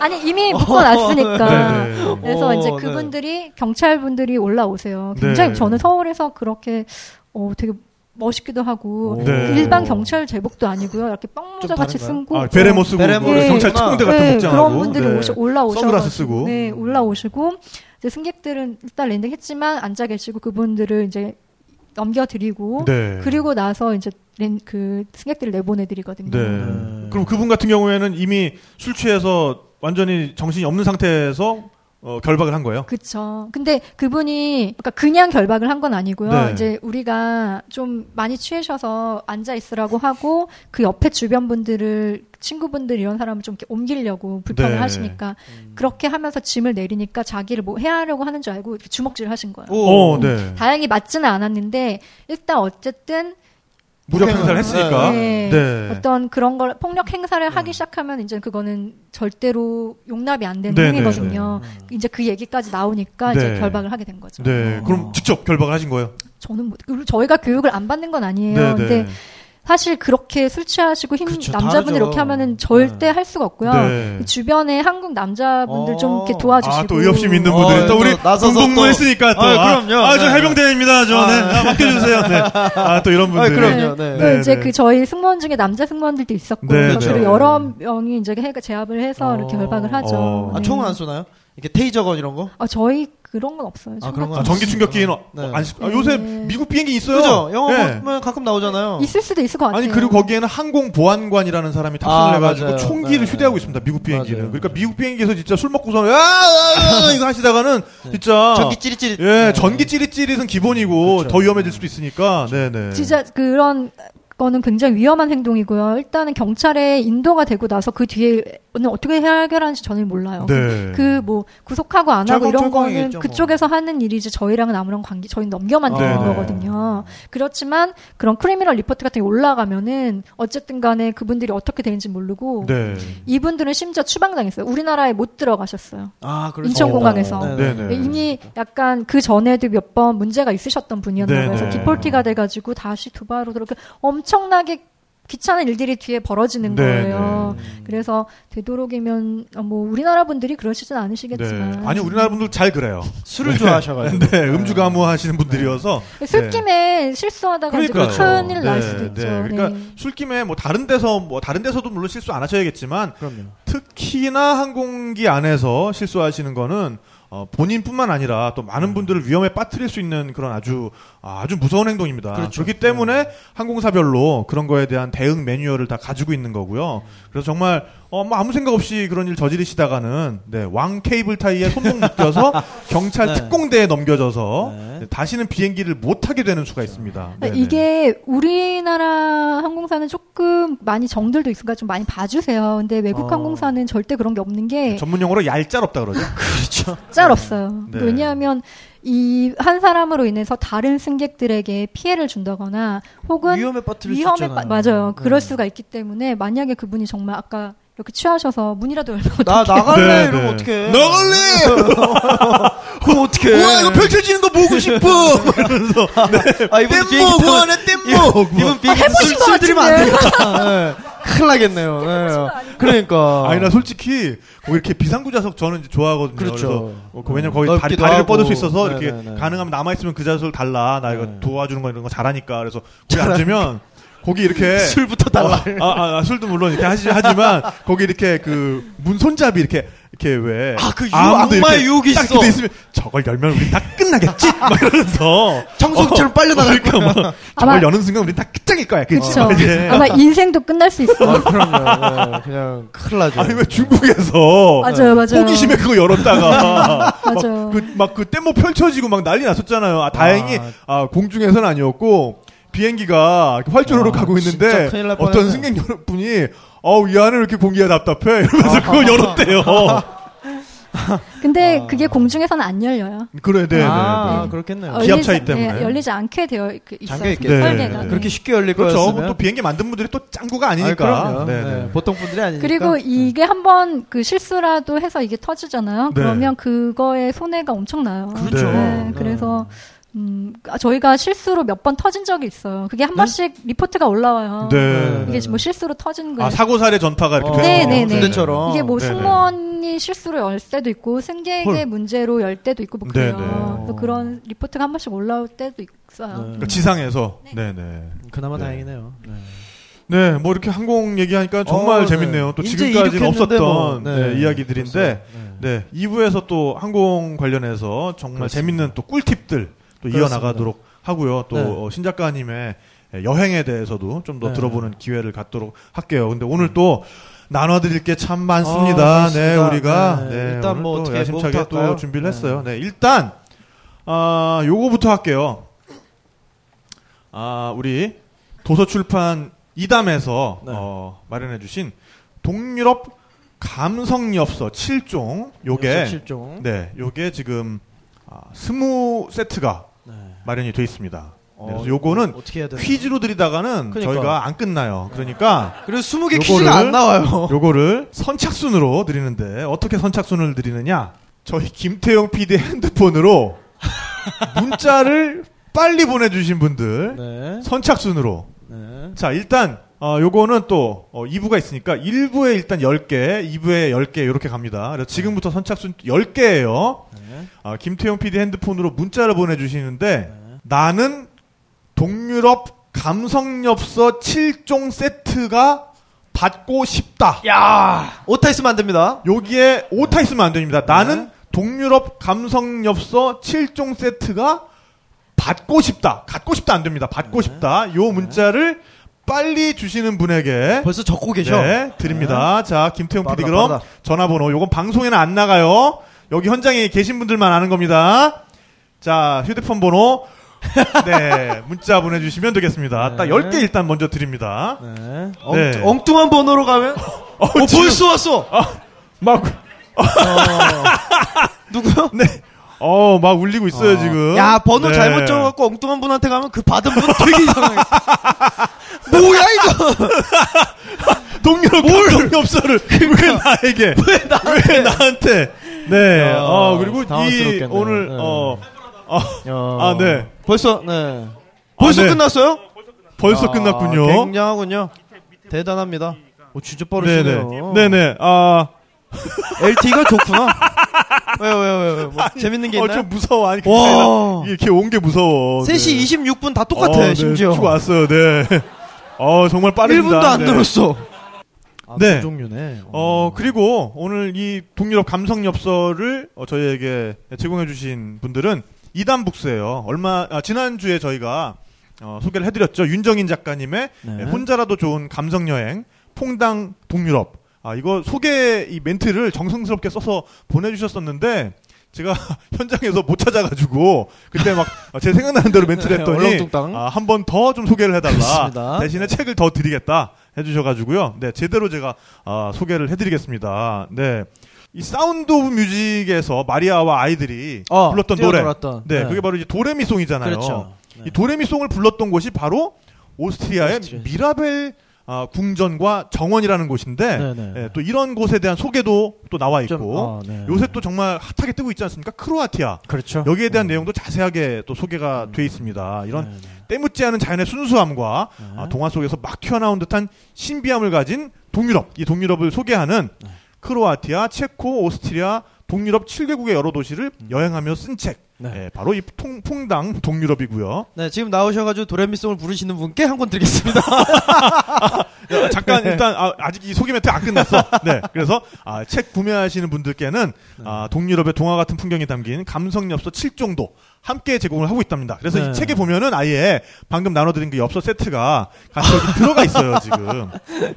아니 이미 묶어놨으니까. 네, 네. 그래서 어, 이제 네. 그분들이 경찰분들이 올라오세요. 굉장히 네. 저는 서울에서 그렇게 어 되게 멋있기도 하고 그 네. 일반 경찰 제복도 아니고요. 이렇게 뻥 모자 좀 같이 다른가요? 쓴고 네. 아, 베레모 쓰고, 베레모를 뭐 경찰 쓰구나. 총대 같은 복장하고. 그런 분들이 네. 오시, 올라오셔 선글라스 쓰고. 네 올라오시고 이제 승객들은 일단 랜딩 했지만 앉아 계시고 그분들을 이제 넘겨드리고 네. 그리고 나서 이제 랜, 그 승객들을 내보내드리거든요. 네. 음. 그럼 그분 같은 경우에는 이미 술 취해서 완전히 정신이 없는 상태에서 어, 결박을 한 거예요. 그쵸. 근데 그분이 그러니까 그냥 결박을 한 건 아니고요. 네. 이제 우리가 좀 많이 취해셔서 앉아 있으라고 하고 그 옆에 주변 분들을 친구분들 이런 사람을 좀 이렇게 옮기려고 불편을 네. 하시니까 그렇게 하면서 짐을 내리니까 자기를 뭐 해야 하려고 하는 줄 알고 이렇게 주먹질을 하신 거예요. 오, 네. 다행히 맞지는 않았는데 일단 어쨌든 무력 행사를 했으니까. 네. 네. 음. 어떤 그런 걸 폭력 행사를 하기 시작하면 이제 그거는 절대로 용납이 안 되는 네, 행위거든요. 이제 그 얘기까지 나오니까 네. 이제 결박을 하게 된 거죠. 네. 그럼 직접 결박을 하신 거예요. 저는 뭐, 그리고 저희가 교육을 안 받는 건 아니에요. 네. 네, 근데 사실 그렇게 술 취하시고 힘 그쵸, 남자분이 다르죠. 이렇게 하면은 절대 할 수가 없고요. 네. 주변에 한국 남자분들 좀 이렇게 어. 도와주시고 아, 또 의협심 있는 어, 분들. 또 또 우리 나서서 군복무 또- 했으니까 또. 아, 그럼요. 아, 저 네. 해병대입니다. 저. 네. 아, 아, 맡겨주세요. 네. 아, 또 이런 아, 분들. 그럼요 네. 또 네, 이제 네. 그 저희 승무원 중에 남자 승무원들도 있었고 네, 그래서 네. 그리고 여러 명이 이제 해가 제압을 해서 어. 이렇게 결박을 하죠. 어. 아, 총은 안 쏘나요? 이렇게 테이저건 이런 거? 아, 저희 그런 건 없어요. 아, 그런 건 아, 전기 충격기는 어- 네. 어, 안 씹- 아, 요새 미국 비행기 있어요. 그죠? 영어 뭐, 예. 보면 가끔 나오잖아요. 있을 수도 있을 것 같아요. 아니 그리고 거기에는 항공보안관이라는 사람이 탑승을 아, 해가지고 맞아요. 총기를 네. 휴대하고 있습니다. 미국 비행기는. 맞아요. 그러니까 미국 비행기에서 진짜 술 먹고서는 야 이거 하시다가는 진짜 네. 아. 전기 찌릿찌릿. 네. 예 전기 찌릿찌릿은 기본이고 그렇죠. 더 위험해질 수도 있으니까. 네네. 진짜 그런 거는 굉장히 위험한 행동이고요. 일단은 경찰에 인도가 되고 나서 그 뒤에는 어떻게 해결하는지 저는 몰라요. 네. 그 뭐 구속하고 안 하고 철컹, 이런 거는 철컹이겠죠, 뭐. 그쪽에서 하는 일이지 저희랑은 아무런 관계 저희는 넘겨만 아, 드는 네. 거거든요. 그렇지만 그런 크리미널 리포트 같은 게 올라가면은 어쨌든 간에 그분들이 어떻게 되는지 모르고 네. 이분들은 심지어 추방당했어요. 우리나라에 못 들어가셨어요. 아, 그래서- 인천공항에서. 어, 네네. 네네. 이미 약간 그 전에도 몇 번 문제가 있으셨던 분이었나 봐요. 그래서 네네. 디폴티가 돼가지고 다시 두바이로 그렇게 엄청나게 귀찮은 일들이 뒤에 벌어지는 네네. 거예요. 그래서 되도록이면 어, 뭐 우리나라 분들이 그러시진 않으시겠지만 네. 아니 우리나라 분들 잘 그래요. 술을 좋아하셔가지고. 네, 음주 가무하시는 분들이어서 술김에 네, 실수하다가 이제 네. 그러니까요. 큰일 날 수도 있죠. 네. 그러니까 그렇죠. 술김에 뭐 다른 데서 뭐 다른 데서도 물론 실수 안 하셔야겠지만 그럼요. 특히나 항공기 안에서 실수하시는 거는 어, 본인뿐만 아니라 또 음. 많은 분들을 위험에 빠뜨릴 수 있는 그런 아주 아주 무서운 행동입니다. 그렇죠. 그렇기 때문에 항공사별로 그런 거에 대한 대응 매뉴얼을 다 가지고 있는 거고요. 그래서 정말 어, 뭐 아무 생각 없이 그런 일 저지르시다가는 네, 왕 케이블 타이에 손목 묶여서 경찰 네. 특공대에 넘겨져서 네. 네, 다시는 비행기를 못 타게 되는 수가 있습니다. 그러니까 네네. 이게 우리나라 항공사는 조금 많이 정들도 있으니까 좀 많이 봐주세요. 근데 외국 어. 항공사는 절대 그런 게 없는 게 전문 용어로 얄짤없다 그러죠. 그렇죠. 짤 없어요. 네. 왜냐하면 이 한 사람으로 인해서 다른 승객들에게 피해를 준다거나 혹은 위험에 빠뜨릴 수 위험에 있잖아요. 빠- 맞아요. 그럴 네. 수가 있기 때문에 만약에 그분이 정말 아까 이렇게 취하셔서 문이라도 열면 나 나갈래 네, 이러면 네. 어떡해 나갈래! 그럼 어떡해 와, 이거 펼쳐지는 거 보고 싶어! 막 이러면서. 아 이분 땜목 비행기 타면- 후원해, 땜목! 이분 비행기 아, 술, 술 들이면 안 되겠다 예. 큰일 나겠네요 예. 그러니까 아니, 나 솔직히, 거기 이렇게 비상구 좌석 저는 이제 좋아하거든요. 그렇죠. 그래서 어, 그 왜냐면 거기 다리, 넓기도 다리를 하고. 뻗을 수 있어서 이렇게 네네네. 가능하면 남아있으면 그 좌석을 달라. 나 이거 네. 도와주는 거 이런 거 잘하니까. 그래서 거기 앉으면 거기 이렇게. 술부터 달라 어, 네. 아, 아, 아, 술도 물론 이렇게 하시, 하지만 거기 이렇게 그 문 손잡이 이렇게 이렇게 왜 아, 그 유- 아무도 악마의 이렇게 유혹이 딱 있어. 이렇게 돼 있으면 저걸 열면 우리 다 끝나겠지 막 이러면서 청소처럼 빨려 나갈 거야 그러니까 뭐 저걸 아마- 여는 순간 우리 다 끝장일 거야 그치 그렇죠. 네. 아마 인생도 끝날 수 있어요. 아, 그럼요 예. 그냥 큰일 나죠 아니 왜 네, 중국에서 맞아요, 맞아요. 호기심에 그거 열었다가 맞아요. 막그막그 땜목 펼쳐지고 막 난리 났었잖아요. 아, 다행히 아. 아, 공중에서는 아니었고 비행기가 이렇게 활주로로 와, 가고 아, 진짜 있는데 큰일 날 어떤 뻔했네. 승객 여러분이 아우 이 안에 왜 이렇게 공기가 답답해 이러면서 그거 열었대요. 근데 아. 그게 공중에서는 안 열려요. 그래, 네, 네. 아, 네. 그렇겠네요 어, 기압 차이 때문에. 네, 열리지 않게 되어 그 있- 잠겨 있어요. 있겠죠 네, 설계가. 네. 그렇게 쉽게 열릴 그렇죠. 거였으면 또 비행기 만든 분들이 또 짱구가 아니, 아니니까. 그럼요. 네, 네, 네. 보통 분들이 아니니까 그리고 이게 한번 그 실수라도 해서 이게 터지잖아요. 네. 그러면 그거에 손해가 엄청나요. 그렇죠. 네, 그래서 음, 아, 저희가 실수로 몇 번 터진 적이 있어요. 그게 한 번씩 리포트가 올라와요. 네. 이게 뭐 실수로 터진 거예요. 아 사고 사례 전파가 이렇게 어, 되는 네, 거죠. 네, 네. 군대처럼 이게 뭐 네네. 승무원이 실수로 열 때도 있고 승객의 헐. 문제로 열 때도 있고 뭐 네네. 그래요. 그래서 그런 리포트가 한 번씩 올라올 때도 있어요. 그러니까 지상에서. 네, 네. 그나마 네. 다행이네요 네. 네, 뭐 이렇게 항공 얘기하니까 정말 어, 네. 재밌네요. 또 이제 지금까지는 이륙했는데 없었던 뭐, 네. 네, 이야기들인데, 그렇죠. 네, 2부에서 또 항공 관련해서 정말 그렇습니다. 재밌는 또 꿀팁들 또 그렇습니다. 이어나가도록 하고요. 또 네. 어, 신작가님의 여행에 대해서도 좀 더 네. 들어보는 기회를 갖도록 할게요. 근데 오늘 또 나눠드릴 게 참 많습니다. 아, 네, 그렇습니다. 우리가 네, 네, 일단 오늘 뭐 또 어떻게 야심차게 뭐부터 또 할까요? 준비를 네. 했어요. 네, 일단 아, 요거부터 할게요. 아, 우리 도서출판 이담에서 네. 어, 마련해주신 동유럽 감성엽서 7종 요게 실종 네 요게 지금 아, 20 세트가 네. 마련이 돼 있습니다. 네, 어, 그래서 요거는 어떻게 해야 되나? 퀴즈로 드리다가는 그러니까. 저희가 안 끝나요. 그러니까 그리고 20개 요거를- 퀴즈가 안 나와요. 요거를 선착순으로 드리는데 어떻게 선착순을 드리느냐? 저희 김태용 PD 의 핸드폰으로 문자를 빨리 보내주신 분들 네. 선착순으로 네. 자, 일단 어, 요거는 또 어, 2부가 있으니까 1부에 일단 10개, 2부에 10개 이렇게 갑니다. 그래서 지금부터 선착순 10개예요. 네. 아, 김태용 PD 핸드폰으로 문자를 보내 주시는데 나는 동유럽 감성엽서 7종 세트가 받고 싶다. 야, 오타 있으면 안 됩니다. 여기에 오타 있으면 안 됩니다. 나는 동유럽 감성 엽서 7종 세트가 받고 싶다. 갖고 싶다 안 됩니다. 받고 네. 싶다. 요 문자를 빨리 주시는 분에게 벌써 적고 계셔. 네, 드립니다. 자, 김태형 PD 빠르다, 그럼 빠르다. 전화번호. 요건 방송에는 안 나가요. 여기 현장에 계신 분들만 아는 겁니다. 자, 휴대폰 번호. 네, 문자 보내주시면 되겠습니다. 딱 10개 일단 먼저 드립니다. 네. 엉, 네. 엉뚱한 번호로 가면 어, 어, 지금 벌써 왔어. 막, 누구요? 네. 어, 막 울리고 있어요, 어. 지금. 야 번호 네. 잘못 적어갖고 엉뚱한 분한테 가면 그 받은 분 되게 이상해. 뭐야 이거? 동료로 동료업소를 그러니까. 왜 나에게 왜 나한테, 네. 야, 어 그리고 이 당황스럽겠네. 오늘 네. 어, 어, 어, 아, 네. 벌써 네. 벌써 아, 네. 끝났어요? 벌써 아, 끝났군요. 굉장하군요. 대단합니다. 어, 오, 진짜 네네. 빠르시네요. 네네. 아, LTE가 좋구나. 왜요, 왜요, 왜요? 왜요? 뭐 재밌는 게 어, 있나요? 좀 무서워. 아니, 그게 와. 아니라 이렇게 온 게 무서워. 3시 26분 다 똑같아, 어, 네, 심지어. 치고 왔어요. 네. 어, 정말 빠릅니다. 1분도 안 네. 늘었어. 아, 네. 두 종류네. 어, 그리고 오늘 이 동유럽 감성 엽서를 어, 저희에게 제공해주신 분들은 이단북스예요. 얼마 아, 지난주에 저희가 어, 소개를 해드렸죠. 윤정인 작가님의 네. 예, 혼자라도 좋은 감성 여행 퐁당 동유럽. 아 이거 소개 이 멘트를 정성스럽게 써서 보내주셨었는데 제가 현장에서 못 찾아가지고 그때 막 제 생각나는 대로 멘트를 네, 했더니 얼렁뚱땅. 아, 한 번 더 좀 소개를 해달라. 그렇습니다. 네. 대신에 책을 더 드리겠다 해주셔가지고요. 네 제대로 제가 아, 소개를 해드리겠습니다. 네. 이 사운드 오브 뮤직에서 마리아와 아이들이 어, 불렀던 노래. 뛰어놀았던. 네, 네. 그게 바로 이제 도레미송이잖아요. 그렇죠. 네. 이 도레미송을 불렀던 곳이 바로 오스트리아의 오스트리아. 미라벨 아, 궁전과 정원이라는 곳인데 네네. 예, 또 이런 곳에 대한 소개도 또 나와 있고 좀, 어, 네. 요새 또 정말 핫하게 뜨고 있지 않습니까? 크로아티아 그렇죠. 여기에 대한 내용도 자세하게 또 소개가 돼 있습니다. 이런 음. 네, 네. 때묻지 않은 자연의 순수함과 네. 아, 동화 속에서 막 튀어나온 듯한 신비함을 가진 동유럽 이 동유럽을 소개하는 네. 크로아티아, 체코, 오스트리아, 동유럽 7개국의 여러 도시를 여행하며 쓴 책. 음. 네. 예, 바로 이 통, 퐁당 동유럽이고요. 네, 지금 나오셔가지고 도레미송을 부르시는 분께 한 권 드리겠습니다. 네. 야, 잠깐 일단 아, 직이 소개 멘트 안 끝났어. 네, 그래서 아, 책 구매하시는 분들께는 네. 아, 동유럽의 동화 같은 풍경이 담긴 감성 엽서 7종도 함께 제공을 하고 있답니다. 그래서 네. 이 책에 보면은 아예 방금 나눠드린 그 엽서 세트가 같이 여기 들어가 있어요 지금.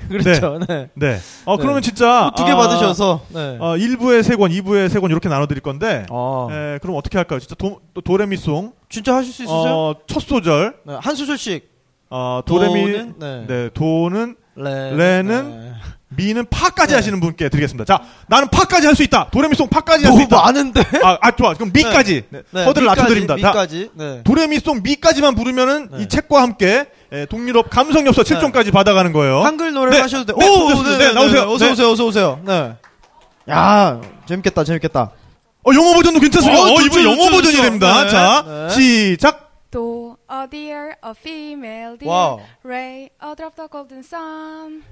그렇죠. 네. 네. 어 네. 그러면 진짜 두 개 아, 받으셔서. 네. 어, 1부에 3권, 2부에 3권 이렇게 나눠드릴 건데. 어. 예, 그럼 어떻게 할까요? 진짜 도, 또 도레미송 진짜 하실 수 있으세요? 어, 첫 소절 네, 한 수절씩. 어, 도레미 도는, 네. 네 도는 레, 레는 미는 파까지 네. 하시는 분께 드리겠습니다. 자, 나는 파까지 할 수 있다. 도레미송 파까지 할 수 너무 있다. 뭐 많은데? 아, 아, 좋아. 그럼 미까지 네, 허들을 미까지, 낮춰드립니다. 자, 미까지. 네. 도레미송 미까지만 부르면은 네. 이 책과 함께 예, 동유럽 감성 엽서 7종까지 받아가는 거예요. 한글 노래를 네. 하셔도 돼. 네, 좋습니다. 네, 나오세요. 어서 네. 오세요. 어서 오세요. 네. 야, 재밌겠다. 재밌겠다. 어, 영어 버전도 괜찮습니다. 어, 어, 좋죠, 이번 영어 좋죠, 버전이 좋죠. 됩니다. 네. 자, 네. 시작. To a dear, a female dear, 와우. ray, a drop the golden sun.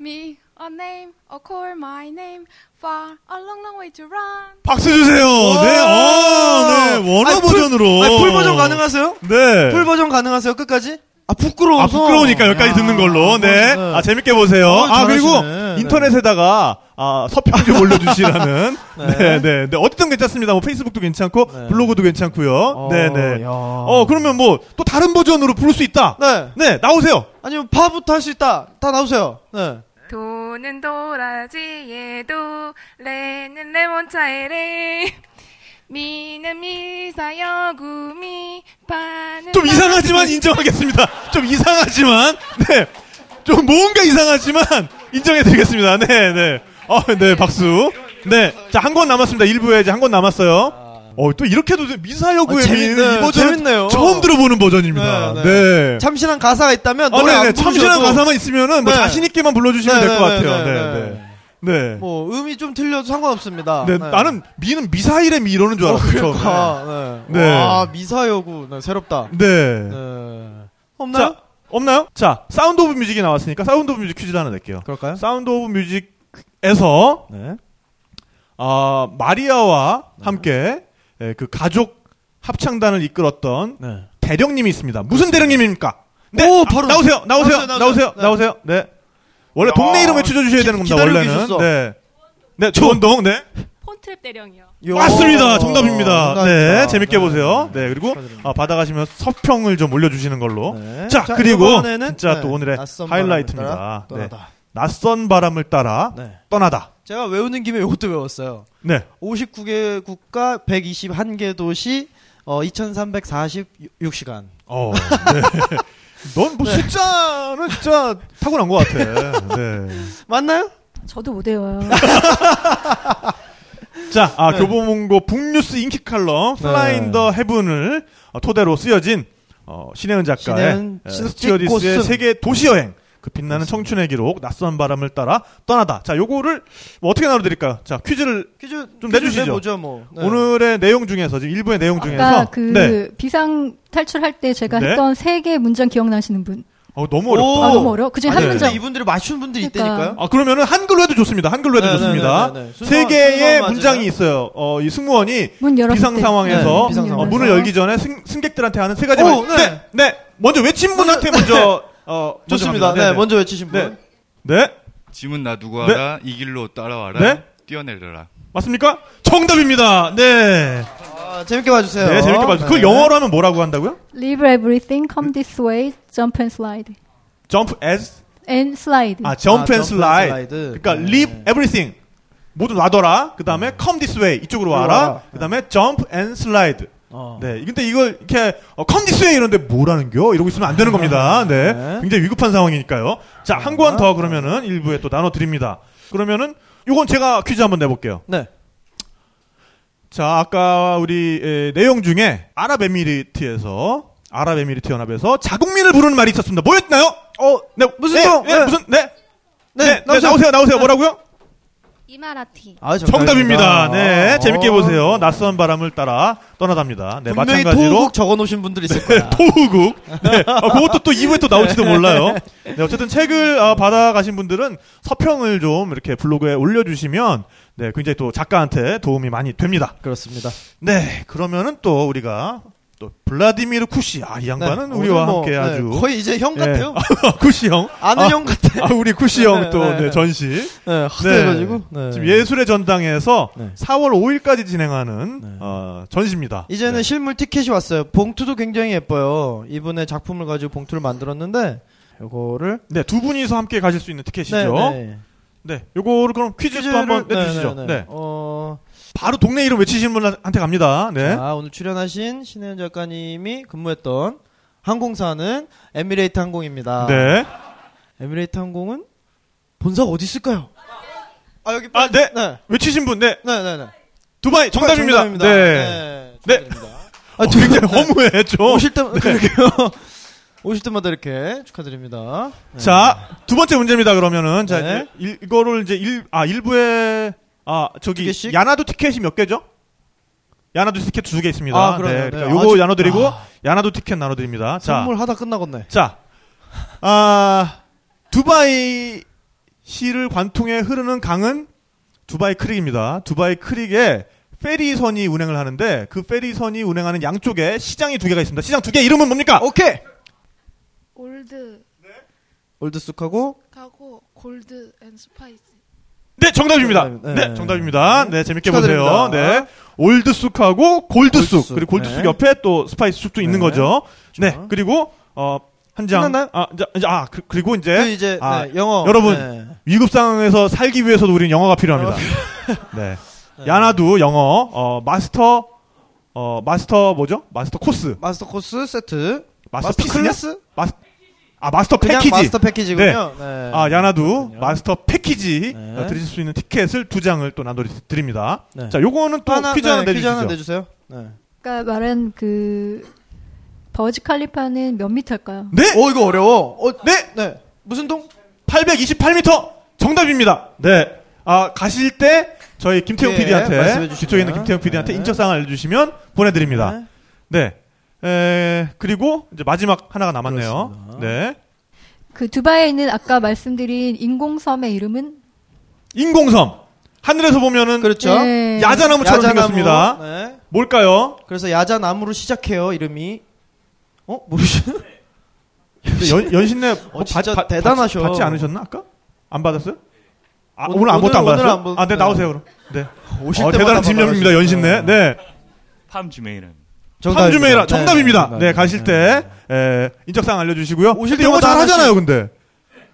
Me, a name, a call my name, far, a long, long way to run. 박수 주세요. 네, 어, 네, 원어 아니, 풀- 버전으로. 아니, 풀 버전 가능하세요? 네. 풀 버전 가능하세요? 끝까지? 아, 부끄러워서. 아, 부끄러우니까 여기까지 듣는 걸로. 네. 아, 재밌게 보세요. 어, 아, 그리고 잘하시네. 네. 인터넷에다가 아, 서평 좀 올려주시라는. 네. 네, 네. 어쨌든 괜찮습니다. 뭐 페이스북도 괜찮고, 네. 블로그도 괜찮고요. 네, 네. 야. 어, 그러면 뭐 또 다른 버전으로 부를 수 있다. 네. 네, 나오세요. 아니면 파부터 할 수 있다. 다 나오세요. 네. 도는 도라지에도, 레는 레몬차에 레. 미는 미사여구미, 파는 좀 이상하지만 인정하겠습니다. 좀 이상하지만, 네. 좀 뭔가 이상하지만 인정해드리겠습니다. 네, 네. 어, 네, 박수. 네. 자, 한 권 남았습니다. 일부에 이제 한 권 남았어요. 어, 또 이렇게도 미사여구의 아, 미- 재밌네. 이 버전은 재밌네요. 처음 들어보는 버전입니다. 네, 네. 네. 참신한 가사가 있다면 어, 노래 네, 안 네. 부르셔도 참신한 가사만 있으면은 뭐 네. 자신있게만 불러주시면 네, 될 것 네, 같아요. 네, 네, 네. 네. 네. 뭐 음이 좀 틀려도 상관없습니다. 네, 네. 나는 미는 미사일의 미로는 줄 어, 알았어요. 처음에. 그러니까. 네. 네. 와, 미사여구. 네, 새롭다. 네. 네. 자, 없나요? 없나요? 자, 사운드 오브 뮤직이 나왔으니까 사운드 오브 뮤직 퀴즈를 하나 낼게요. 그럴까요? 사운드 오브 뮤직에서 네. 아, 마리아와 함께 예, 그 가족 합창단을 이끌었던 네. 대령님이 있습니다. 무슨 대령님입니까? 네, 오, 아, 바로 나오세요, 나오세요, 나오세요, 나오세요, 나오세요. 나오세요. 네. 원래 동네 이름을 추려 주셔야 되는 겁니다. 기다리고 원래는 있었어. 네, 네, 조원동, 네, 폰 트랩 대령이요. 요. 어, 맞습니다. 정답입니다. 정답입니다. 네, 재밌게 보세요. 네, 그리고 축하드립니다. 아, 받아가시면 서평을 좀 올려주시는 걸로. 네. 자, 그리고 이번에는, 네, 진짜 또 오늘의 낯선 하이라이트입니다. 바람을 따라 네. 떠나다. 낯선 바람을 따라 네. 떠나다. 제가 외우는 김에 이것도 외웠어요. 네, 59개 국가 121개 도시 어, 2346시간. 어, 네. 넌 뭐 네. 숫자는 진짜 타고난 것 같아. 네. 맞나요? 저도 못 외워요. 자, 아, 네. 교보문고 북뉴스 인기 칼럼 플라인 더 헤븐을 어, 토대로 쓰여진 어, 신혜은 작가의 신혜은 에, 신숙지 스튜어디스의 꽃순. 세계 도시 여행. 그 빛나는 청춘의 기록, 낯선 바람을 따라 떠나다. 자, 요거를 뭐 어떻게 나눠드릴까요? 자, 퀴즈를 퀴즈 좀 퀴즈 내주시죠. 내보죠, 뭐. 네. 오늘의 내용 중에서 지금 일부의 내용 중에서 아까 그 네, 비상 탈출할 때 제가 네. 했던 세 개 문장 기억나시는 분. 어, 너무 오. 어렵다. 아, 너무 어려워. 그중에 아니, 한 네. 근데 문장. 이분들이 맞춘 분들이 있다니까요. 그러니까. 아 그러면은 한글로 해도 좋습니다. 한글로 해도 네, 네, 좋습니다. 네, 네, 네. 세 순서- 개의 순서 맞아요. 문장이 있어요. 어, 이 승무원이 문 열었을 비상 때. 상황에서 네, 비상 어, 상황에서. 문을 열기 전에 승, 승객들한테 하는 세 가지 오, 네. 말. 네, 네. 먼저 외친 분한테 먼저 어, 먼저 좋습니다. 갑니다. 네, 먼저 외치신 네. 분. 네, 짐은 나 누구 알아? 이 길로 따라와라. 네? 뛰어내려라. 맞습니까? 정답입니다. 네, 아, 재밌게 봐주세요. 네 재밌게 봐주세요. 그걸 영어로 하면 뭐라고 한다고요? Leave everything, 음? come this way, jump and slide. Jump as and slide. 아 jump 아, and jump and slide. slide. 그러니까 네. leave everything 모두 놔둬라. 그 다음에 come this way 이쪽으로 와라. 와라. 그 다음에 jump and slide. 어. 네. 근데 이걸 이렇게 어, 컴디스에 이런데 뭐라는겨? 이러고 있으면 안 되는 겁니다. 네. 네. 굉장히 위급한 상황이니까요. 자, 한 권 더 그러면은 일부에 또 나눠 드립니다. 그러면은 요건 제가 퀴즈 한번 내볼게요. 네. 자, 아까 우리 에, 내용 중에 아랍에미리트에서 아랍에미리트 연합에서 자국민을 부르는 말이 있었습니다. 뭐였나요? 어, 네, 무슨 네, 동? 네, 네. 무슨 네, 네, 네, 네, 나오세요. 네, 나오세요, 나오세요. 뭐라고요? 이마라티. 아, 정답입니다. 네, 아, 재밌게 어. 보세요. 낯선 바람을 따라 떠나답니다. 네, 분명히 마찬가지로 토국 적어놓으신 분들 있을 거야. 토우국. 네. 아, 그것도 또 2부에 또 나올지도 몰라요. 네, 어쨌든 책을 아, 받아가신 분들은 서평을 좀 이렇게 블로그에 올려주시면 네, 굉장히 또 작가한테 도움이 많이 됩니다. 그렇습니다. 네, 그러면은 또 우리가 또 블라디미르 쿠시. 아, 이 양반은 네, 우리와 오늘 뭐, 함께 네, 아주. 거의 이제 형 같아요. 네. 쿠시 형. 아는 아, 형 같아. 아, 우리 쿠시 형 또 네, 네, 네, 네. 전시. 네, 네. 하드해가지고. 네. 지금 예술의 전당에서 네. 4월 5일까지 진행하는 네. 어, 전시입니다. 이제는 네. 실물 티켓이 왔어요. 봉투도 굉장히 예뻐요. 이분의 작품을 가지고 봉투를 만들었는데 요거를 네, 두 분이서 함께 가실 수 있는 티켓이죠. 네, 네. 요거를 그럼 퀴즈 도 한번 퀴즈를- 내주시죠. 네, 네, 네. 네. 어, 바로 동네 이름 외치시는 분한테 갑니다. 네. 자, 오늘 출연하신 신혜연 작가님이 근무했던 항공사는 에미레이트 항공입니다. 네. 에미레이트 항공은 본사가 어디 있을까요? 아 여기 아, 네. 네. 외치신 분, 네. 네, 네, 네. 두바이 정답입니다. 네. 네. 축하드립니다. 아, 굉장히 어. 네. 허무해, 좀. 오실 때마다 그러게요. 오실 때마다 이렇게 축하드립니다. 네. 자, 두 번째 문제입니다, 그러면은. 자, 네. 이제 일, 이거를 이제 일, 아, 일부에, 아, 두 저기, 개씩? 야나두 티켓이 몇 개죠? 야나두 티켓 두 개 있습니다. 아, 그러네요. 네. 그러니까 네. 요거 아주- 나눠드리고, 야나두 티켓 나눠드립니다. 자, 선물하다 끝나겠네. 자, 아, 두바이 시를 관통해 흐르는 강은 두바이 크릭입니다. 두바이 크릭에 페리선이 운행을 하는데 그 페리선이 운행하는 양쪽에 시장이 두 개가 있습니다. 시장 두 개 이름은 뭡니까? 오케이. 올드 올드쑥하고 가고 골드 앤 스파이스. 네, 정답입니다. 네. 네, 정답입니다. 네, 재밌게 보세요. 축하드립니다. 네. 올드쑥하고 골드쑥, 골드쑥. 그리고 골드쑥 네. 옆에 또 스파이스쑥도 네. 있는 거죠. 네, 좋아. 그리고 어, 한 장. 끝났나요? 아, 이제- 이제- 아, 그, 리고 그 이제 이제 아, 네, 영어 여러분. 네. 위급 상황에서 살기 위해서도 우리는 영어가 필요합니다. 네. 네. 야나두 영어 어, 마스터 어 마스터 뭐죠? 마스터 코스, 마스터 코스 세트 마스터, 마스터 피스냐? 클래스 마스 아 마스터 그냥 패키지. 마스터 패키지군요. 네. 아 야나두 그렇군요. 마스터 패키지 네. 어, 드리실 수 있는 티켓을 두 장을 또 나눠드립니다. 네. 자, 요거는 또 하나, 퀴즈 네, 하나 퀴즈 하나 내주시죠. 내주세요. 네. 아까 그러니까 말한 그 버즈 칼리파는 몇 미터일까요? 네, 오 이거 어려워. 어, 네, 네. 무슨 동? 828m 정답입니다. 네, 아 가실 때 저희 김태용 예, PD한테 말씀해 주시고요. 뒤쪽에 있는 김태용 PD한테 네. 인적사항 알려주시면 보내드립니다. 네. 네. 에, 그리고 이제 마지막 하나가 남았네요. 그렇습니다. 네. 그 두바이에 있는 아까 말씀드린 인공섬의 이름은 인공섬. 하늘에서 보면은 그렇죠. 네. 야자나무처럼 야자나무. 생겼습니다. 네. 뭘까요? 그래서 야자나무로 시작해요 이름이. 어 모르시나? 연, 연신내 뭐 어, 진짜 대단하셔. 받지, 받지 않으셨나 아까? 안 받았어요? 아, 오늘, 아무것도 안 오늘- 오늘 받았어요? 안 받- 아, 네, 네. 나오세요, 그럼. 네. 오실 어, 때마다 대단한 집념입니다, 받아가지고. 연신내. 네. 팜 주메이는 삼주메이라 네, 정답입니다. 정답입니다. 네, 가실 때, 에, 인적사항 알려주시고요. 오실 근데 영어 때마다 잘 하잖아요, 하나씩- 근데.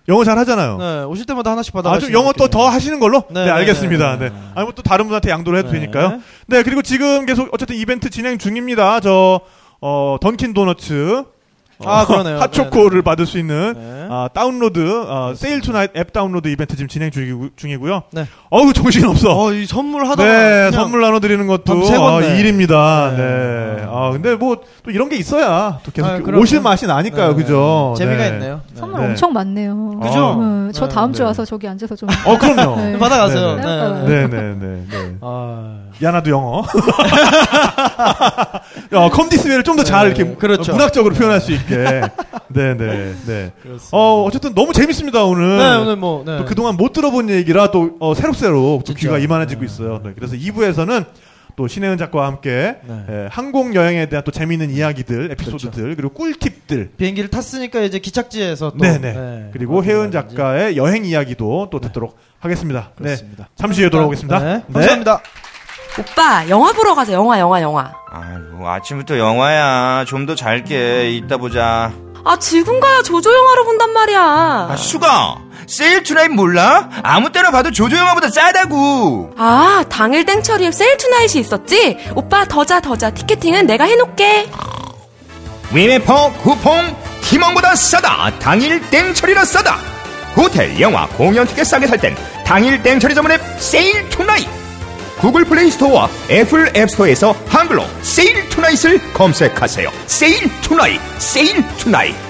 영어 잘 하잖아요. 네, 오실 때마다 하나씩 받아. 아, 좀 영어 또 더 하시는 걸로? 네, 네, 네, 알겠습니다. 네, 네. 네, 네. 아니, 뭐또 다른 분한테 양도를 해도 네. 되니까요. 네, 그리고 지금 계속 어쨌든 이벤트 진행 중입니다. 저, 어, 던킨 도너츠. 어, 아, 그러네요. 핫초코를 받을 수 있는 네. 아, 다운로드, 어, 세일 투나잇 앱 다운로드 이벤트 지금 진행 중이고, 중이고요. 네. 어우, 정신없어. 어, 이 선물 하다가 네, 그냥 선물 나눠드리는 것도 밤새 아, 걷네. 일입니다. 네. 네. 아, 근데 뭐 또 이런 게 있어야 또 계속 아, 그럼요. 오실 맛이 나니까요, 네, 그죠? 네. 재미가 네. 있네요. 네. 선물 네. 엄청 많네요. 그죠? 어, 저 네, 다음 주에 네. 와서 저기 앉아서 좀. 어, 그럼요. 네. 받아가세요. 네, 네. 네. 네, 네, 네, 네. 아, 야, 나도 영어. 야, 컴디스웨를 좀 더 잘 네, 이렇게 그렇죠. 문학적으로 표현할 수 있게. 네, 네, 네. 그렇습니다. 어, 어쨌든 너무 재밌습니다, 오늘. 네, 오늘 뭐 네. 또 그동안 못 들어본 얘기라 또 어, 새록새록 또 진짜. 귀가 이만해지고 네. 있어요. 네, 그래서 2부에서는 또 신혜은 작가와 함께 네. 예, 항공 여행에 대한 또 재미있는 이야기들, 에피소드들, 그리고 꿀팁들. 비행기를 탔으니까 이제 기착지에서 그렇죠. 또 네네. 네, 그리고 어떻게 혜은 가든지. 네. 작가의 여행 이야기도 또 듣도록 하겠습니다. 그렇습니다. 네. 잠시 후에 돌아오겠습니다. 네. 네. 감사합니다. 오빠, 영화 보러 가자. 영화, 영화, 영화. 아이고 아침부터 영화야 좀 더 잘게 이따 보자 아, 지금 가야 조조 영화를 본단 말이야. 아 수가 세일 투나잇 몰라? 아무 때나 봐도 조조 영화보다 싸다고 아, 당일 땡처리에 세일 투나잇이 있었지? 오빠, 더자, 더자. 티켓팅은 내가 해놓게. 위메퍼 쿠폰 팀원보다 싸다 당일 땡처리라 싸다 호텔 영화 공연 티켓 싸게 살 땐 당일 땡처리 전문앱 세일 투나잇 구글 플레이 스토어와 애플 앱스토어에서 한글로 세일 투나잇을 검색하세요 세일 투나잇 세일 투나잇